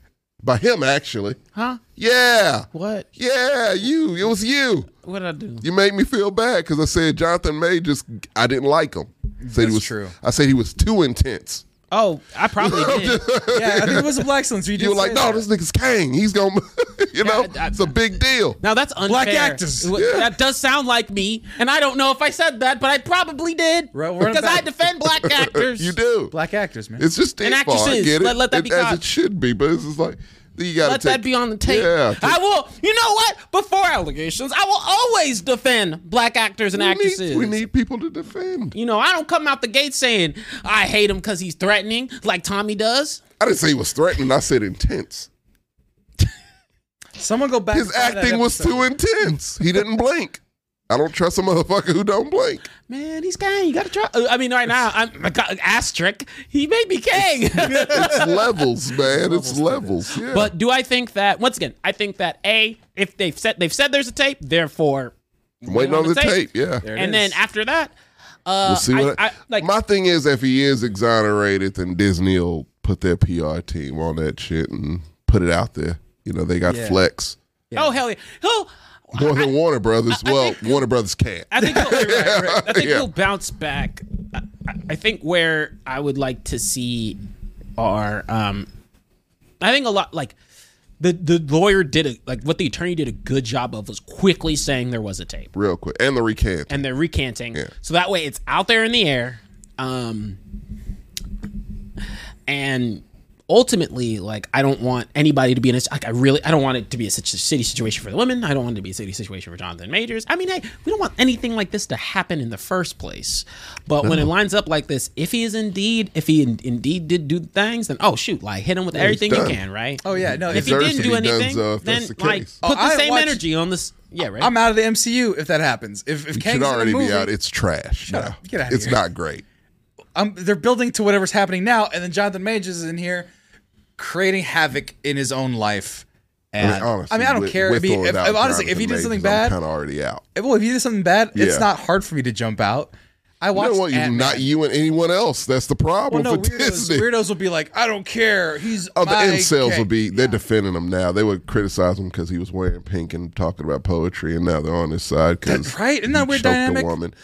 Speaker 2: by him, actually.
Speaker 3: Huh?
Speaker 2: Yeah.
Speaker 3: What?
Speaker 2: Yeah, you. It was you.
Speaker 3: What did I do?
Speaker 2: You made me feel bad because I said Jonathan Majors, I didn't like him. Said
Speaker 1: That's
Speaker 2: he was,
Speaker 1: true.
Speaker 2: I said he was too intense.
Speaker 3: Oh, I probably did.
Speaker 1: yeah, I think it was a black sentence. You, did
Speaker 2: You were like,
Speaker 1: say
Speaker 2: no,
Speaker 1: that.
Speaker 2: this nigga's Kang. He's going, to you know,
Speaker 3: I- I-
Speaker 2: it's a big deal.
Speaker 3: Now that's unfair.
Speaker 1: Black actors.
Speaker 3: Wh- That does sound like me, and I don't know if I said that, but I probably did.
Speaker 1: Right, we're
Speaker 3: because I
Speaker 1: back.
Speaker 3: defend black actors.
Speaker 2: You do.
Speaker 1: black actors, man.
Speaker 2: It's just
Speaker 3: And
Speaker 2: his fault. I
Speaker 3: actresses.
Speaker 2: get it.
Speaker 3: Let- let that
Speaker 2: It-
Speaker 3: be
Speaker 2: as
Speaker 3: caught.
Speaker 2: it should be, but it's just like you got to
Speaker 3: Let that be on the tape.
Speaker 2: Yeah, take-
Speaker 3: I will. You know what? Before allegations, I will always defend black actors and
Speaker 2: we
Speaker 3: actresses.
Speaker 2: Need, we need people to defend.
Speaker 3: You know, I don't come out the gate saying I hate him because he's threatening, like Tommy does.
Speaker 2: I didn't say he was threatening. I said intense.
Speaker 1: Someone go back.
Speaker 2: His
Speaker 1: and find that
Speaker 2: acting was
Speaker 1: episode.
Speaker 2: too intense. He didn't blink. I don't trust a motherfucker who don't blink.
Speaker 3: Man, he's Kang. You gotta try. Uh, I mean, right now, I'm I got- asterisk. He made me Kang.
Speaker 2: It's levels, man. It's levels. Yeah.
Speaker 3: but do I think that once again? I think that a if they've said they've said there's a tape, therefore,
Speaker 2: I'm waiting on the tape. Yeah.
Speaker 1: There it
Speaker 3: and
Speaker 1: is.
Speaker 3: then after that, uh,
Speaker 2: We'll see
Speaker 3: I-
Speaker 2: what.
Speaker 3: I, like
Speaker 2: my thing is, if he is exonerated, then Disney will put their PR team on that shit and put it out there. You know, they got
Speaker 1: Yeah.
Speaker 2: flex.
Speaker 3: oh hell yeah, he'll.
Speaker 2: More than Warner Brothers. well, Warner Brothers can't.
Speaker 3: I think he'll, right, right. I think
Speaker 2: Yeah.
Speaker 3: he'll bounce back. I, I- I think where I would like to see are um, I think a lot like the the lawyer did a like what the attorney did a good job of was quickly saying there was a tape
Speaker 2: real quick. And the recant.
Speaker 3: and they're recanting so that way it's out there in the air um and ultimately like i don't want anybody to be in a like i really i don't want it to be a such a city situation for the women i don't want it to be a city situation for jonathan majors i mean hey we don't want anything like this to happen in the first place but when it lines up like this if he is indeed if he in, indeed did do things then oh shoot like hit him with everything you
Speaker 2: done.
Speaker 3: can right
Speaker 1: Oh, yeah, no,
Speaker 3: if he
Speaker 1: deserves
Speaker 3: didn't
Speaker 2: to
Speaker 3: do
Speaker 2: be done,
Speaker 3: anything
Speaker 2: so if
Speaker 3: then
Speaker 2: that's the
Speaker 3: like
Speaker 2: case.
Speaker 3: put
Speaker 1: Oh,
Speaker 3: the
Speaker 1: I
Speaker 3: same
Speaker 1: watched-
Speaker 3: energy on this yeah right
Speaker 1: I'm out of the MCU if that happens. If if
Speaker 2: It
Speaker 1: Kang's
Speaker 2: should already
Speaker 1: in a movie,
Speaker 2: be out. It's trash. now.
Speaker 1: up. Get outta
Speaker 2: it's
Speaker 1: here.
Speaker 2: not great.
Speaker 1: I'm, they're building to whatever's happening now, and then Jonathan Majors is in here creating havoc in his own life. And I mean,
Speaker 2: honestly,
Speaker 1: I, don't
Speaker 2: with-
Speaker 1: care. I
Speaker 2: with
Speaker 1: mean, if,
Speaker 2: or without
Speaker 1: if- honestly, if he did
Speaker 2: Jonathan
Speaker 1: something
Speaker 2: Majors, I'm
Speaker 1: bad,
Speaker 2: kind of already out.
Speaker 1: well, if he did something bad, it's
Speaker 2: Yeah.
Speaker 1: not hard for me to jump out. I
Speaker 2: You
Speaker 1: watched
Speaker 2: know what? You,
Speaker 1: Ant-Man.
Speaker 2: not you and anyone else. That's the
Speaker 1: Well,
Speaker 2: problem
Speaker 1: no,
Speaker 2: for
Speaker 1: weirdos,
Speaker 2: Disney.
Speaker 1: weirdos will be like, I don't care. He's
Speaker 2: Oh, the
Speaker 1: my
Speaker 2: incels
Speaker 1: Kang."
Speaker 2: will be. They're defending him now. They would criticize him because he was wearing pink and talking about poetry, and now they're on his side because
Speaker 1: That- right? Isn't that a weird dynamic?
Speaker 2: A woman.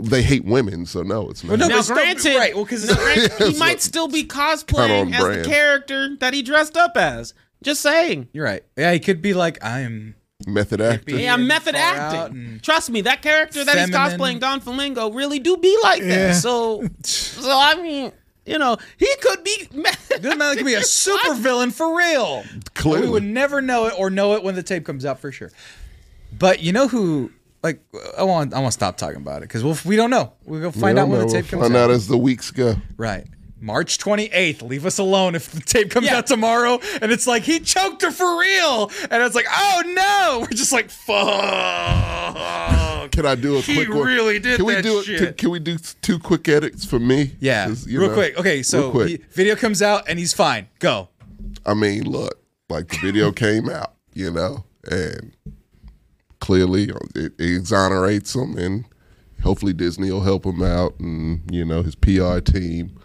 Speaker 2: They hate women, so no, it's not.
Speaker 1: no,
Speaker 3: Now,
Speaker 1: but still-
Speaker 3: granted,
Speaker 1: right, well, 'cause
Speaker 3: now,
Speaker 1: it's-
Speaker 3: granted, he
Speaker 2: It's
Speaker 3: might
Speaker 2: a-
Speaker 3: still be
Speaker 2: kinda on
Speaker 3: cosplaying as
Speaker 2: brand.
Speaker 3: the character that he dressed up as. Just saying.
Speaker 1: You're right. Yeah, he could be like, I'm.
Speaker 2: Method actor.
Speaker 1: be-
Speaker 3: Yeah,
Speaker 1: And
Speaker 3: method
Speaker 1: far out
Speaker 3: acting.
Speaker 1: and
Speaker 3: Trust me, that character that he's
Speaker 1: feminine.
Speaker 3: cosplaying, Don Flamingo, really do be like
Speaker 4: Yeah.
Speaker 3: that. So, so I mean, you know, he could be.
Speaker 1: This man could be a super villain for real.
Speaker 2: Clearly.
Speaker 1: We would never know it or know it when the tape comes out for sure. But you know who? Like, I want. I want to stop talking about it because we'll, we don't know. We'll go
Speaker 2: I
Speaker 1: find out
Speaker 2: don't
Speaker 1: when
Speaker 2: know.
Speaker 1: the
Speaker 2: We'll
Speaker 1: tape comes
Speaker 2: find out
Speaker 1: out.
Speaker 2: as the weeks go.
Speaker 1: Right. March 28th. Leave us alone if the tape comes
Speaker 3: Yeah.
Speaker 1: out tomorrow and it's like, he choked her for real. And it's like, oh no. We're just like, fuck.
Speaker 2: Can I do a
Speaker 1: He
Speaker 2: quick one?
Speaker 1: really did
Speaker 2: Can we
Speaker 1: that
Speaker 2: do it?
Speaker 1: shit.
Speaker 2: Can, can we do two quick edits for me?
Speaker 1: Yeah.
Speaker 2: 'Cause, you
Speaker 1: Real
Speaker 2: know,
Speaker 1: quick. Okay. So
Speaker 2: real quick.
Speaker 1: he- video comes out and he's fine. Go.
Speaker 2: I mean, look, like the video came out, you know, and clearly it, it exonerates him, and hopefully Disney will help him out, and you know his PR team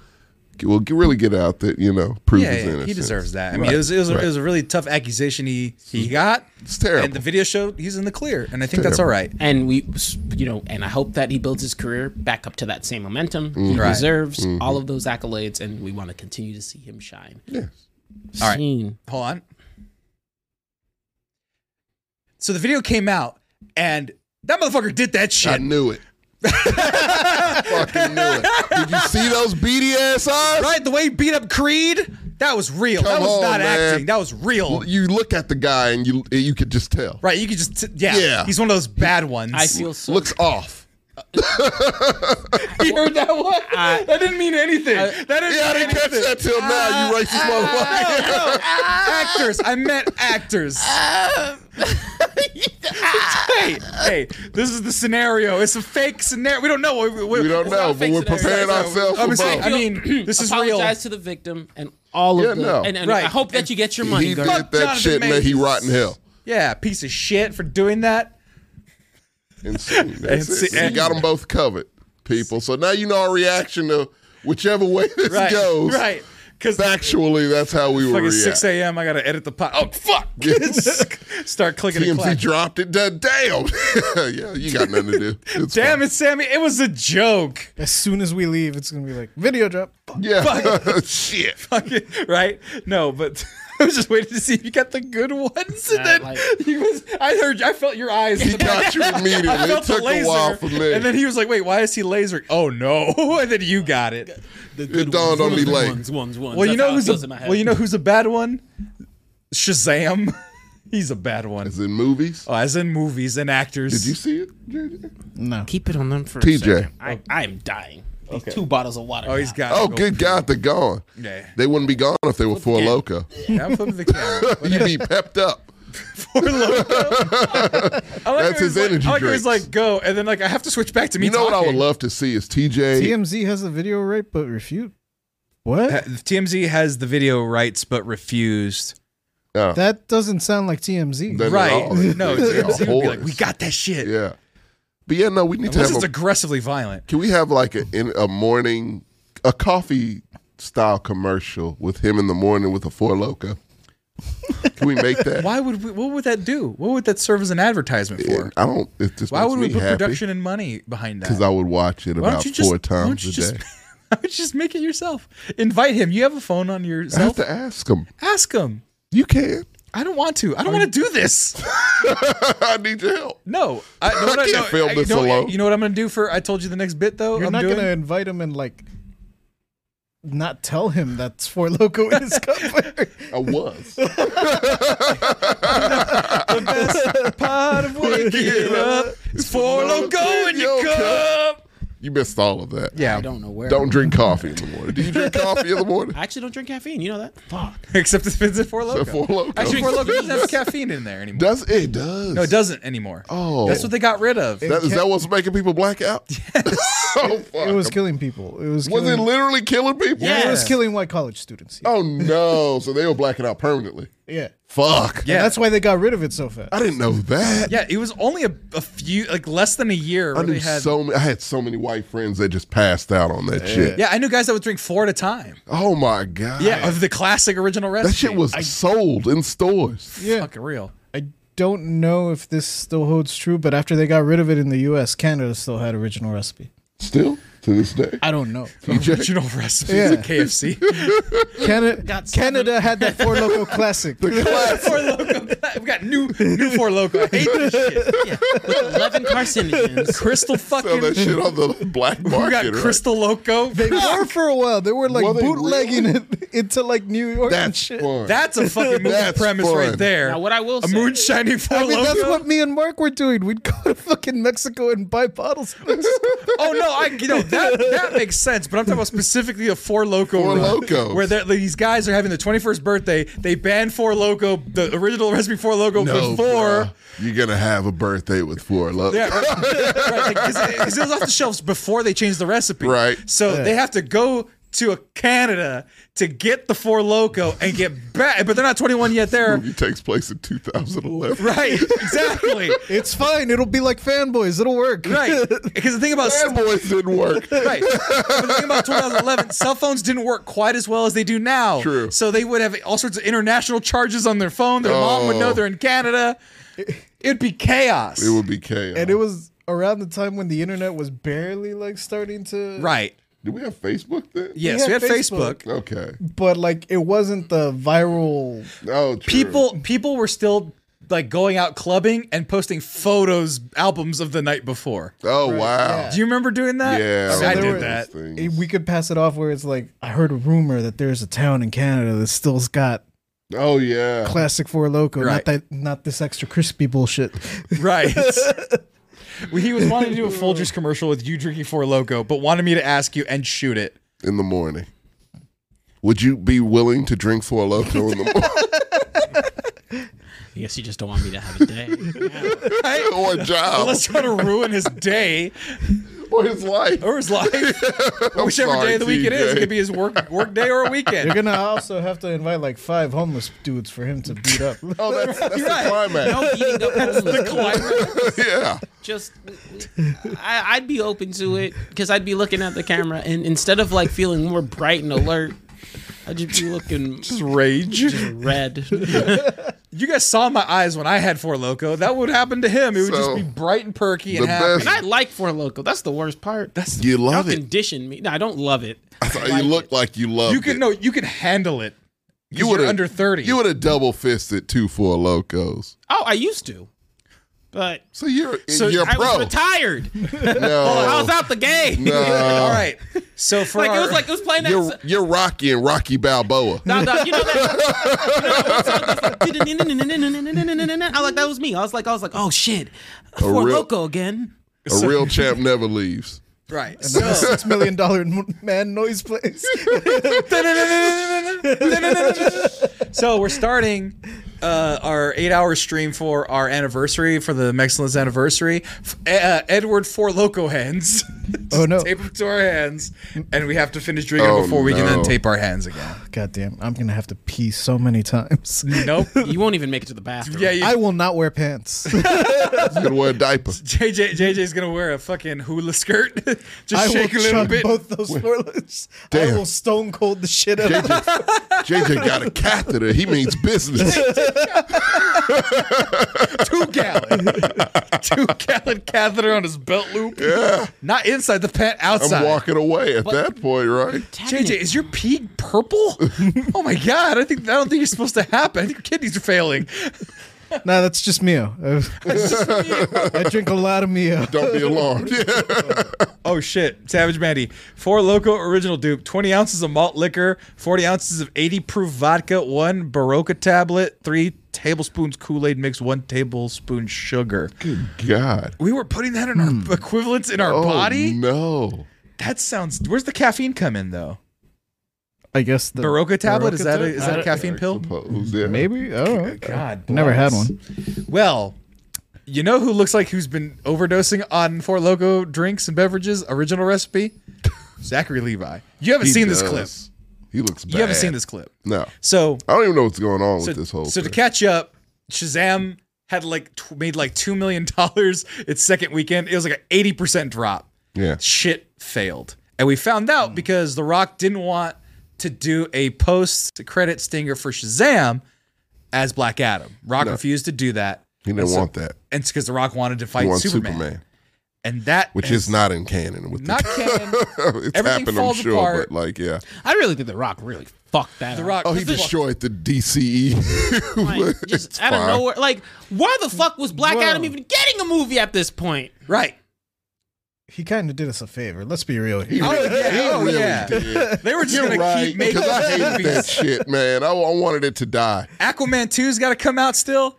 Speaker 2: will g- really get out that you know prove
Speaker 1: Yeah,
Speaker 2: his
Speaker 1: yeah,
Speaker 2: innocence.
Speaker 1: he deserves that. I mean,
Speaker 2: Right,
Speaker 1: it was it was,
Speaker 2: right.
Speaker 1: it was a really tough accusation he he got.
Speaker 2: It's terrible.
Speaker 1: And the video showed he's in the clear, and I think that's all right.
Speaker 3: and we, you know, and I hope that he builds his career back up to that same momentum. He
Speaker 1: Right.
Speaker 3: deserves all of those accolades, and we want to continue to see him shine.
Speaker 2: Yes.
Speaker 1: All right.
Speaker 3: Seen.
Speaker 1: Hold on. So the video came out, and that motherfucker did that
Speaker 2: I
Speaker 1: shit.
Speaker 2: knew it. I fucking knew it. Did you see those beady ass eyes?
Speaker 1: Right, the way he beat up Creed, that was real. that
Speaker 2: Come
Speaker 1: was
Speaker 2: on,
Speaker 1: not
Speaker 2: man.
Speaker 1: acting. That was real.
Speaker 2: You look at the guy and you you could just tell.
Speaker 1: Right, you could just t- yeah,
Speaker 2: Yeah.
Speaker 1: He's one of those bad ones.
Speaker 3: I feel so.
Speaker 2: Looks off.
Speaker 1: you heard that one.
Speaker 3: I-
Speaker 1: that didn't mean anything. that didn't
Speaker 2: Yeah, I
Speaker 1: mean
Speaker 2: didn't catch
Speaker 1: anything.
Speaker 2: that till now. You racist
Speaker 1: No,
Speaker 2: motherfucker.
Speaker 1: actors. I meant actors.
Speaker 3: Um,
Speaker 1: hey, hey, this is the scenario. It's a fake scenario. We don't know. We,
Speaker 2: We don't
Speaker 3: not
Speaker 2: know,
Speaker 3: a
Speaker 2: but
Speaker 3: fake
Speaker 2: we're
Speaker 3: scenario.
Speaker 2: preparing
Speaker 3: Sorry,
Speaker 2: ourselves
Speaker 1: I'm
Speaker 2: for
Speaker 1: just saying,
Speaker 2: both.
Speaker 1: I mean, this is real.
Speaker 3: apologize to the victim and all
Speaker 2: Yeah,
Speaker 3: of the
Speaker 2: no.
Speaker 3: and, and
Speaker 1: Right.
Speaker 3: I hope that you get your money.
Speaker 2: he
Speaker 3: girl.
Speaker 2: did that
Speaker 1: Jonathan
Speaker 2: shit and may he
Speaker 1: Majors.
Speaker 2: rot in hell.
Speaker 1: Yeah, piece of shit for doing that.
Speaker 2: and sing. That's
Speaker 1: And
Speaker 2: it.
Speaker 1: sing.
Speaker 2: you got them both covered, people. So now you know our reaction to whichever way this
Speaker 1: Right.
Speaker 2: goes.
Speaker 1: Right. Because
Speaker 2: Factually, that's how we were
Speaker 1: fucking
Speaker 2: react.
Speaker 1: 6 a.m. I gotta edit the pot. Oh fuck! Start clicking and
Speaker 2: TMZ
Speaker 1: clacking.
Speaker 2: dropped it. Da- Damn. yeah, you got nothing to do. It's
Speaker 1: Damn it, Sammy! It was a joke,
Speaker 4: As soon as we leave, it's gonna be like video drop.
Speaker 2: fine. Yeah. Shit.
Speaker 1: Fucking- right? No, but I was just waiting to see if you got the good ones, and
Speaker 3: Nah,
Speaker 1: then
Speaker 3: like-
Speaker 1: you was. I heard. I felt your eyes.
Speaker 2: He got you immediately.
Speaker 1: I
Speaker 2: It
Speaker 1: felt
Speaker 2: took
Speaker 1: the laser,
Speaker 2: a while for me.
Speaker 1: and then he was like, "Wait, why is he lasering?" Oh no! and then you got it.
Speaker 3: The
Speaker 2: good dawned ones, on me the good late. ones,
Speaker 1: Well, you know who's a, well, you know who's a bad one? Shazam. He's a bad one.
Speaker 2: Is it movies?
Speaker 1: Oh, as in movies and actors.
Speaker 2: Did you see it, JJ?
Speaker 4: No.
Speaker 3: keep it on them for
Speaker 2: TJ.
Speaker 3: A second. I, I am dying. These
Speaker 1: Okay.
Speaker 3: Two bottles of water.
Speaker 1: Oh, he's got.
Speaker 2: Oh, good God, they're gone.
Speaker 1: Yeah.
Speaker 2: They wouldn't be gone if they were four loco.
Speaker 1: Yeah, I'm flipping the camera.
Speaker 2: You'd be pepped up.
Speaker 1: Poor Loco. I like
Speaker 2: That's
Speaker 1: how he's
Speaker 2: his
Speaker 1: like-
Speaker 2: energy
Speaker 1: I like how he's
Speaker 2: drinks.
Speaker 1: like, go, and then like I have to switch back to me.
Speaker 2: You know what I would
Speaker 1: talking.
Speaker 2: love to see is TJ.
Speaker 4: TMZ has the video right, but refute. What?
Speaker 1: Uh, TMZ has the video rights but refused.
Speaker 2: Uh,
Speaker 4: That doesn't sound like TMZ.
Speaker 2: Then- And they're
Speaker 1: right?
Speaker 2: all-
Speaker 1: no,
Speaker 2: they're all
Speaker 1: TMZ would be like,
Speaker 2: whores.
Speaker 1: we got that shit.
Speaker 2: yeah. But yeah, no, we need to
Speaker 1: Unless
Speaker 2: have
Speaker 1: it's
Speaker 2: a
Speaker 1: aggressively violent.
Speaker 2: Can we have like a in a morning a coffee style commercial with him in the morning with a four loco? Can we make that?
Speaker 1: Why would we, what would that do? What would that serve as an advertisement for?
Speaker 2: And I don't. It just
Speaker 1: Why
Speaker 2: makes
Speaker 1: would we
Speaker 2: me
Speaker 1: put
Speaker 2: happy
Speaker 1: production and money behind that?
Speaker 2: Because I would watch it
Speaker 1: Why
Speaker 2: about
Speaker 1: don't you just
Speaker 2: four
Speaker 1: why don't
Speaker 2: times
Speaker 1: you
Speaker 2: a
Speaker 1: just,
Speaker 2: day.
Speaker 1: Why don't you just make it yourself? Invite him. You have a phone on your
Speaker 2: I
Speaker 1: cell.
Speaker 2: have to ask him.
Speaker 1: Ask him.
Speaker 2: You can.
Speaker 1: I don't want to. I don't want to do this.
Speaker 2: I need your help.
Speaker 1: No, I, know
Speaker 2: I
Speaker 1: what I
Speaker 2: can't
Speaker 1: know-
Speaker 2: film
Speaker 1: I-
Speaker 2: this
Speaker 1: you know,
Speaker 2: alone.
Speaker 1: You know what I'm gonna do for? I told you the next bit though.
Speaker 4: You're
Speaker 1: I'm
Speaker 4: not
Speaker 1: doing?
Speaker 4: gonna invite him and like not tell him that's for loco in his cover.
Speaker 2: I was.
Speaker 1: best part of waking up is four loco in your cup.
Speaker 2: you missed all of that.
Speaker 1: Yeah,
Speaker 3: I don't know where.
Speaker 2: Don't drink coffee in the morning. Do you drink coffee in the morning?
Speaker 3: I actually don't drink caffeine. You know that? Fuck.
Speaker 1: except if it's in four loco.
Speaker 2: Four Loko.
Speaker 1: Actually, four loco doesn't have caffeine in there anymore.
Speaker 2: Does it does?
Speaker 1: No, it doesn't anymore.
Speaker 2: Oh.
Speaker 1: that's what they got rid of.
Speaker 2: That, is that what's making people black out? oh, fuck.
Speaker 4: it was killing people. It was
Speaker 2: Was
Speaker 4: killing,
Speaker 2: it literally killing people?
Speaker 3: Yeah.
Speaker 4: it was killing white college students. Yeah.
Speaker 2: Oh no! So they were blacking out permanently.
Speaker 4: yeah.
Speaker 2: Fuck.
Speaker 1: Yeah.
Speaker 4: That's why they got rid of it so fast.
Speaker 2: I didn't know that.
Speaker 1: yeah, it was only a, a few, like less than a year.
Speaker 2: I
Speaker 1: where
Speaker 2: knew
Speaker 1: they had,
Speaker 2: so many. I had so many white friends that just passed out on that shit.
Speaker 1: yeah, I knew guys that would drink four at a time.
Speaker 2: Oh my god.
Speaker 1: Yeah, of the classic original recipe.
Speaker 2: That shit was sold in stores.
Speaker 4: Yeah.
Speaker 1: fucking real.
Speaker 4: I don't know if this still holds true, but after they got rid of it in the U.S., Canada still had original recipe.
Speaker 2: Still to this day.
Speaker 4: I don't know.
Speaker 1: Original recipe
Speaker 4: Yeah.
Speaker 1: at KFC.
Speaker 4: Canada,
Speaker 3: Got some-
Speaker 4: Canada had that Four Loco classic.
Speaker 1: four loco. We got new new four loco. I hate this shit.
Speaker 3: Eleven carcinogens.
Speaker 1: Crystal
Speaker 2: Sell
Speaker 1: fucking.
Speaker 2: that shit on the black
Speaker 1: We
Speaker 2: market.
Speaker 1: got
Speaker 2: right?
Speaker 1: Crystal Loco.
Speaker 4: They were for a while. They were like
Speaker 2: Were they
Speaker 4: bootlegging
Speaker 2: really?
Speaker 4: it into like New York and
Speaker 2: That's
Speaker 4: shit.
Speaker 2: fun.
Speaker 1: That's a fucking movie
Speaker 2: That's
Speaker 1: premise
Speaker 2: fun.
Speaker 1: right there.
Speaker 3: Now, what I will
Speaker 1: a
Speaker 3: say-
Speaker 1: moonshining four
Speaker 4: I mean, that's
Speaker 1: Loko?
Speaker 4: what me and Mark were doing. We'd go to fucking Mexico and buy bottles. of Mexico.
Speaker 1: Oh no, I you know that that makes sense. But I'm talking about specifically a four loco.
Speaker 2: Four
Speaker 1: run,
Speaker 2: Locos.
Speaker 1: where they're- these guys are having their 21st birthday. They banned four loco, the original recipe four loco
Speaker 2: no,
Speaker 1: before.
Speaker 2: bruh. you're gonna have a birthday with four love.
Speaker 1: Yeah, right. Because it was off the shelves before they changed the recipe.
Speaker 2: Right.
Speaker 1: So they have to go to a Canada to get the four loco and get back, but they're not 21 yet. There.
Speaker 2: It takes place in 2011.
Speaker 1: Right. Exactly.
Speaker 4: it's fine. It'll be like fanboys. It'll work.
Speaker 1: Right. Because the thing about
Speaker 2: Bad boys didn't work.
Speaker 1: Right. But the thing about 2011, cell phones didn't work quite as well as they do now.
Speaker 2: True.
Speaker 1: So they would have all sorts of international charges on their phone. Their mom would know
Speaker 2: Oh.
Speaker 1: they're in Canada. It'd be chaos.
Speaker 2: It would be chaos.
Speaker 4: And it was around the time when the internet was barely like starting to.
Speaker 1: right.
Speaker 2: Did we have Facebook then?
Speaker 1: Yes, we
Speaker 4: We
Speaker 1: had
Speaker 4: had
Speaker 1: Facebook.
Speaker 2: Okay.
Speaker 4: But like it wasn't the viral.
Speaker 2: Oh, true.
Speaker 1: People people were still like going out clubbing and posting photos, albums of the night before.
Speaker 2: Oh wow.
Speaker 4: yeah.
Speaker 1: Do you remember doing that?
Speaker 2: Yeah,
Speaker 1: I
Speaker 4: there
Speaker 1: did
Speaker 4: were-
Speaker 1: that.
Speaker 4: it- we could pass it off where it's like I heard a rumor that there's a town in Canada that still's got
Speaker 2: Oh yeah.
Speaker 4: classic Four Loco,
Speaker 1: Right.
Speaker 4: not that, not this extra crispy bullshit.
Speaker 1: Right. Well, he was wanting to do a Folgers commercial with you drinking Four Loco, but wanted me to ask you and shoot it.
Speaker 2: in the morning. Would you be willing to drink for a loco in the morning
Speaker 3: I guess you just don't want me to have a day.
Speaker 1: Right?
Speaker 2: or a job?
Speaker 1: Let's try to ruin his day.
Speaker 2: or his life.
Speaker 1: or his life, whichever
Speaker 2: sorry,
Speaker 1: day of the week it is. It
Speaker 2: TJ.
Speaker 1: could be his work work day or a weekend.
Speaker 4: You're gonna also have to invite like five homeless dudes for him to beat up.
Speaker 2: Oh, that's, that's
Speaker 1: Right.
Speaker 2: the climax.
Speaker 3: No beating up homeless.
Speaker 2: yeah.
Speaker 3: just I, I'd be open to it because I'd be looking at the camera and instead of like feeling more bright and alert, I'd just be looking
Speaker 1: Just rage.
Speaker 3: red.
Speaker 1: You guys saw my eyes when I had Four Loco. That would happen to him. It would just
Speaker 2: So,
Speaker 1: be bright and perky and
Speaker 2: the
Speaker 1: happy.
Speaker 2: best-
Speaker 3: I like Four Loco. That's the worst part. That's
Speaker 2: You
Speaker 3: y'all
Speaker 2: love it.
Speaker 3: condition me. No, I don't love it.
Speaker 2: I thought you looked like you loved
Speaker 1: You can
Speaker 2: it.
Speaker 1: no, you can handle it.
Speaker 2: you
Speaker 1: were
Speaker 2: would've-
Speaker 1: under thirty.
Speaker 2: You would have double fisted two four locos.
Speaker 3: Oh, I used to, but
Speaker 2: So you're
Speaker 1: So
Speaker 2: you're
Speaker 3: I
Speaker 2: pro.
Speaker 3: was retired.
Speaker 2: no,
Speaker 3: I was out the game.
Speaker 2: no.
Speaker 1: All right. So for
Speaker 3: Like it
Speaker 1: our-
Speaker 3: was like it was playing that.
Speaker 2: You're you're Rocky and Rocky Balboa.
Speaker 3: No, no, you know that. You know that one song that's like, I like that was me. I was like, I was like, oh shit, Four
Speaker 2: real-
Speaker 3: Loco again.
Speaker 2: A real champ never leaves.
Speaker 1: right.
Speaker 4: A
Speaker 1: So,
Speaker 4: Six million dollar n- man noise place.
Speaker 1: so we're starting uh, our eight-hour stream for our anniversary for the Mexicans anniversary. F- uh, Edward Four Loco hands.
Speaker 4: Oh no!
Speaker 1: tape them to our hands, and we have to finish drinking
Speaker 2: Oh,
Speaker 1: before we can then
Speaker 2: no.
Speaker 1: tape our hands again.
Speaker 4: Goddamn! I'm gonna have to pee so many times.
Speaker 1: Nope.
Speaker 3: You won't even make it to the bathroom.
Speaker 1: yeah. You,
Speaker 4: I will not wear pants.
Speaker 2: You can wear a diaper.
Speaker 1: JJ JJ's gonna wear a fucking hula skirt. Just
Speaker 4: I will
Speaker 1: shake a little
Speaker 4: chug
Speaker 1: bit.
Speaker 4: both those toilets. I
Speaker 2: Damn.
Speaker 4: will stone cold the shit out of
Speaker 2: JJ, JJ got a catheter. He means business.
Speaker 1: Two gallon, two gallon catheter on his belt loop.
Speaker 2: Yeah,
Speaker 1: Not inside the pant, outside.
Speaker 2: I'm walking away at that point, right?
Speaker 1: JJ, is your pee purple? oh my god! I think I don't think you're supposed to happen. I think your kidneys are failing.
Speaker 4: No, that's just Mio. Uh, I drink a lot of Mio.
Speaker 2: Don't be alarmed. Yeah.
Speaker 1: Oh shit! Savage Mandy, four loco original dupe, twenty ounces of malt liquor, forty ounces of eighty proof vodka, one Barocca tablet, three tablespoons Kool Aid mix, one tablespoon sugar.
Speaker 2: God.
Speaker 1: We were putting that in our equivalents in our
Speaker 2: Hmm. Oh,
Speaker 1: body.
Speaker 2: No.
Speaker 1: That sounds. Where's the caffeine come in though?
Speaker 4: I guess the
Speaker 1: Barocca tablet is that a,
Speaker 4: tab-
Speaker 1: is that a
Speaker 4: I-
Speaker 1: caffeine pill?
Speaker 2: Suppose, yeah.
Speaker 4: Maybe. Oh,
Speaker 1: God,
Speaker 4: never had
Speaker 1: bless.
Speaker 4: one.
Speaker 1: Well, you know who looks like who's been overdosing on Four Loco drinks and beverages? Original recipe, Zachary Levi. You haven't
Speaker 2: He
Speaker 1: seen this
Speaker 2: does.
Speaker 1: clip.
Speaker 2: He looks bad.
Speaker 1: You haven't seen this clip.
Speaker 2: No.
Speaker 1: So
Speaker 2: I don't even know what's going on
Speaker 1: so,
Speaker 2: with this whole
Speaker 1: so to
Speaker 2: thing.
Speaker 1: catch up, Shazam had like t- made like two million dollars its second weekend. It was like an eighty percent drop.
Speaker 2: yeah.
Speaker 1: Shit failed, and we found out because The Rock didn't want to do a post credit stinger for Shazam as Black Adam. Rock refused to do that,
Speaker 2: He didn't want that.
Speaker 1: and it's because The Rock wanted to
Speaker 2: He
Speaker 1: fight
Speaker 2: wants
Speaker 1: Superman.
Speaker 2: Superman,
Speaker 1: and that
Speaker 2: which is not in canon. With
Speaker 1: not
Speaker 2: the,
Speaker 1: canon.
Speaker 2: it's
Speaker 1: Everything
Speaker 2: happened, I'm
Speaker 1: falls
Speaker 2: sure,
Speaker 1: apart.
Speaker 2: but like, yeah.
Speaker 3: I really think The Rock really fucked that.
Speaker 1: The
Speaker 3: up.
Speaker 1: Rock.
Speaker 2: Oh, he destroyed the DCE.
Speaker 3: Like,
Speaker 2: But it's
Speaker 3: just out of
Speaker 2: fine.
Speaker 3: nowhere. Like, why the fuck was Black
Speaker 4: Bro.
Speaker 3: Adam even getting a movie at this point?
Speaker 1: right.
Speaker 4: He kind of did us a favor. Let's be real here.
Speaker 1: Oh yeah.
Speaker 2: He
Speaker 1: oh
Speaker 2: really
Speaker 1: yeah.
Speaker 2: did.
Speaker 1: They were just
Speaker 2: You're
Speaker 1: gonna
Speaker 2: right,
Speaker 1: keep making
Speaker 2: because I hated that
Speaker 1: movies.
Speaker 2: shit, man. I, I wanted it to die.
Speaker 1: Aquaman 2's got to come out still.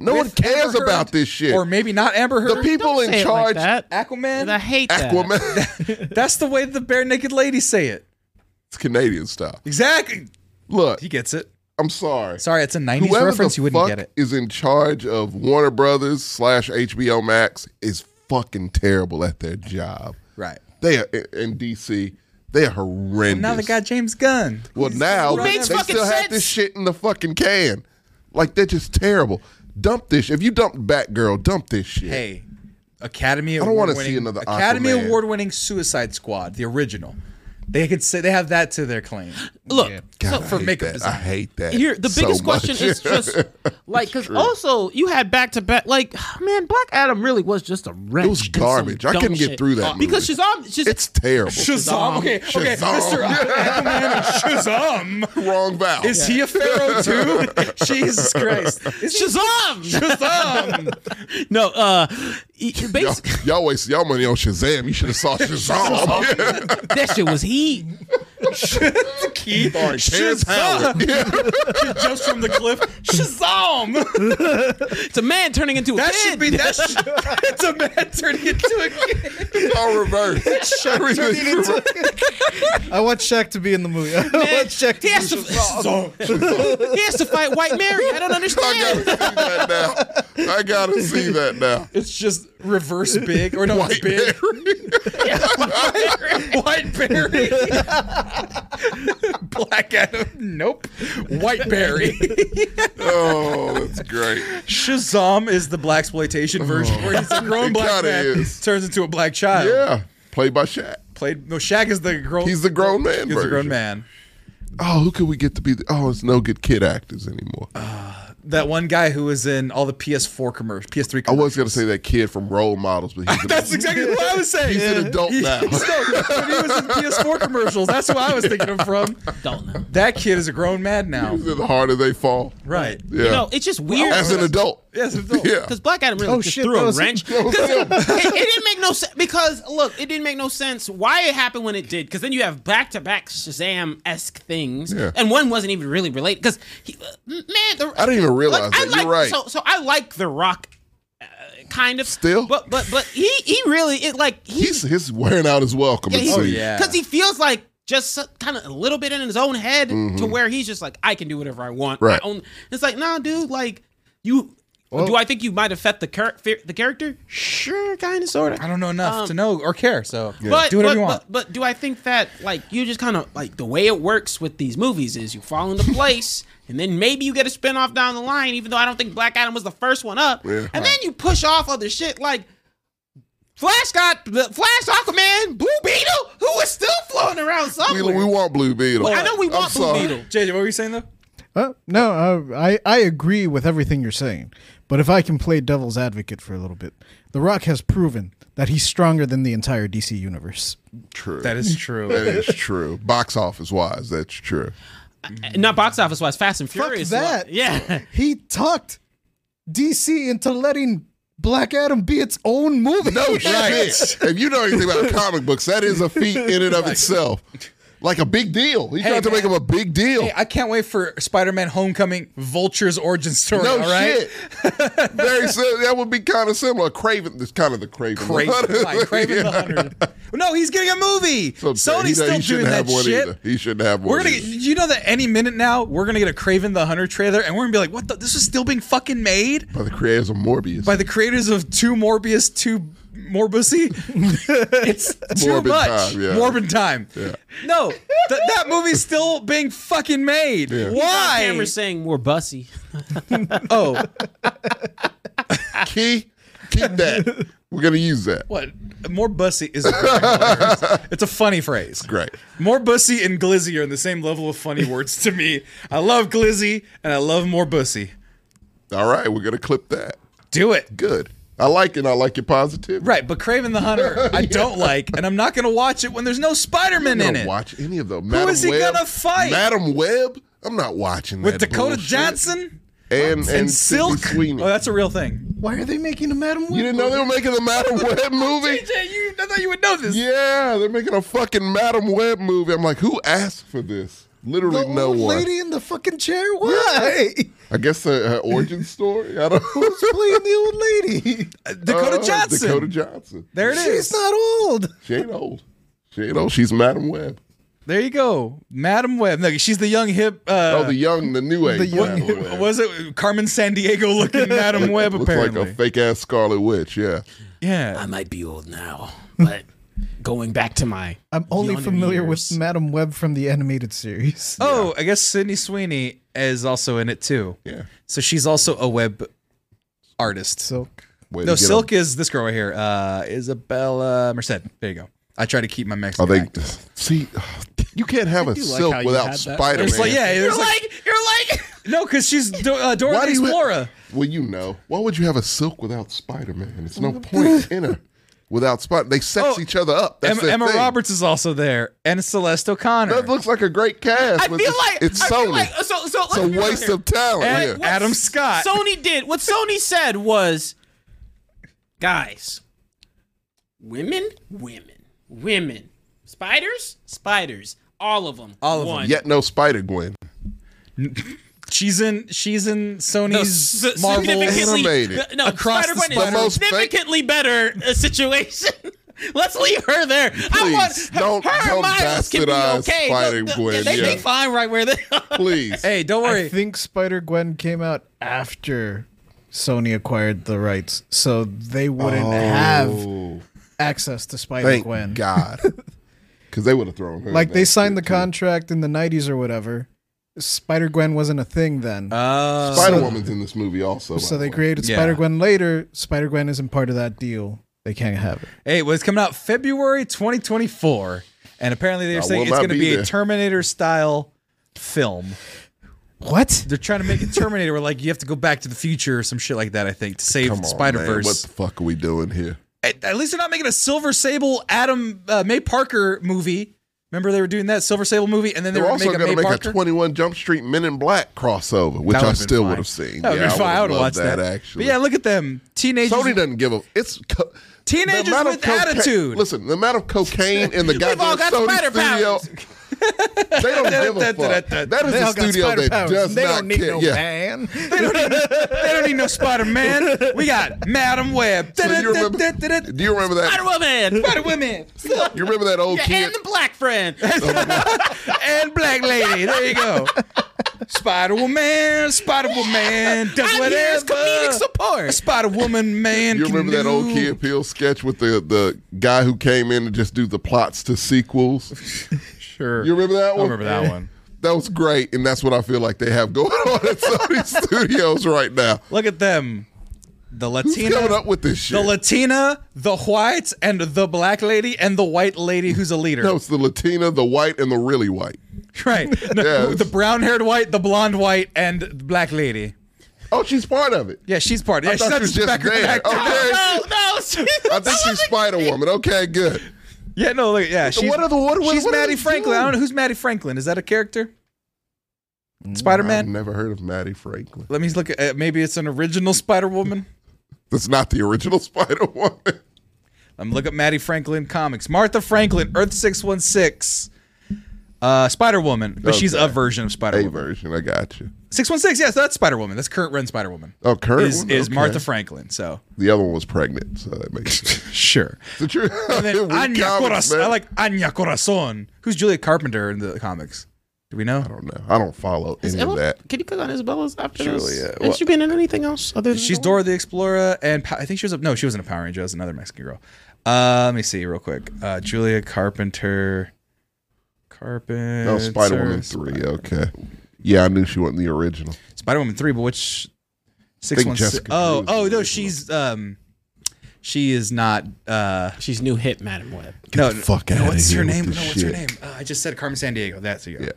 Speaker 2: No one
Speaker 1: With
Speaker 2: cares
Speaker 1: Amber Heard,
Speaker 2: about this shit.
Speaker 1: Or maybe not Amber Heard.
Speaker 2: the people
Speaker 3: Say
Speaker 2: in
Speaker 3: it like
Speaker 2: charge,
Speaker 3: that.
Speaker 1: Aquaman.
Speaker 3: I hate that.
Speaker 2: Aquaman,
Speaker 1: That's the way the bare naked ladies say it.
Speaker 2: it's Canadian style.
Speaker 1: Exactly.
Speaker 2: Look,
Speaker 1: He gets it.
Speaker 2: I'm sorry.
Speaker 1: Sorry, it's a 90s
Speaker 2: Whoever
Speaker 1: reference.
Speaker 2: the
Speaker 1: You wouldn't
Speaker 2: fuck
Speaker 1: get it.
Speaker 2: is in charge of Warner Brothers slash HBO Max is fucking terrible at their job.
Speaker 1: Right.
Speaker 2: They are in DC. They are horrendous.
Speaker 1: Now they got James Gunn.
Speaker 2: Well, now they
Speaker 3: makes fucking
Speaker 2: still have
Speaker 3: sense.
Speaker 2: this shit in the fucking can. Like they're just terrible. Dump this. If you dump Batgirl, dump this shit.
Speaker 1: Hey, Academy
Speaker 2: don't wanna
Speaker 1: Award
Speaker 2: see another
Speaker 1: Academy
Speaker 2: Aquaman.
Speaker 1: Award winning Suicide Squad, the original. They could say they have that to their claim.
Speaker 3: Look,
Speaker 2: God,
Speaker 3: so
Speaker 2: I
Speaker 1: for
Speaker 2: hate
Speaker 1: makeup
Speaker 2: that.
Speaker 1: design.
Speaker 2: I hate that.
Speaker 3: here the
Speaker 2: so
Speaker 3: biggest
Speaker 2: much.
Speaker 3: question is just like because also you had back to back like man, Black Adam really was just a wrench.
Speaker 2: was
Speaker 3: in some
Speaker 2: garbage. I
Speaker 3: dumb
Speaker 2: couldn't get
Speaker 3: shit. Uh,
Speaker 2: through that
Speaker 3: because
Speaker 2: movie.
Speaker 3: Shazam. Shaz-
Speaker 2: it's terrible.
Speaker 1: Shazam.
Speaker 3: Shazam.
Speaker 1: Okay, okay,
Speaker 2: Shazam.
Speaker 1: Mr. Aquaman and Shazam.
Speaker 2: Wrong vowel.
Speaker 1: Is he a pharaoh too? Jesus Christ. Is he
Speaker 3: Shazam.
Speaker 1: Shazam?
Speaker 3: no, uh,
Speaker 2: y'all,
Speaker 3: basically
Speaker 2: y'all waste y'all money on Shazam. You should have saw Shazam. Yeah.
Speaker 3: that shit was heat.
Speaker 1: Key.
Speaker 2: Terrence
Speaker 1: Shazam.
Speaker 2: Howard. Yeah.
Speaker 1: Just from the cliff. Shazam.
Speaker 3: It's a man turning into a
Speaker 1: That
Speaker 3: kid.
Speaker 1: should be that. Sh- it's a man turning into a kid.
Speaker 2: It's all reversed. Everything's reversed.
Speaker 4: I want Shaq to be in the movie. I want Shaq to
Speaker 3: he has,
Speaker 4: be
Speaker 3: to, he has to fight White Mary. I don't
Speaker 2: I
Speaker 3: understand.
Speaker 2: gotta see that now. I gotta see that now.
Speaker 1: It's just reverse big or no it's big.
Speaker 2: Mary.
Speaker 1: Whiteberry. Black Adam. Nope. Whiteberry.
Speaker 2: Oh, that's great.
Speaker 1: Shazam is the black exploitation version where he's a grown
Speaker 2: It
Speaker 1: black
Speaker 2: kinda
Speaker 1: man
Speaker 2: is.
Speaker 1: turns into a black child.
Speaker 2: Yeah, played by Shaq.
Speaker 1: Played no Shaq is the grown
Speaker 2: He's the grown man.
Speaker 1: he's the grown
Speaker 2: version.
Speaker 1: man.
Speaker 2: Oh, who could we get to be? The, oh, it's no good kid actors anymore.
Speaker 1: That one guy who was in all the PS4 commercials, PS3 commercials.
Speaker 2: I was gonna say that kid from Role Models, but he's
Speaker 1: That's
Speaker 2: an,
Speaker 1: exactly what I was saying.
Speaker 2: he's an adult
Speaker 1: He-
Speaker 2: now.
Speaker 1: so, when he was in PS4 commercials, that's who I was thinking of from.
Speaker 3: Don't know.
Speaker 1: That kid is a grown man now.
Speaker 2: He's in the harder they fall.
Speaker 1: Right.
Speaker 2: Yeah.
Speaker 3: No, it's just weird.
Speaker 2: as an adult.
Speaker 1: Yes, an adult.
Speaker 2: Yeah.
Speaker 3: Because Black Adam really
Speaker 4: Oh,
Speaker 3: just
Speaker 4: shit,
Speaker 3: threw
Speaker 4: that
Speaker 3: a
Speaker 4: was-
Speaker 3: wrench. 'Cause it, it didn't make no sense. Because look, it didn't make no sense why it happened when it did. Because then you have back to back Shazam esque things,
Speaker 2: Yeah.
Speaker 3: and one wasn't even really related. Because uh, man, the,
Speaker 2: I didn't even realize
Speaker 3: like,
Speaker 2: that.
Speaker 3: I
Speaker 2: You're
Speaker 3: like,
Speaker 2: right.
Speaker 3: So, so I like The Rock, uh, kind of
Speaker 2: Still?
Speaker 3: but but but he he really it like he,
Speaker 2: He's he's wearing out his welcome.
Speaker 3: yeah,
Speaker 2: it
Speaker 3: he,
Speaker 2: seems.
Speaker 1: yeah.
Speaker 3: because he feels like just kind of a little bit in his own head to where he's just like, I can do whatever I want.
Speaker 2: Mm-hmm. Right.
Speaker 3: My own. It's like, nah, dude, like you. do I think you might affect the char- fer- the character? Sure, kind of, sort of.
Speaker 1: I don't know enough to know or care, so
Speaker 3: But,
Speaker 1: do whatever
Speaker 3: but,
Speaker 1: you want.
Speaker 3: But, but do I think that like you just kind of like the way it works with these movies is you fall into place and then maybe you get a spinoff down the line, even though I don't think Black Adam was the first one up.
Speaker 2: Yeah.
Speaker 3: and then you push off other shit like Flash got the Flash Aquaman, Blue Beetle, who is still floating around
Speaker 2: We,
Speaker 3: somewhere.
Speaker 2: we want Blue Beetle.
Speaker 3: I know we
Speaker 2: I'm
Speaker 3: want Blue
Speaker 2: sorry.
Speaker 3: Beetle.
Speaker 1: JJ, what were you saying though?
Speaker 4: Uh, no, uh, I I agree with everything you're saying, but if I can play devil's advocate for a little bit, The Rock has proven that he's stronger than the entire DC universe.
Speaker 2: True.
Speaker 1: That is true.
Speaker 2: That is true. Box office wise, that's true.
Speaker 3: Uh, Not box office wise, Fast and
Speaker 4: Fuck
Speaker 3: Furious.
Speaker 4: that.
Speaker 3: was- Yeah.
Speaker 4: He talked DC into letting Black Adam be its own movie.
Speaker 2: No shit. If you know anything about comic books, that is a feat in and of itself. Like a big deal. He tried to
Speaker 1: man.
Speaker 2: make him a big deal.
Speaker 1: Hey, I can't wait for Spider-Man: Homecoming, Vulture's origin story.
Speaker 2: no
Speaker 1: all right?
Speaker 2: shit. Very sim- that would be kind of similar. Craven this kind of the Craven.
Speaker 1: Craven, like, Craven the Hunter. No, he's getting a movie.
Speaker 2: So,
Speaker 1: Sony's
Speaker 2: he- he
Speaker 1: still
Speaker 2: shouldn't
Speaker 1: doing
Speaker 2: have
Speaker 1: that
Speaker 2: one
Speaker 1: shit.
Speaker 2: Either. He shouldn't have one.
Speaker 1: We're gonna, get,
Speaker 2: either.
Speaker 1: you know that any minute now we're gonna get a Craven the Hunter trailer, and we're gonna be like, "What the? This is still being fucking made
Speaker 2: by the creators of Morbius.
Speaker 1: by the creators of Two Morbius, Two Morbusy." it's too
Speaker 2: Morbid
Speaker 1: much.
Speaker 2: time, yeah.
Speaker 1: Morbid time. No, th- that movie's still being fucking made. Why?
Speaker 3: Cameron saying more bussy.
Speaker 1: Oh,
Speaker 2: Key, keep that. We're gonna use that.
Speaker 1: what? More bussy is hilarious. it's a funny phrase.
Speaker 2: Great.
Speaker 1: More bussy and glizzy are in the same level of funny words to me. I love glizzy and I love more bussy.
Speaker 2: All right, we're gonna clip that.
Speaker 1: Do it.
Speaker 2: Good. I like it. I like your positivity.
Speaker 1: Right, but Craven the Hunter, I don't like, and I'm not gonna watch it when there's no Spider-Man
Speaker 2: I'm
Speaker 1: in
Speaker 2: not
Speaker 1: it.
Speaker 2: watch any of them. Who
Speaker 1: is he gonna fight?
Speaker 2: Madam Web. I'm not watching
Speaker 1: With
Speaker 2: that
Speaker 1: Dakota
Speaker 2: bullshit.
Speaker 1: Johnson
Speaker 2: and and,
Speaker 1: and,
Speaker 2: Sydney
Speaker 1: Silk.
Speaker 2: Sweeney.
Speaker 1: Oh, that's a real thing.
Speaker 4: Why are they making a Madam Web?
Speaker 2: you didn't know they were making a Madam Web movie?
Speaker 1: AJ, you, I thought you would know this.
Speaker 2: Yeah, they're making a fucking Madam Web movie. I'm like, who asked for this? Literally
Speaker 4: the
Speaker 2: no
Speaker 4: old
Speaker 2: one.
Speaker 4: lady in the fucking chair. Why?
Speaker 2: I guess her, her origin story. I don't.
Speaker 4: Who's playing the old lady?
Speaker 1: Dakota
Speaker 2: Uh,
Speaker 1: Johnson.
Speaker 2: Dakota Johnson.
Speaker 1: There it is.
Speaker 4: She's not old.
Speaker 2: She ain't old. She ain't old. She's Madam Web.
Speaker 1: There you go, Madam Web. No, she's the young hip. Uh,
Speaker 2: Oh, the young, the new age.
Speaker 4: young-
Speaker 2: Madam Web.
Speaker 1: was it Carmen San Diego looking Madam Web?
Speaker 2: Looks
Speaker 1: Apparently,
Speaker 2: like a fake ass Scarlet Witch. Yeah.
Speaker 1: yeah.
Speaker 3: I might be old now, but going back to my
Speaker 4: I'm only
Speaker 3: yonder
Speaker 4: familiar
Speaker 3: years.
Speaker 4: with Madam Web from the animated series.
Speaker 1: Oh, I guess Sydney Sweeney is also in it too.
Speaker 2: Yeah.
Speaker 1: So she's also a web artist.
Speaker 4: Silk.
Speaker 2: Way
Speaker 1: No,
Speaker 2: to get
Speaker 1: Silk
Speaker 2: them.
Speaker 1: is this girl right here, uh, Isabella Merced. There you go. I try to keep my
Speaker 2: Are
Speaker 1: Mexican.
Speaker 2: Oh, they?
Speaker 1: accent.
Speaker 2: See, you can't have a
Speaker 5: do like
Speaker 2: Silk
Speaker 5: how you
Speaker 2: without
Speaker 5: had that.
Speaker 2: Spider
Speaker 1: It's
Speaker 2: Man.
Speaker 1: like yeah,
Speaker 3: You're
Speaker 1: there's like,
Speaker 3: like, you're like
Speaker 1: no, because she's Do- uh, Dora
Speaker 2: Why
Speaker 1: the
Speaker 2: do you?
Speaker 1: Explorer.
Speaker 2: well, you know, why would you have a Silk without Spider Man? It's no point in her without Spider. They sex
Speaker 1: Oh,
Speaker 2: each other up. That's
Speaker 1: Emma,
Speaker 2: their
Speaker 1: Emma
Speaker 2: thing.
Speaker 1: Roberts is also there, and Celeste O'Connor,
Speaker 2: That looks like a great cast.
Speaker 3: I
Speaker 2: but
Speaker 3: feel
Speaker 2: it's-
Speaker 3: like
Speaker 2: it's
Speaker 3: I
Speaker 2: Sony.
Speaker 3: Feel like, so, so
Speaker 2: it's a waste of talent.
Speaker 1: and
Speaker 2: yeah.
Speaker 3: what-
Speaker 1: Adam Scott.
Speaker 3: Sony did what Sony said was, guys, women, women, women, spiders, spiders, all of them, all
Speaker 1: of 'em.
Speaker 3: one.
Speaker 2: Yet no Spider Gwen.
Speaker 1: she's in she's in Sony's
Speaker 3: S-
Speaker 1: Marvel.
Speaker 3: significantly-
Speaker 2: Animated.
Speaker 3: No,
Speaker 1: Across the
Speaker 3: Spider-Man is
Speaker 1: Spider-
Speaker 2: The most
Speaker 3: significantly better uh, situation. Let's leave her there. I want
Speaker 2: Please,
Speaker 3: her,
Speaker 2: don't-
Speaker 3: her
Speaker 2: don't
Speaker 3: miles can be
Speaker 2: bastardize
Speaker 3: okay.
Speaker 2: Spider-Gwen,
Speaker 3: yeah, they
Speaker 2: yeah.
Speaker 3: be fine right where they are.
Speaker 2: Please.
Speaker 1: Hey, don't
Speaker 4: I
Speaker 1: worry.
Speaker 4: think Spider Gwen came out after Sony acquired the rights, so they wouldn't have access to Spider
Speaker 2: Oh. Thank
Speaker 4: Gwen.
Speaker 2: God. Because they would have thrown her. in
Speaker 4: Like they
Speaker 2: that
Speaker 4: signed the
Speaker 2: shit, too.
Speaker 4: contract in the '90s or whatever. Spider Gwen wasn't a thing then,
Speaker 2: Oh,
Speaker 1: Uh,
Speaker 2: Spider Woman's in this movie also. by
Speaker 4: so
Speaker 2: the
Speaker 4: they
Speaker 2: way.
Speaker 4: created
Speaker 1: Yeah.
Speaker 4: Spider Gwen later. Spider Gwen isn't part of that deal. They can't have it.
Speaker 1: Hey, well, it's coming out February 2024, and apparently they're
Speaker 2: I
Speaker 1: saying
Speaker 2: will
Speaker 1: it's
Speaker 2: not
Speaker 1: going to
Speaker 2: be
Speaker 1: be, a
Speaker 2: there.
Speaker 1: Terminator style film.
Speaker 4: What?
Speaker 1: They're trying to make it Terminator, where like you have to go back to the future or some shit like that. I think to save
Speaker 2: Come on,
Speaker 1: Spider
Speaker 2: man, What the
Speaker 1: Verse.
Speaker 2: fuck are we doing here?
Speaker 1: At, at least they're not making a Silver Sable Adam uh, May Parker movie. Remember they were doing that Silver Sable movie, and then they
Speaker 2: They're
Speaker 1: were
Speaker 2: also
Speaker 1: making
Speaker 2: going
Speaker 1: May
Speaker 2: to make
Speaker 1: Parker.
Speaker 2: a 21 Jump Street Men in Black crossover, which
Speaker 1: That
Speaker 2: I
Speaker 1: would've been
Speaker 2: still
Speaker 1: fine.
Speaker 2: would have seen.
Speaker 1: that would
Speaker 2: yeah,
Speaker 1: be fun. I would
Speaker 2: would've
Speaker 1: watch
Speaker 2: loved
Speaker 1: that.
Speaker 2: actually.
Speaker 1: But yeah, look at them teenagers.
Speaker 2: Sony doesn't give a. It's co- the
Speaker 1: Teenagers
Speaker 2: amount of
Speaker 1: with
Speaker 2: coca-
Speaker 1: attitude.
Speaker 2: Listen, the amount of cocaine in the
Speaker 1: all
Speaker 2: goddamn
Speaker 1: got
Speaker 2: Sony
Speaker 1: spider
Speaker 2: studio. they don't give a fuck. That is
Speaker 4: They
Speaker 2: a
Speaker 4: all got
Speaker 2: studio
Speaker 4: spider
Speaker 2: that
Speaker 4: powers.
Speaker 2: does
Speaker 4: They
Speaker 2: not
Speaker 4: don't need
Speaker 2: care.
Speaker 4: no
Speaker 2: yeah.
Speaker 4: man.
Speaker 1: they don't need no Spider Man. We got Madam Web.
Speaker 2: So you remember, do you remember
Speaker 3: Spider
Speaker 2: that?
Speaker 3: Woman
Speaker 1: Spider Women
Speaker 2: You remember that old kid?
Speaker 3: and the black friend.
Speaker 1: and Black Lady. There you go. Spider Woman, Spider Woman, does
Speaker 3: I'm here as
Speaker 1: whatever.
Speaker 3: comedic support.
Speaker 1: Spider Woman, man.
Speaker 2: You remember that old
Speaker 1: canoe.
Speaker 2: Kid Peel sketch with the, the guy who came in to just do the plots to sequels?
Speaker 1: Sure.
Speaker 2: You remember that
Speaker 1: I
Speaker 2: one?
Speaker 1: remember that one.
Speaker 2: That was great, and that's what I feel like they have going on at Sony Studios right now.
Speaker 1: Look at them. The
Speaker 2: Who's coming
Speaker 1: Latina,
Speaker 2: up with this
Speaker 1: the
Speaker 2: shit?
Speaker 1: Latina, the white, and the black lady, and the white lady who's a leader.
Speaker 2: no, it's the Latina, the white, and the really white.
Speaker 1: Right. No,
Speaker 2: Yes.
Speaker 1: The brown-haired white, the blonde white, and the black lady.
Speaker 2: Oh, she's part of it.
Speaker 1: Yeah, she's part. Yeah, she's
Speaker 2: thought
Speaker 1: not
Speaker 2: she was
Speaker 1: just
Speaker 2: just
Speaker 1: back,
Speaker 2: there.
Speaker 1: back
Speaker 2: Okay.
Speaker 3: No, no,
Speaker 2: I think she's Spider Woman. Okay, good.
Speaker 1: Yeah, no, look, yeah. She's,
Speaker 2: what are the- what- what-
Speaker 1: she's
Speaker 2: what are
Speaker 1: Maddie
Speaker 2: they
Speaker 1: Franklin. I
Speaker 2: doing?
Speaker 1: don't know who's Maddie Franklin. Is that a character?
Speaker 2: I've
Speaker 1: Spider Man.
Speaker 2: never heard of Maddie Franklin.
Speaker 1: Let me look. At, uh, maybe it's an original Spider Woman.
Speaker 2: That's not the original Spider Woman.
Speaker 1: Let me look up Maddie Franklin comics. Martha Franklin, Earth six one six. Uh, Spider Woman, but she's
Speaker 2: Okay.
Speaker 1: a version of Spider
Speaker 2: A
Speaker 1: Woman.
Speaker 2: version. I got you.
Speaker 1: Six one six, yes, that's Spider Woman. That's current run Spider Woman.
Speaker 2: Oh, current
Speaker 1: is
Speaker 2: one?
Speaker 1: is
Speaker 2: Okay.
Speaker 1: Martha Franklin? So
Speaker 2: The other one was pregnant, so that makes sense.
Speaker 1: sure.
Speaker 2: The truth.
Speaker 1: And then Anya Corazon. I like Anya Corazon. Who's Julia Carpenter in the comics? Do we know?
Speaker 2: I don't know. I don't follow any of that.
Speaker 3: Can you click on Isabella's after
Speaker 2: Surely,
Speaker 3: this?
Speaker 2: yeah.
Speaker 3: Has
Speaker 2: Well-
Speaker 3: she been in anything else other than
Speaker 1: She's Dora
Speaker 3: Dora?
Speaker 1: the Explorer, and Pa- I think she was a no, she wasn't a Power Ranger. It was another Mexican girl. Uh, let me see real quick. Uh, Julia Carpenter, Carpenter.
Speaker 2: No, Oh, Spider Woman three. Okay. Yeah, I knew she wasn't the original.
Speaker 1: Spider Woman three, but which six
Speaker 2: think
Speaker 1: one six?
Speaker 2: Jessica
Speaker 1: Oh, oh
Speaker 2: Drew is the
Speaker 1: no,
Speaker 2: original.
Speaker 1: she's um, she is not. Uh,
Speaker 3: She's new hit Madam Web.
Speaker 1: no,
Speaker 2: the fuck
Speaker 1: no,
Speaker 2: outta
Speaker 1: what's
Speaker 2: here
Speaker 1: her
Speaker 2: with
Speaker 1: name?
Speaker 2: this
Speaker 1: No, what's her
Speaker 2: shit.
Speaker 1: name? Uh, I just said Carmen San Diego. That's who you.
Speaker 2: Yeah.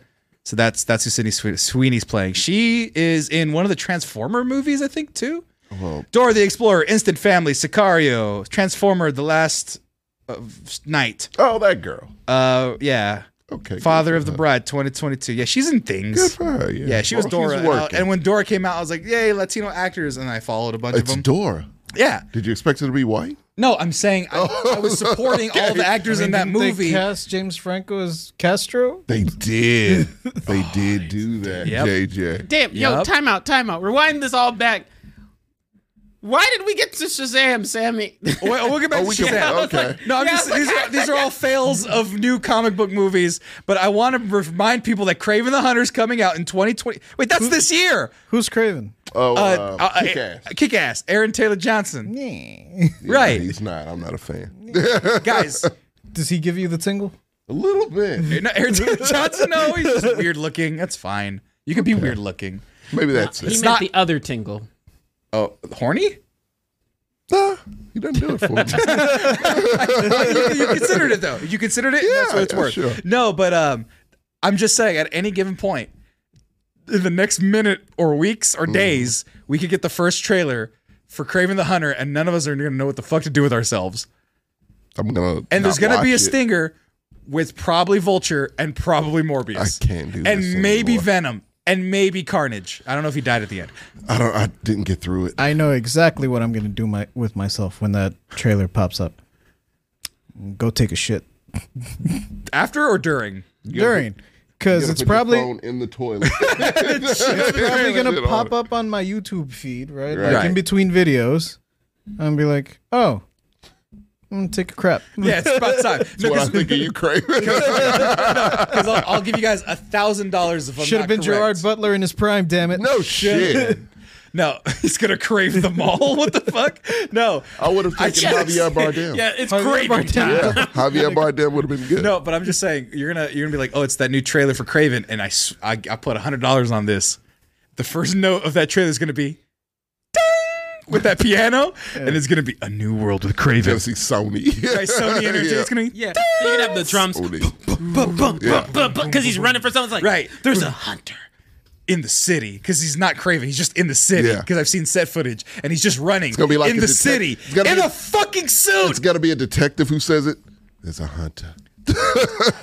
Speaker 1: So that's that's who Sydney Swe- Sweeney's playing. She is in one of the Transformer movies, I think, too.
Speaker 2: Well,
Speaker 1: Dora the Explorer, Instant Family, Sicario, Transformer, The Last of Night.
Speaker 2: oh, that girl.
Speaker 1: Uh, yeah.
Speaker 2: Okay.
Speaker 1: Father
Speaker 2: good
Speaker 1: of the
Speaker 2: for
Speaker 1: Bride, 2022. Yeah, she's in
Speaker 2: her. Good
Speaker 1: things.
Speaker 2: for her. Yeah.
Speaker 1: Yeah, she was
Speaker 2: Well,
Speaker 1: Dora.
Speaker 2: she's
Speaker 1: And, I-
Speaker 2: working.
Speaker 1: and when Dora came out, I was like, yay, Latino actors. And I followed a bunch of
Speaker 2: it's
Speaker 1: them.
Speaker 2: Dora.
Speaker 1: yeah.
Speaker 2: Did you expect her to be white?
Speaker 1: No, I'm saying I, I was supporting all the actors in that
Speaker 4: Didn't they
Speaker 1: movie.
Speaker 4: cast James Franco as Castro.
Speaker 2: They did. they did do that.
Speaker 1: Oh, Yep.
Speaker 2: JJ.
Speaker 3: Damn, yo,
Speaker 1: Yup.
Speaker 3: time out, time out. Rewind this all back. Why did we get to Shazam, Sammy?
Speaker 1: Wait, we'll get back
Speaker 2: Oh,
Speaker 1: to
Speaker 2: we can-
Speaker 1: Shazam.
Speaker 2: okay.
Speaker 1: No, I'm
Speaker 3: Yeah,
Speaker 1: just
Speaker 3: I was
Speaker 1: these are, these are all fails of new comic book movies. But I want to remind people that Craven the Hunter's coming out in 2020. Wait, that's this year.
Speaker 4: Who's Craven?
Speaker 2: Oh,
Speaker 1: uh,
Speaker 2: uh,
Speaker 1: uh,
Speaker 2: Kick-Ass.
Speaker 1: kick ass. Aaron Taylor Johnson.
Speaker 4: Does
Speaker 1: Right.
Speaker 2: He's not. I'm not a fan.
Speaker 1: Guys,
Speaker 4: he give you the tingle?
Speaker 2: A little bit.
Speaker 1: no, Aaron Taylor Johnson, no, he's just weird looking. That's fine. You can be weird looking.
Speaker 2: Maybe that's
Speaker 3: he
Speaker 2: it.
Speaker 3: meant
Speaker 1: not-
Speaker 3: the other tingle.
Speaker 1: Oh, horny?
Speaker 2: Nah, he doesn't do it for me.
Speaker 1: you, you considered it though. You considered it. and that's
Speaker 2: Yeah,
Speaker 1: what it's
Speaker 2: yeah,
Speaker 1: worth.
Speaker 2: sure.
Speaker 1: No, but um, I'm just saying, at any given point, in the next minute or weeks
Speaker 2: Mm-hmm.
Speaker 1: or days, we could get the first trailer for Craven the Hunter, and none of us are going to know what the fuck to do with ourselves.
Speaker 2: I'm gonna.
Speaker 1: And there's
Speaker 2: not
Speaker 1: going to be a
Speaker 2: watch it.
Speaker 1: stinger with probably Vulture and probably Morbius.
Speaker 2: I can't do
Speaker 1: And
Speaker 2: this
Speaker 1: maybe
Speaker 2: anymore.
Speaker 1: Venom and maybe Carnage. I don't know if he died at the end.
Speaker 2: I don't. I didn't get through it.
Speaker 4: I know exactly what I'm gonna do my with myself when that trailer pops up. Go take a shit
Speaker 1: After or during?
Speaker 4: during, because
Speaker 2: Gotta
Speaker 4: it's
Speaker 2: put your
Speaker 4: probably
Speaker 2: phone in the toilet.
Speaker 4: probably
Speaker 2: Shit
Speaker 4: gonna
Speaker 2: on
Speaker 4: pop
Speaker 2: it.
Speaker 4: up on my YouTube feed, right?
Speaker 2: Right.
Speaker 4: Like in between videos, and be like, oh, I'm gonna take a crap.
Speaker 1: Yeah, it's about time. No,
Speaker 2: what I
Speaker 1: 'cause-
Speaker 2: think of you, Craven.
Speaker 1: Because I'll, I'll give you guys a thousand dollars if I'm
Speaker 4: Should
Speaker 1: not
Speaker 4: have been
Speaker 1: correct.
Speaker 4: Gerard Butler in his prime. Damn it.
Speaker 2: no shit.
Speaker 1: No, he's gonna crave the mall. What the fuck? No,
Speaker 2: I would have
Speaker 1: I
Speaker 2: taken
Speaker 1: just-
Speaker 2: Javier Bardem.
Speaker 3: Yeah, it's
Speaker 4: Javier
Speaker 3: great.
Speaker 4: Bardem.
Speaker 2: Yeah, Javier Bardem would have been good.
Speaker 1: no. But I'm just saying you're gonna you're gonna be like, oh, it's that new trailer for Craven, and I s- I, I put hundred dollars on this. The first note of that trailer is gonna be, ding, with that piano, and it's gonna be a new world with Craven.
Speaker 2: Jesse Sony.
Speaker 1: Right, Sony Energy.
Speaker 2: Yeah.
Speaker 1: It's gonna be
Speaker 3: Yeah, so you can have the drums
Speaker 2: Sony. Yeah.
Speaker 3: because he's running for something. It's like
Speaker 1: Right.
Speaker 3: There's a hunter.
Speaker 1: in the city because he's not Craven. He's just in the city
Speaker 2: Yeah.
Speaker 1: because I've seen set footage, and he's just running
Speaker 2: gonna be like
Speaker 1: in
Speaker 2: a
Speaker 1: the
Speaker 2: detec-
Speaker 1: city
Speaker 2: it's
Speaker 1: in
Speaker 2: gonna be-
Speaker 1: a fucking suit.
Speaker 2: It's got to be a detective who says it. There's a hunter.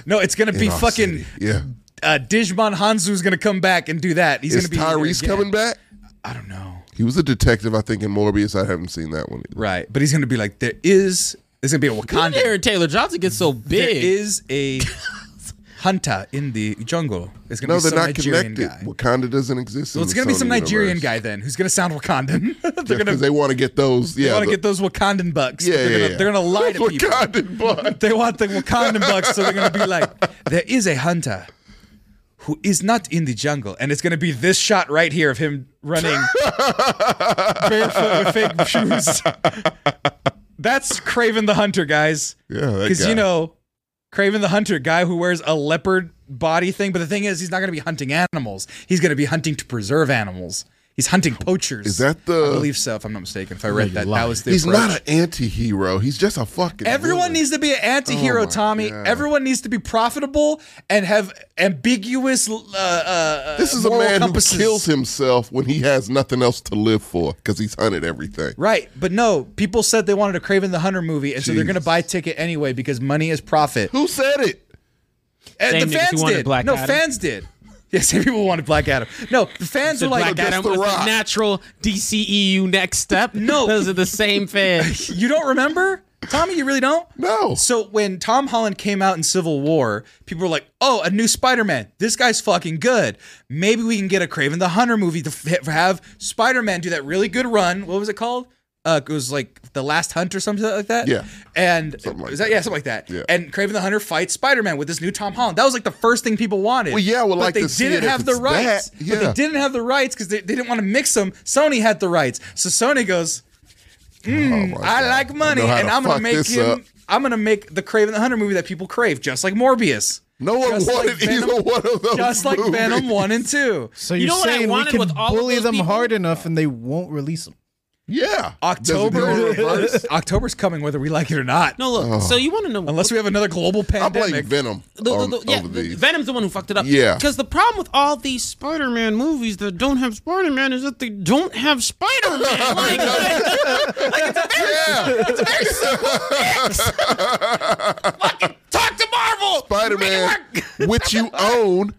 Speaker 1: no, it's gonna be
Speaker 2: in our
Speaker 1: fucking.
Speaker 2: city. Yeah.
Speaker 1: Uh, Digimon Hanzu's gonna come back and do that. He's
Speaker 2: Is
Speaker 1: gonna be
Speaker 2: Tyrese coming back?
Speaker 1: I don't know.
Speaker 2: He was a detective, I think, in Morbius. I haven't seen that one. either.
Speaker 1: Right, but he's gonna be like there is. There's gonna be a
Speaker 3: When
Speaker 1: Wakanda.
Speaker 3: Aaron Taylor Johnson gets so
Speaker 1: There
Speaker 3: big.
Speaker 1: is a hunter in the jungle. It's gonna
Speaker 2: No,
Speaker 1: be
Speaker 2: they're
Speaker 1: some
Speaker 2: not
Speaker 1: Nigerian
Speaker 2: connected.
Speaker 1: guy.
Speaker 2: Wakanda doesn't exist.
Speaker 1: Well,
Speaker 2: in
Speaker 1: it's
Speaker 2: the
Speaker 1: gonna be
Speaker 2: Sony
Speaker 1: some Nigerian
Speaker 2: universe.
Speaker 1: guy then who's gonna sound Wakandan. they're
Speaker 2: Just
Speaker 1: gonna
Speaker 2: 'cause they want to get those. Yeah,
Speaker 1: want to
Speaker 2: the-
Speaker 1: get those Wakandan bucks.
Speaker 2: Yeah,
Speaker 1: they're,
Speaker 2: yeah,
Speaker 1: gonna,
Speaker 2: yeah.
Speaker 1: they're gonna lie to people.
Speaker 2: Wakandan blood.
Speaker 1: They want the Wakandan bucks, so they're gonna be like, "There is a hunter who is not in the jungle," and it's gonna be this shot right here of him running barefoot with fake shoes. That's Craven the Hunter, guys.
Speaker 2: Yeah, that
Speaker 1: because
Speaker 2: guy.
Speaker 1: you know, Craven the Hunter, guy who wears a leopard body thing. But the thing is, he's not gonna be hunting animals. He's gonna be hunting to preserve animals. He's hunting poachers.
Speaker 2: Is that the-
Speaker 1: I believe so, if I'm not mistaken. If I read that, that
Speaker 5: lying.
Speaker 1: was the
Speaker 2: He's
Speaker 1: approach.
Speaker 2: not an anti-hero. He's just a fucking.
Speaker 1: Everyone
Speaker 2: villain.
Speaker 1: needs to be an anti-hero,
Speaker 2: Oh my
Speaker 1: Tommy.
Speaker 2: God.
Speaker 1: Everyone needs to be profitable and have ambiguous. Uh, uh,
Speaker 2: This is a
Speaker 1: moral
Speaker 2: man
Speaker 1: compasses.
Speaker 2: who kills himself when he has nothing else to live for because he's hunted everything.
Speaker 1: Right, but no, people said they wanted a Craven the Hunter movie, and so they're going to
Speaker 2: Jesus.
Speaker 1: buy a ticket anyway because money is profit.
Speaker 2: Who said it?
Speaker 1: And
Speaker 3: Same
Speaker 1: the
Speaker 3: niggas who
Speaker 1: fans
Speaker 3: wanted
Speaker 1: did.
Speaker 3: Black
Speaker 1: no,
Speaker 3: Adam.
Speaker 1: fans did. Yeah, same people wanted Black Adam. No, the fans
Speaker 3: The
Speaker 1: were like,
Speaker 3: Black Adam
Speaker 2: The
Speaker 3: was the
Speaker 2: Rock.
Speaker 3: natural DCEU next step.
Speaker 1: No.
Speaker 3: Those are the same fans.
Speaker 1: you don't remember? Tommy, you really don't?
Speaker 2: No.
Speaker 1: So when Tom Holland came out in Civil War, people were like, "Oh, a new Spider-Man. This guy's fucking good. Maybe we can get a Craven the Hunter movie to f- have Spider-Man do that really good run. What was it called? Uh, it was like the Last Hunt or something like that.
Speaker 2: Yeah.
Speaker 1: and
Speaker 2: Something like
Speaker 1: was that,
Speaker 2: that.
Speaker 1: yeah, something like that.
Speaker 2: Yeah.
Speaker 1: And Craven the Hunter fights Spider-Man with this new Tom Holland. That was like the first thing people wanted.
Speaker 2: Well, yeah, I would
Speaker 1: but
Speaker 2: like
Speaker 1: they
Speaker 2: to see
Speaker 1: didn't
Speaker 2: it if
Speaker 1: have the
Speaker 2: it's
Speaker 1: rights.
Speaker 2: that.
Speaker 1: But they
Speaker 2: Yeah.
Speaker 1: didn't have the rights because they, they didn't want to mix them. Sony had the rights, so Sony goes.
Speaker 2: Oh my
Speaker 1: I
Speaker 2: God.
Speaker 1: like money,
Speaker 2: know how
Speaker 1: and
Speaker 2: to
Speaker 1: I'm gonna
Speaker 2: fuck
Speaker 1: make
Speaker 2: this
Speaker 1: him.
Speaker 2: up.
Speaker 1: I'm gonna make the Craven the Hunter movie that people crave, just like Morbius.
Speaker 2: No one
Speaker 1: Just
Speaker 2: wanted
Speaker 1: like Venom-
Speaker 2: either one of those.
Speaker 1: Just like
Speaker 2: movies.
Speaker 1: Venom one and two.
Speaker 4: So
Speaker 3: You
Speaker 4: you're
Speaker 3: know what I
Speaker 4: saying we
Speaker 3: wanted
Speaker 4: can
Speaker 3: with all of
Speaker 4: bully
Speaker 3: those
Speaker 4: them
Speaker 3: people?
Speaker 4: hard enough and they won't release them.
Speaker 2: Yeah. Does it go in
Speaker 1: October.
Speaker 2: reverse?
Speaker 1: October's coming whether we like it or not.
Speaker 3: No, look. So you want to know?
Speaker 1: Unless we have another global
Speaker 2: I blame
Speaker 1: pandemic.
Speaker 2: Venom.
Speaker 3: the,
Speaker 2: on-
Speaker 3: the, the, yeah,
Speaker 2: over
Speaker 3: the-
Speaker 2: these.
Speaker 3: Venom's the one who fucked it up.
Speaker 2: Yeah.
Speaker 3: Because the problem with all these Spider-Man movies that don't have Spider-Man is that they don't have Spider-Man. Like, like, like, it's a very,
Speaker 2: yeah.
Speaker 3: it's a very simple fix. Fucking talk to Marvel.
Speaker 2: Spider Man, which you own,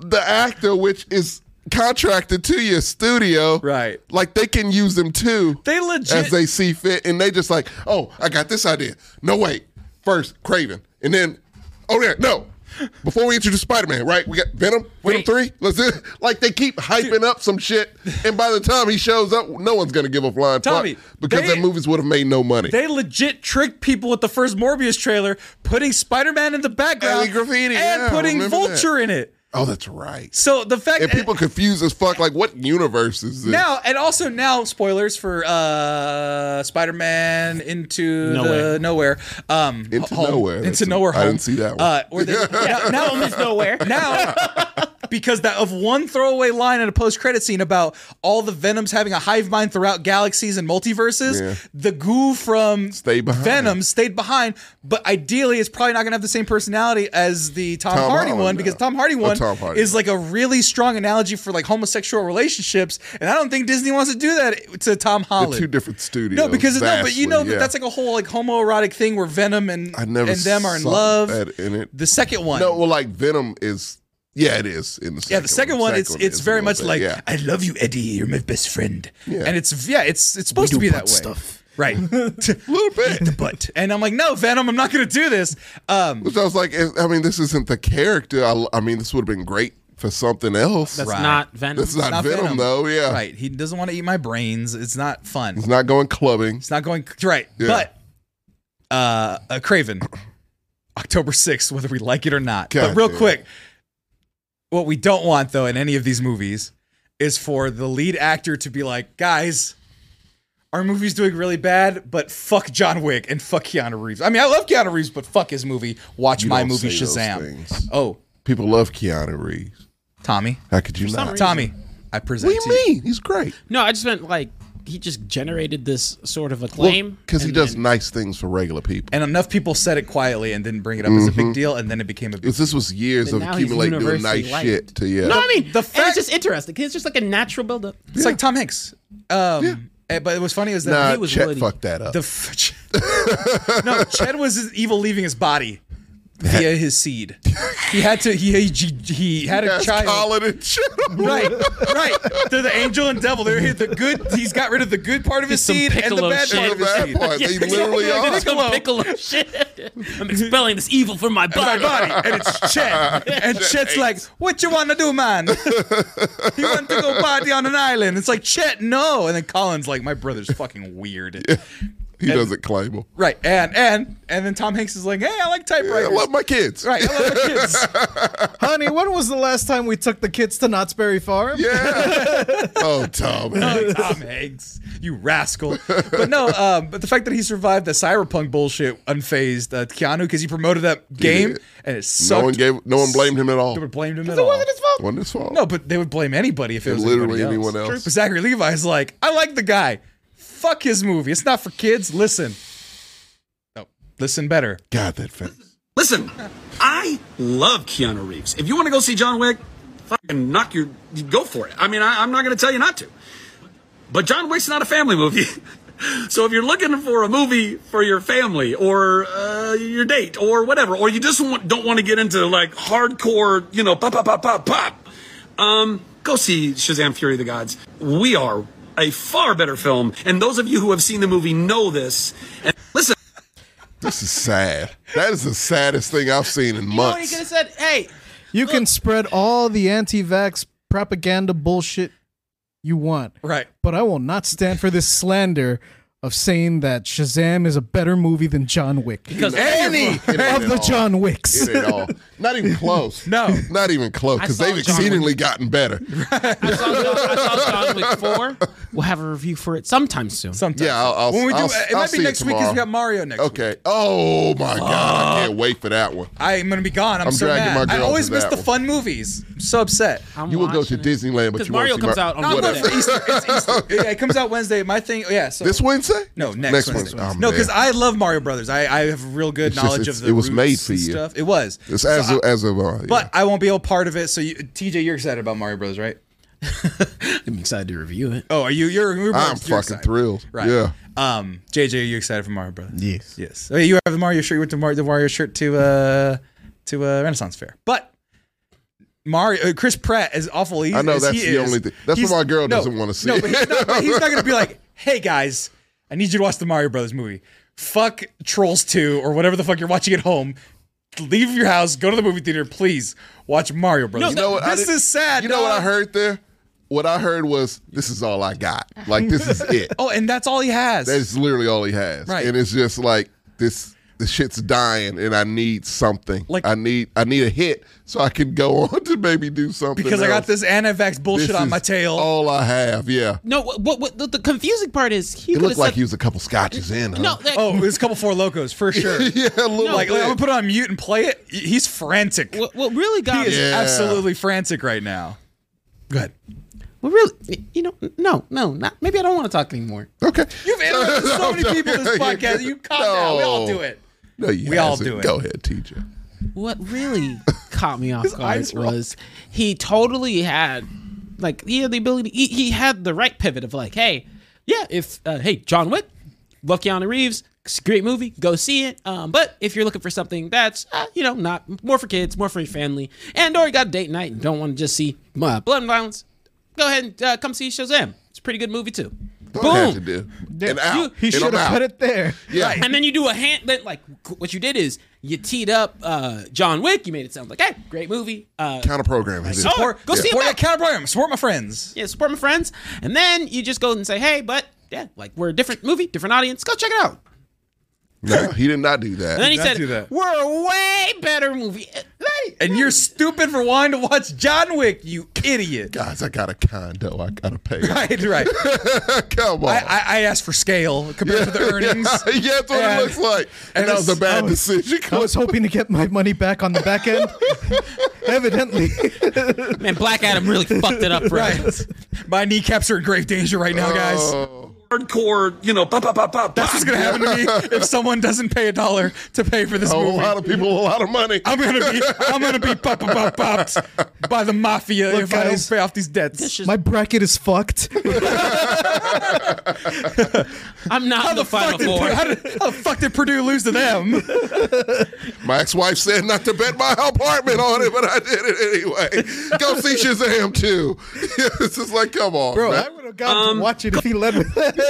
Speaker 2: the actor, which is contracted to your studio.
Speaker 1: Right.
Speaker 2: Like they can use them too.
Speaker 1: They legit-
Speaker 2: As they see fit. And they just like, oh, I got this idea. No, wait. First, Craven. And then, oh, yeah, no. Before we introduce Spider Man, right? We got Venom,
Speaker 3: Wait.
Speaker 2: Venom 3. Let's do it. Like they keep hyping up some shit. And by the time he shows up, no one's going to give a flying
Speaker 1: Tommy,
Speaker 2: fuck because
Speaker 1: they-
Speaker 2: that movies would have made no money.
Speaker 1: They legit tricked people with the first Morbius trailer, putting Spider-Man in the background
Speaker 2: And the
Speaker 1: and
Speaker 2: graffiti, yeah, I
Speaker 1: putting
Speaker 2: remember that.
Speaker 1: Vulture in it.
Speaker 2: oh, that's right.
Speaker 1: So the fact
Speaker 2: And people confused as fuck. Like, what universe is this?
Speaker 1: now and also now spoilers for uh spider-man into
Speaker 3: Nowhere.
Speaker 1: the nowhere um
Speaker 2: Into
Speaker 1: Home.
Speaker 2: nowhere.
Speaker 1: into
Speaker 2: That's-
Speaker 1: nowhere
Speaker 2: I
Speaker 1: Home.
Speaker 2: didn't see that one.
Speaker 1: uh or they, now, now
Speaker 3: Home is nowhere.
Speaker 1: now because that of one throwaway line in a post-credit scene about all the venoms having a hive mind throughout galaxies and multiverses
Speaker 2: Yeah.
Speaker 1: the goo from
Speaker 2: Stay behind.
Speaker 1: venom stayed behind but ideally it's probably not gonna have the same personality as the tom,
Speaker 2: Tom
Speaker 1: hardy
Speaker 2: Holland,
Speaker 1: one because
Speaker 2: no.
Speaker 1: tom hardy one
Speaker 2: Tom Hardy.
Speaker 1: is like a really strong analogy for like homosexual relationships and i don't think disney wants to do that to tom holland
Speaker 2: They're two different studios.
Speaker 1: no, because no, but you
Speaker 2: vastly,
Speaker 1: know that
Speaker 2: yeah.
Speaker 1: that's like a whole like homoerotic thing where Venom and
Speaker 2: I never
Speaker 1: and them are in
Speaker 2: saw
Speaker 1: love.
Speaker 2: that in it.
Speaker 1: The second one,
Speaker 2: no, well, like Venom is. Yeah, it is in the second
Speaker 1: yeah, the second one, it's
Speaker 2: Second
Speaker 1: it's
Speaker 2: is a
Speaker 1: very
Speaker 2: little
Speaker 1: much like
Speaker 2: bit, yeah.
Speaker 1: I love you, Eddie. You're my best friend.
Speaker 2: Yeah.
Speaker 1: and it's yeah, it's it's supposed to be that way. Stuff. Right,
Speaker 2: a little bit.
Speaker 1: but and I'm like, no, Venom, I'm not gonna do this. Um,
Speaker 2: Which I was like, eh, I mean, this isn't the character. I, I mean, this would have been great for something else.
Speaker 3: That's
Speaker 1: Right.
Speaker 3: not Venom.
Speaker 2: That's not,
Speaker 1: not
Speaker 2: Venom,
Speaker 1: Venom.
Speaker 2: though. Yeah,
Speaker 1: right, he doesn't want to eat my brains. It's not fun.
Speaker 2: It's not going clubbing.
Speaker 1: It's not going right.
Speaker 2: Yeah.
Speaker 1: But uh, uh Craven, October 6th, whether we like it or not. but
Speaker 2: God
Speaker 1: real
Speaker 2: damn.
Speaker 1: quick, what we don't want though in any of these movies is for the lead actor to be like, guys, our movie's doing really bad, but fuck John Wick and fuck Keanu Reeves. I mean, I love Keanu Reeves, but fuck his movie. Watch
Speaker 2: You
Speaker 1: my
Speaker 2: don't
Speaker 1: movie
Speaker 2: say those
Speaker 1: Shazam.
Speaker 2: things.
Speaker 1: Oh,
Speaker 2: People love Keanu Reeves.
Speaker 1: Tommy,
Speaker 2: How could you not?
Speaker 1: Tommy, I present
Speaker 2: What do
Speaker 1: to you.
Speaker 2: you mean? He's great.
Speaker 3: No, I just meant like he just generated this sort of acclaim
Speaker 2: Because he
Speaker 3: and
Speaker 2: does
Speaker 3: then-
Speaker 2: nice things for regular people.
Speaker 1: And enough people said it quietly and didn't bring it up as a
Speaker 2: Mm-hmm.
Speaker 1: big deal, and then it became a big.
Speaker 2: Because this was years
Speaker 3: And
Speaker 2: of
Speaker 3: now he's
Speaker 2: accumulating doing
Speaker 3: universally
Speaker 2: nice
Speaker 3: liked.
Speaker 2: shit to yeah.
Speaker 3: No, I mean
Speaker 1: The
Speaker 3: the
Speaker 1: fact-
Speaker 3: fact it's just interesting. 'cause It's just like a natural buildup.
Speaker 1: It's like Tom Hanks. Um, eh, But it was funny is that
Speaker 2: nah,
Speaker 1: he was
Speaker 2: Chet
Speaker 3: Woody.
Speaker 2: fucked that up.
Speaker 1: the f- Chet- no Chet was his evil leaving his body via his seed. He had to. He he, he had a
Speaker 2: That's
Speaker 1: child.
Speaker 2: Colin and Chet.
Speaker 1: Right, right. They're the angel and devil. They're here- the good. He's got rid of the good part of his
Speaker 3: some
Speaker 1: seed and the
Speaker 3: Piccolo
Speaker 1: bad
Speaker 3: shit.
Speaker 1: part
Speaker 2: The
Speaker 1: of his
Speaker 2: bad
Speaker 1: seed.
Speaker 2: part. They literally
Speaker 1: yeah,
Speaker 2: are.
Speaker 1: yeah. Piccolo.
Speaker 3: Piccolo shit. I'm expelling this evil from my
Speaker 1: My
Speaker 3: body.
Speaker 1: body, and it's Chet. And Chet's like, "What you want to do, man? you want to go party on an island?" It's like Chet, no. And then Colin's like, "My brother's fucking weird."
Speaker 2: He doesn't claim him.
Speaker 1: Right, and and and then Tom Hanks is like, "Hey, I like
Speaker 2: I
Speaker 1: typewriters."
Speaker 2: love my kids.
Speaker 1: right, I love my kids.
Speaker 4: Honey, when was the last time we took the kids to Knott's Berry Farm?
Speaker 2: Yeah. oh, Tom.
Speaker 1: Tom Hanks, you rascal. But no, um, but the fact that he survived the cyberpunk bullshit unfazed, uh, Keanu, because he promoted that game
Speaker 2: did.
Speaker 1: and it
Speaker 2: No
Speaker 1: sucked.
Speaker 2: one gave. No one blamed him at all.
Speaker 1: They would blame him at
Speaker 4: It
Speaker 1: all.
Speaker 4: wasn't his fault.
Speaker 2: Wasn't his fault.
Speaker 1: no, but they would blame anybody if it was
Speaker 2: literally
Speaker 1: anybody
Speaker 2: anyone else.
Speaker 1: But Zachary Levi is like, I like the guy. Fuck his movie. It's not for kids. Listen. No, listen better.
Speaker 2: God, that face.
Speaker 5: Listen, I love Keanu Reeves. If you want to go see John Wick, fucking knock your go for it. I mean, I, I'm not going to tell you not to. But John Wick's not a family movie. so if you're looking for a movie for your family or uh, your date or whatever, or you just want, don't want to get into like hardcore, you know, pop, pop, pop, pop, pop, um, go see Shazam Fury of the Gods. We are a far better film. And those of you who have seen the movie know this. And listen,
Speaker 2: This is sad. That is the saddest thing I've seen in
Speaker 3: Oh, he
Speaker 2: months.
Speaker 3: could have said, "Hey,
Speaker 4: You can spread all the anti-vax propaganda bullshit you want,
Speaker 1: Right.
Speaker 4: but I will not stand for this slander of saying that Shazam is a better movie than John Wick.
Speaker 3: because
Speaker 1: Any
Speaker 2: It ain't
Speaker 4: of
Speaker 2: at
Speaker 4: the
Speaker 2: all.
Speaker 4: John Wicks.
Speaker 2: It ain't at all. Not even close.
Speaker 1: No.
Speaker 2: Not even close. Because
Speaker 3: I saw
Speaker 2: they've
Speaker 3: John
Speaker 2: exceedingly gotten better.
Speaker 3: I saw, John, I saw John Wick four. We'll have a review for it sometime soon.
Speaker 1: Sometimes.
Speaker 2: Yeah, I'll- I'll-
Speaker 1: when we do,
Speaker 2: I'll-
Speaker 1: it
Speaker 2: I'll
Speaker 1: might be
Speaker 2: see it
Speaker 1: next week because we
Speaker 2: tomorrow.
Speaker 1: got Mario next week.
Speaker 2: Okay. Oh my God! I can't wait for that one.
Speaker 1: I'm gonna be gone. I'm,
Speaker 2: I'm
Speaker 1: so
Speaker 2: dragging
Speaker 1: mad.
Speaker 2: my
Speaker 1: I
Speaker 2: girl
Speaker 1: always
Speaker 2: to
Speaker 1: miss
Speaker 2: that
Speaker 1: the
Speaker 2: one.
Speaker 1: fun movies. I'm so upset.
Speaker 3: I'm
Speaker 2: You will go to
Speaker 3: watching it.
Speaker 2: Disneyland, but
Speaker 3: 'Cause
Speaker 2: you won't
Speaker 3: Mario
Speaker 2: see
Speaker 3: comes
Speaker 2: Mar-
Speaker 3: out on
Speaker 1: No, I'm going
Speaker 3: Whatever.
Speaker 1: for Easter. It's Easter. Yeah, it comes out Wednesday. My thing. oh, Yeah. So
Speaker 2: This Wednesday?
Speaker 1: No, next, Wednesday.
Speaker 2: Oh,
Speaker 1: no, because
Speaker 2: man.
Speaker 1: I love Mario Brothers. I, I have real good
Speaker 2: It's just-
Speaker 1: knowledge
Speaker 2: it's-
Speaker 1: of the.
Speaker 2: it was
Speaker 1: roots
Speaker 2: made for
Speaker 1: and
Speaker 2: you.
Speaker 1: Stuff. It was.
Speaker 2: it's as of, as of uh, yeah.
Speaker 1: But I won't be a part of it. So you, TJ, you're excited about Mario Brothers, right?
Speaker 3: I'm excited to review it.
Speaker 1: Oh, are you? You're. you're
Speaker 2: I'm
Speaker 1: you're
Speaker 2: fucking
Speaker 1: excited.
Speaker 2: thrilled.
Speaker 1: Right.
Speaker 2: Yeah.
Speaker 1: Um, JJ, you're excited for Mario Brothers.
Speaker 4: Yes.
Speaker 1: Yes. Oh, yeah, you have the Mario shirt. You went to Mario, the Mario shirt to uh to uh, Renaissance Fair, but. Mario, uh, Chris Pratt is awful. He,
Speaker 2: I know
Speaker 1: as
Speaker 2: that's
Speaker 1: he is,
Speaker 2: the only thing- that's what
Speaker 1: he's-
Speaker 2: my girl doesn't wanna see.
Speaker 1: No, but he's not, but he's not going to be like, "Hey guys, I need you to watch the Mario Brothers movie. Fuck Trolls Two or whatever the fuck you're watching at home. Leave your house, go to the movie theater, please watch Mario Brothers."
Speaker 2: You know what? I
Speaker 1: this
Speaker 2: did-
Speaker 1: is sad.
Speaker 2: You know what I
Speaker 1: dog.
Speaker 2: heard there? What I heard was this is all I got. Like this is it.
Speaker 1: Oh, and that's all he has.
Speaker 2: That's literally all he has.
Speaker 1: Right.
Speaker 2: And it's just like this the shit's dying and I need something.
Speaker 1: Like-
Speaker 2: Like I need I need a hit so I can go on to maybe do something.
Speaker 1: because I got
Speaker 2: else.
Speaker 1: this anti-vax bullshit
Speaker 2: This
Speaker 1: on
Speaker 2: is
Speaker 1: my tail.
Speaker 2: All I have, yeah.
Speaker 3: No, what, what, what the, the confusing part is he
Speaker 2: It
Speaker 3: could
Speaker 2: looked
Speaker 3: have
Speaker 2: like
Speaker 3: said,
Speaker 2: he was a couple scotches in. Huh?
Speaker 3: no, that,
Speaker 1: Oh, there's a couple four locos for sure.
Speaker 2: yeah, a little
Speaker 1: like,
Speaker 2: bit.
Speaker 1: I'm gonna put it on mute and play it. Y- He's frantic.
Speaker 3: what, what really
Speaker 1: he
Speaker 3: got
Speaker 1: is
Speaker 3: me,
Speaker 2: Yeah.
Speaker 1: absolutely frantic right now. Go ahead.
Speaker 3: what really, you know, no, no, not, maybe I don't want to talk anymore.
Speaker 2: okay.
Speaker 1: You've interrupted so many people in this podcast. You calm down. We all
Speaker 2: No.
Speaker 1: do it.
Speaker 2: No, you
Speaker 1: We all
Speaker 2: hasn't.
Speaker 1: do it.
Speaker 2: Go ahead, teacher.
Speaker 3: What really caught me off guard
Speaker 1: eyes rolled.
Speaker 3: was he totally had, like, he had the ability, he, he had the right pivot of like, hey, yeah, if, uh, hey, John Wick, love Keanu Reeves, it's a great movie, go see it. Um, but if you're looking for something that's, uh, you know, not more for kids, more for your family, and or you got a date night and don't want to just see uh, blood and violence, go ahead and uh, come see Shazam. It's a pretty good movie too.
Speaker 2: Don't
Speaker 3: Boom.
Speaker 2: have to do. And out.
Speaker 4: He
Speaker 2: And I'm
Speaker 4: should have
Speaker 2: out.
Speaker 4: put it there.
Speaker 2: Yeah.
Speaker 3: And then you do a hand that like what you did is you teed up uh, John Wick. You made it sound like hey, great movie. Uh,
Speaker 2: Counter programming. it is.
Speaker 3: oh,
Speaker 1: Or yeah.
Speaker 3: go see
Speaker 1: Support
Speaker 3: him.
Speaker 1: that counter program. Support my friends.
Speaker 3: yeah, support my friends. And then you just go and say hey, but yeah, like we're a different movie, different audience. Go check it out.
Speaker 2: No, he did not do that.
Speaker 3: And then he
Speaker 4: Did not
Speaker 3: said,
Speaker 4: do that.
Speaker 3: "We're a way better movie." Uh, Like,
Speaker 1: And you're stupid for wanting to watch John Wick, you idiot.
Speaker 2: Guys, I got a condo. I gotta pay. it.
Speaker 1: Right, right.
Speaker 2: Come on.
Speaker 1: I, I, I asked for scale compared to the earnings.
Speaker 2: yeah, that's what
Speaker 1: And-
Speaker 2: it looks like.
Speaker 1: and
Speaker 2: And that was a
Speaker 1: it's- oh,
Speaker 2: bad
Speaker 4: I was-
Speaker 2: decision.
Speaker 4: I was hoping to get my money back on the back end. Evidently,
Speaker 3: man, Black Adam really fucked it up, for us.
Speaker 1: Right. My kneecaps are in grave danger right now, guys.
Speaker 2: Oh,
Speaker 5: Hardcore, you know, pop, pop, pop, pop.
Speaker 1: That's what's gonna happen to me if someone doesn't pay a dollar to pay for this
Speaker 2: a
Speaker 1: movie.
Speaker 2: lot of people, a lot of money.
Speaker 1: I'm gonna be I'm gonna be pop pop popped by the mafia
Speaker 4: Look,
Speaker 1: if
Speaker 4: guys,
Speaker 1: I don't pay off these debts.
Speaker 3: shit's
Speaker 4: my bracket is fucked.
Speaker 3: I'm not in the, final
Speaker 1: Fuck did-
Speaker 3: four.
Speaker 1: how, did, how the fuck did Purdue lose to them?
Speaker 2: My ex-wife said not to bet my apartment on it, but I did it anyway. Go see Shazam too. it's just like, come on,
Speaker 4: Bro,
Speaker 2: man.
Speaker 4: I would have gotten to watch it if he led with that.
Speaker 2: So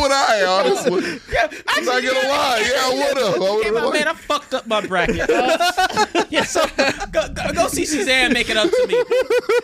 Speaker 2: would I, honestly. I'm not
Speaker 3: Actually,
Speaker 2: gonna lie. Yeah, I would have. I
Speaker 3: Hey, my
Speaker 2: would
Speaker 3: man, I
Speaker 2: have.
Speaker 3: fucked up my bracket. Uh, yeah, so go, go, go see Suzanne make it up to me.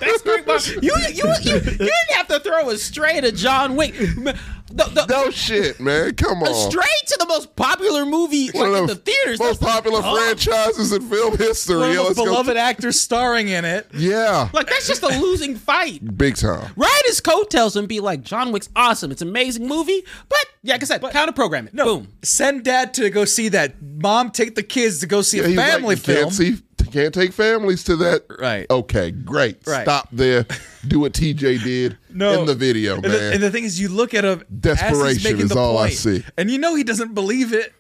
Speaker 3: That's great. Bob. You, you, you, you didn't have to throw a stray to John Wick. The, the,
Speaker 2: No shit, man. Come
Speaker 3: a
Speaker 2: on.
Speaker 3: stray to the most popular movie like, in the theaters.
Speaker 2: most
Speaker 3: That's-
Speaker 2: popular franchises in film history.
Speaker 1: One
Speaker 2: Yeah,
Speaker 1: of
Speaker 2: let's
Speaker 1: the
Speaker 2: go-
Speaker 1: beloved actors starring in it.
Speaker 2: Yeah,
Speaker 3: like that's just a losing fight.
Speaker 2: big time.
Speaker 3: Ride his coattails and be like, John Wick's awesome. It's an amazing movie, but yeah, like I said, counter program it. Boom.
Speaker 1: Send dad to go see that. Mom, take the kids to go see
Speaker 2: Yeah,
Speaker 1: a
Speaker 2: he's like,
Speaker 1: family
Speaker 2: you
Speaker 1: film.
Speaker 2: Can't, see, can't take families to that.
Speaker 1: Right.
Speaker 2: Okay, great.
Speaker 1: Right.
Speaker 2: Stop there. Do what TJ did
Speaker 1: No.
Speaker 2: in the video,
Speaker 1: and
Speaker 2: man.
Speaker 1: The, and the thing is, you look at him. as
Speaker 2: Desperation
Speaker 1: he's making
Speaker 2: is
Speaker 1: the
Speaker 2: all I
Speaker 1: point,
Speaker 2: see.
Speaker 1: and you know he doesn't believe it.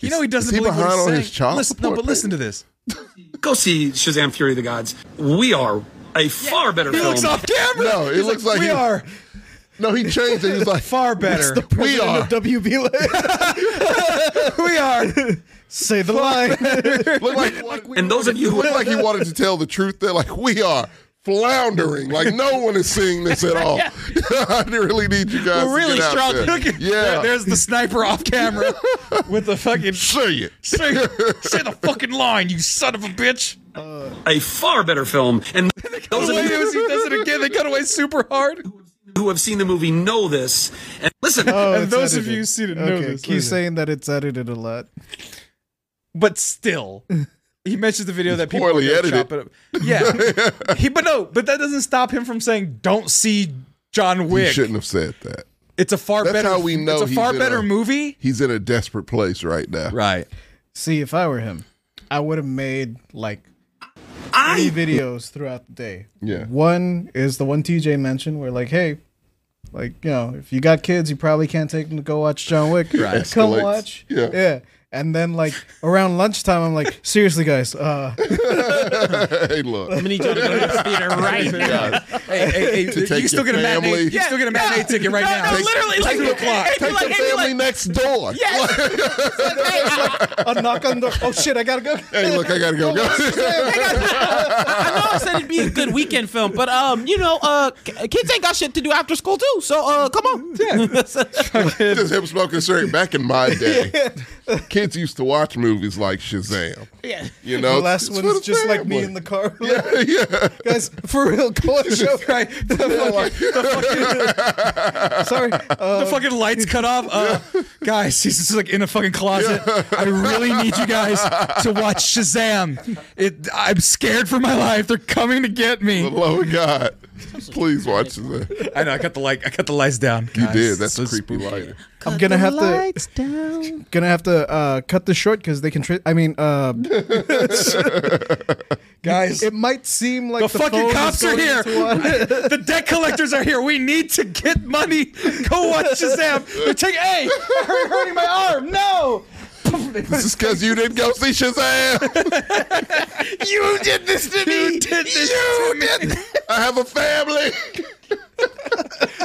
Speaker 1: You know he doesn't
Speaker 2: he
Speaker 1: believe what
Speaker 2: behind
Speaker 1: he's
Speaker 2: on
Speaker 1: saying.
Speaker 2: his child
Speaker 1: listen, no,
Speaker 2: support,
Speaker 1: but listen to
Speaker 2: baby?
Speaker 1: this.
Speaker 5: Go see Shazam Fury of the Gods. We are a far better
Speaker 1: He
Speaker 5: film.
Speaker 1: looks off camera.
Speaker 2: Um, No, it
Speaker 1: He's
Speaker 2: looks like
Speaker 1: we
Speaker 2: he-
Speaker 1: are
Speaker 2: no, he changed it. He was like,
Speaker 1: far better.
Speaker 2: we are.
Speaker 4: WB led.
Speaker 1: we are.
Speaker 4: Say the line.
Speaker 2: Look like, like
Speaker 5: and those of you who
Speaker 2: looked like he wanted to tell the truth. They're like, we are floundering. Like no one is seeing this at all. I really need you guys.
Speaker 3: We're really
Speaker 2: to get out there.
Speaker 3: struggling.
Speaker 2: Yeah.
Speaker 1: There- there's the sniper off camera with the fucking
Speaker 2: See it.
Speaker 1: say, say the fucking line, you son of a bitch.
Speaker 5: a far better film. And those of
Speaker 1: Wait,
Speaker 5: you
Speaker 1: it was- he does it again. They cut away super hard.
Speaker 5: who have seen the movie know this. And listen,
Speaker 4: Oh,
Speaker 1: And
Speaker 4: it's
Speaker 1: those of
Speaker 4: edited.
Speaker 1: you who've seen it know
Speaker 4: Okay,
Speaker 1: this.
Speaker 4: keep saying that it's edited a lot.
Speaker 1: But still, he mentions the video that people
Speaker 2: poorly
Speaker 1: are gonna chop
Speaker 2: edited.
Speaker 1: it up. Yeah, he. But no, but that doesn't stop him from saying, "Don't see John
Speaker 2: He
Speaker 1: Wick."
Speaker 2: shouldn't have said that.
Speaker 1: It's a far
Speaker 2: That's
Speaker 1: better.
Speaker 2: how we know
Speaker 1: it's a
Speaker 2: he's
Speaker 1: far
Speaker 2: in
Speaker 1: better
Speaker 2: a-
Speaker 1: movie.
Speaker 2: He's in a desperate place right now.
Speaker 1: Right.
Speaker 4: See, if I were him, I would have made like three
Speaker 5: I
Speaker 4: videos throughout the day.
Speaker 2: Yeah.
Speaker 4: One is the one TJ mentioned where like, hey, like, you know, if you got kids, you probably can't take them to go watch John Wick.
Speaker 1: Right.
Speaker 4: Come
Speaker 2: Escalates.
Speaker 4: watch.
Speaker 2: Yeah.
Speaker 4: Yeah. And then like around lunchtime, I'm like, seriously guys, uh
Speaker 2: hey, look.
Speaker 3: I'm gonna need y'all to go to the theater right now.
Speaker 2: Guys,
Speaker 1: Hey, hey, hey, you
Speaker 2: take
Speaker 1: can still get
Speaker 2: your
Speaker 1: a matinee.
Speaker 2: family.
Speaker 1: You can still get a matinee ticket right
Speaker 3: No,
Speaker 1: now.
Speaker 3: no, literally,
Speaker 1: Take
Speaker 3: like,
Speaker 1: two o'clock.
Speaker 3: it'd be
Speaker 2: take
Speaker 3: like-
Speaker 2: the
Speaker 3: it'd be
Speaker 2: family
Speaker 3: like-
Speaker 2: next door.
Speaker 3: Yes. It's like, hey, I-
Speaker 4: a knock on the oh shit, I gotta go.
Speaker 2: Hey, look, I gotta go. go.
Speaker 3: I know I said it'd be a good weekend film, but um, you know, uh, k- kids ain't got shit to do after school too. So uh, come on.
Speaker 2: Just him smoking straight. Back in my day, kids used to watch movies like Shazam.
Speaker 3: yeah.
Speaker 2: You know,
Speaker 4: the last
Speaker 2: It's for
Speaker 4: one's
Speaker 2: the
Speaker 4: just like me
Speaker 2: family.
Speaker 4: in the car.
Speaker 2: Yeah, yeah.
Speaker 4: Guys, for real, go on the show.
Speaker 1: Right. The
Speaker 2: They're
Speaker 1: fucking-
Speaker 2: like, um,
Speaker 4: Sorry. Uh,
Speaker 1: the fucking lights cut off. Uh, guys, he's just like in a fucking closet. I really need you guys to watch Shazam. It, I'm scared for my life. They're coming to get
Speaker 2: the
Speaker 1: me.
Speaker 2: love of God. Please watch this.
Speaker 1: I know. I cut the light. I cut the lights down.
Speaker 2: You
Speaker 1: guys.
Speaker 2: did. That's
Speaker 1: So
Speaker 2: a creepy
Speaker 1: spooky.
Speaker 2: lighter.
Speaker 4: I'm gonna have to
Speaker 3: Lights down.
Speaker 4: gonna have to uh, cut this short because they can. Tri- I mean, uh,
Speaker 1: Guys,
Speaker 4: it might seem like
Speaker 1: the,
Speaker 4: the, phone
Speaker 1: fucking
Speaker 4: is
Speaker 1: cops are
Speaker 4: going
Speaker 1: here.
Speaker 4: into one-
Speaker 1: the debt collectors are here. We need to get money. Go watch Shazam. They're taking. Hey, hurry, hurting my arm. No.
Speaker 2: This is because you didn't go see Shazam.
Speaker 1: You did this to me. You did this to me.
Speaker 2: I have a family.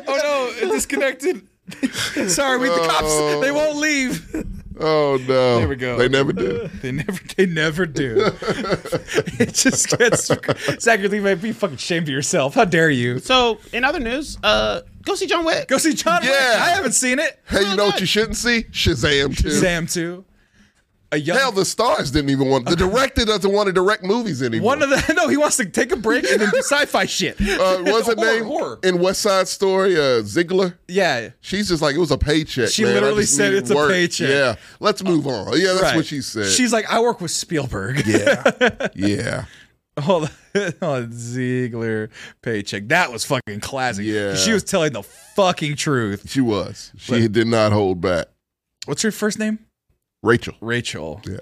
Speaker 1: Oh no, it disconnected. Sorry, we the cops. They won't leave.
Speaker 2: Oh no. There
Speaker 1: we go.
Speaker 2: They never did.
Speaker 1: They never. They never do. it just gets. Zachary, you might be fucking ashamed of yourself. How dare you?
Speaker 3: So in other news, uh, go see John Wick.
Speaker 1: Go see John Wick.
Speaker 2: Yeah.
Speaker 1: I haven't seen it.
Speaker 2: Hey, you know what you shouldn't see? Shazam too.
Speaker 1: Shazam two. a young
Speaker 2: Hell, the stars didn't even want. The director doesn't want to direct movies anymore.
Speaker 1: one of the no, he wants to take a break and then do sci-fi shit.
Speaker 2: uh, what's her
Speaker 1: Horror,
Speaker 2: name
Speaker 1: horror.
Speaker 2: in West Side Story? Uh, Ziegler.
Speaker 1: yeah.
Speaker 2: She's just like it was a paycheck.
Speaker 1: She
Speaker 2: man. I
Speaker 1: literally
Speaker 2: just
Speaker 1: said
Speaker 2: needed
Speaker 1: it's a
Speaker 2: work.
Speaker 1: paycheck.
Speaker 2: Yeah, let's move on. Yeah, that's
Speaker 1: right.
Speaker 2: what she said.
Speaker 1: She's like, I work with Spielberg.
Speaker 2: yeah, yeah.
Speaker 1: Hold on. Oh, Ziegler paycheck. That was fucking classic.
Speaker 2: Yeah.
Speaker 1: She was telling the fucking truth.
Speaker 2: She was. She did not hold back.
Speaker 1: What's her first name?
Speaker 2: Rachel.
Speaker 1: Rachel.
Speaker 2: Yeah.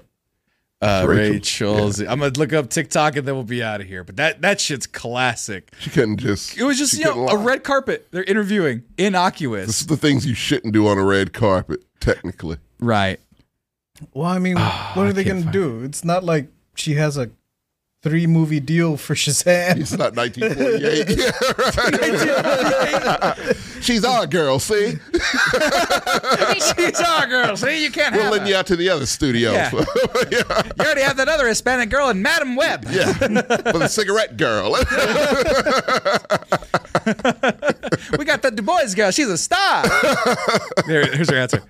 Speaker 1: Uh,
Speaker 2: Rachel.
Speaker 1: Rachel's. I'm gonna look up TikTok and then we'll be out of here. But that that shit's classic.
Speaker 2: She couldn't just.
Speaker 1: It was just
Speaker 2: she
Speaker 1: you know
Speaker 2: couldn't
Speaker 1: a
Speaker 2: lie.
Speaker 1: red carpet. They're interviewing
Speaker 2: This
Speaker 1: innocuous.
Speaker 2: is the things you shouldn't do on a red carpet. Technically,
Speaker 1: Right.
Speaker 4: Well, I mean, what
Speaker 1: Ah, I
Speaker 4: are they
Speaker 1: can't
Speaker 4: gonna
Speaker 1: find
Speaker 4: do? It's not like she has a three movie deal for Shazam.
Speaker 2: it's not 1948. Yeah, right. She's our girl. See,
Speaker 1: She's our girl. See, you can't
Speaker 2: we're
Speaker 1: have.
Speaker 2: letting
Speaker 1: her.
Speaker 2: you out to the other studio.
Speaker 1: Yeah.
Speaker 2: For,
Speaker 1: You already have that other Hispanic girl in Madam Web.
Speaker 2: yeah, for the cigarette girl.
Speaker 1: We got the Du Bois girl. She's a star. there, here's her answer.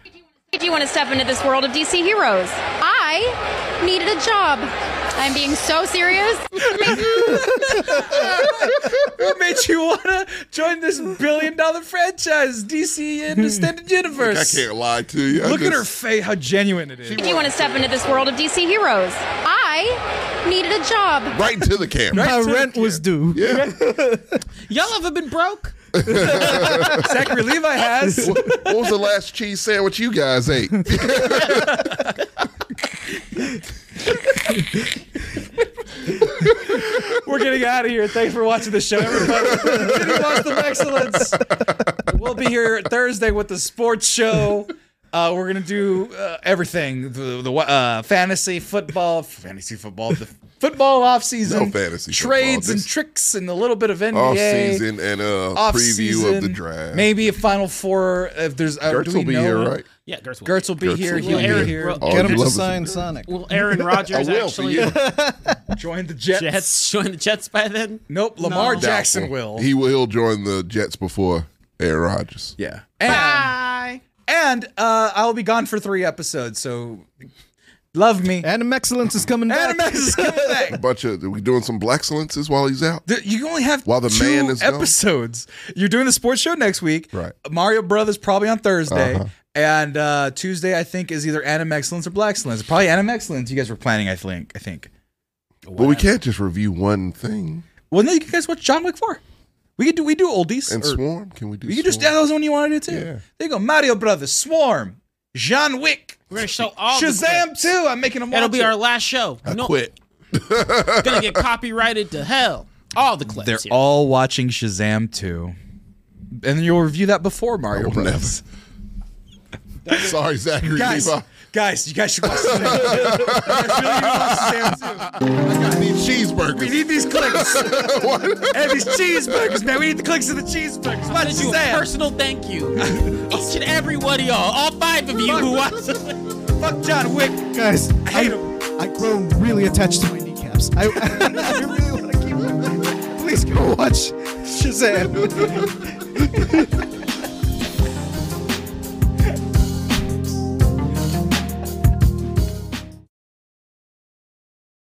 Speaker 6: If you want to step into this world of DC heroes, I needed a job. I'm being so serious.
Speaker 1: What made you wanna join this billion dollar franchise, DC and Extended
Speaker 2: I
Speaker 1: Universe?
Speaker 2: can't lie to you. I
Speaker 1: Look at her
Speaker 2: just-
Speaker 1: face, how genuine it is.
Speaker 6: If you want to step into this world of DC heroes, I needed a job.
Speaker 2: right into the camera.
Speaker 4: My rent was due.
Speaker 3: Y'all ever been broke?
Speaker 1: Zachary Levi has.
Speaker 2: What was the last cheese sandwich you guys ate?
Speaker 1: We're getting out of here. Thanks for watching the show, everybody. City Boston Excellence. We'll be here Thursday with the sports show. Uh, we're gonna do uh, everything: the, the uh, fantasy football, fantasy football, the football off season,
Speaker 2: No fantasy football.
Speaker 1: trades and
Speaker 2: Just-
Speaker 1: tricks, and a little bit of NBA
Speaker 2: off season and a
Speaker 1: off
Speaker 2: preview of the
Speaker 1: season,
Speaker 2: draft.
Speaker 1: Maybe a Final Four. If there's, uh,
Speaker 2: Gertz
Speaker 1: do we
Speaker 2: will be
Speaker 1: know?
Speaker 2: here, right?
Speaker 3: Yeah, Gertz will.
Speaker 1: Gertz will be
Speaker 2: Gertz
Speaker 1: here.
Speaker 2: will
Speaker 1: He'll be
Speaker 2: be
Speaker 3: here.
Speaker 1: here.
Speaker 3: Well,
Speaker 2: Oh,
Speaker 4: Get
Speaker 2: you
Speaker 4: him to
Speaker 2: love it.
Speaker 4: sign Sonic.
Speaker 3: Will Aaron
Speaker 2: I
Speaker 3: Rodgers
Speaker 2: will for
Speaker 3: actually
Speaker 2: you.
Speaker 1: Join the Jets.
Speaker 3: Jets join the Jets by then?
Speaker 1: Nope. Lamar
Speaker 3: No.
Speaker 1: Jackson will.
Speaker 2: He will he'll join the Jets before Aaron Rodgers.
Speaker 1: yeah. And,
Speaker 3: Bye.
Speaker 1: and uh, I'll be gone for three episodes. So love me.
Speaker 4: Adam Excellence is coming back.
Speaker 1: Adam is coming back.
Speaker 2: A bunch of we doing some black excellences while he's out.
Speaker 1: There- You only have
Speaker 2: While the
Speaker 1: two
Speaker 2: man is gone.
Speaker 1: episodes. You're doing the sports show next week.
Speaker 2: Right. Uh-huh.
Speaker 1: Mario Brothers probably on Thursday. And uh, Tuesday, I think, is either Anime Excellence or Black Excellence. Probably Anime Excellence. You guys were planning, I think. I think.
Speaker 2: But we can't just review one thing.
Speaker 1: Well, then you guys watch John Wick Four. We could do we do oldies.
Speaker 2: And
Speaker 1: or-
Speaker 2: Swarm, can we do?
Speaker 1: Er, you could just that
Speaker 2: Swarm?
Speaker 1: was one you want to do too.
Speaker 2: Yeah.
Speaker 1: There you go, Mario Brothers, Swarm, John Wick,
Speaker 3: We're gonna show all the
Speaker 1: Shazam
Speaker 3: clips.
Speaker 1: too. I'm making them.
Speaker 3: That'll
Speaker 1: watch
Speaker 3: be
Speaker 1: it.
Speaker 3: our last show.
Speaker 2: I
Speaker 3: no,
Speaker 2: quit.
Speaker 3: gonna get copyrighted to hell. All the clips.
Speaker 1: They're
Speaker 3: here.
Speaker 1: all watching Shazam too, and then you'll review that before Mario
Speaker 2: will
Speaker 1: Brothers.
Speaker 2: Sorry, Zachary
Speaker 1: Guys,
Speaker 2: Levi.
Speaker 1: guys, you guys should watch Shazam. You guys really need to watch Shazam too.
Speaker 2: I got these
Speaker 1: We
Speaker 2: cheeseburgers.
Speaker 1: need these clicks and these cheeseburgers, man. We need the clicks of the cheeseburgers. Watch
Speaker 3: Send you a
Speaker 1: Shazam.
Speaker 3: personal thank you. Each and every one of y'all, all five of you who watched.
Speaker 1: Fuck John Wick.
Speaker 4: Guys, I
Speaker 1: hate
Speaker 4: I've grown really attached to my kneecaps. I, I really want to keep them. Please go watch Shazam.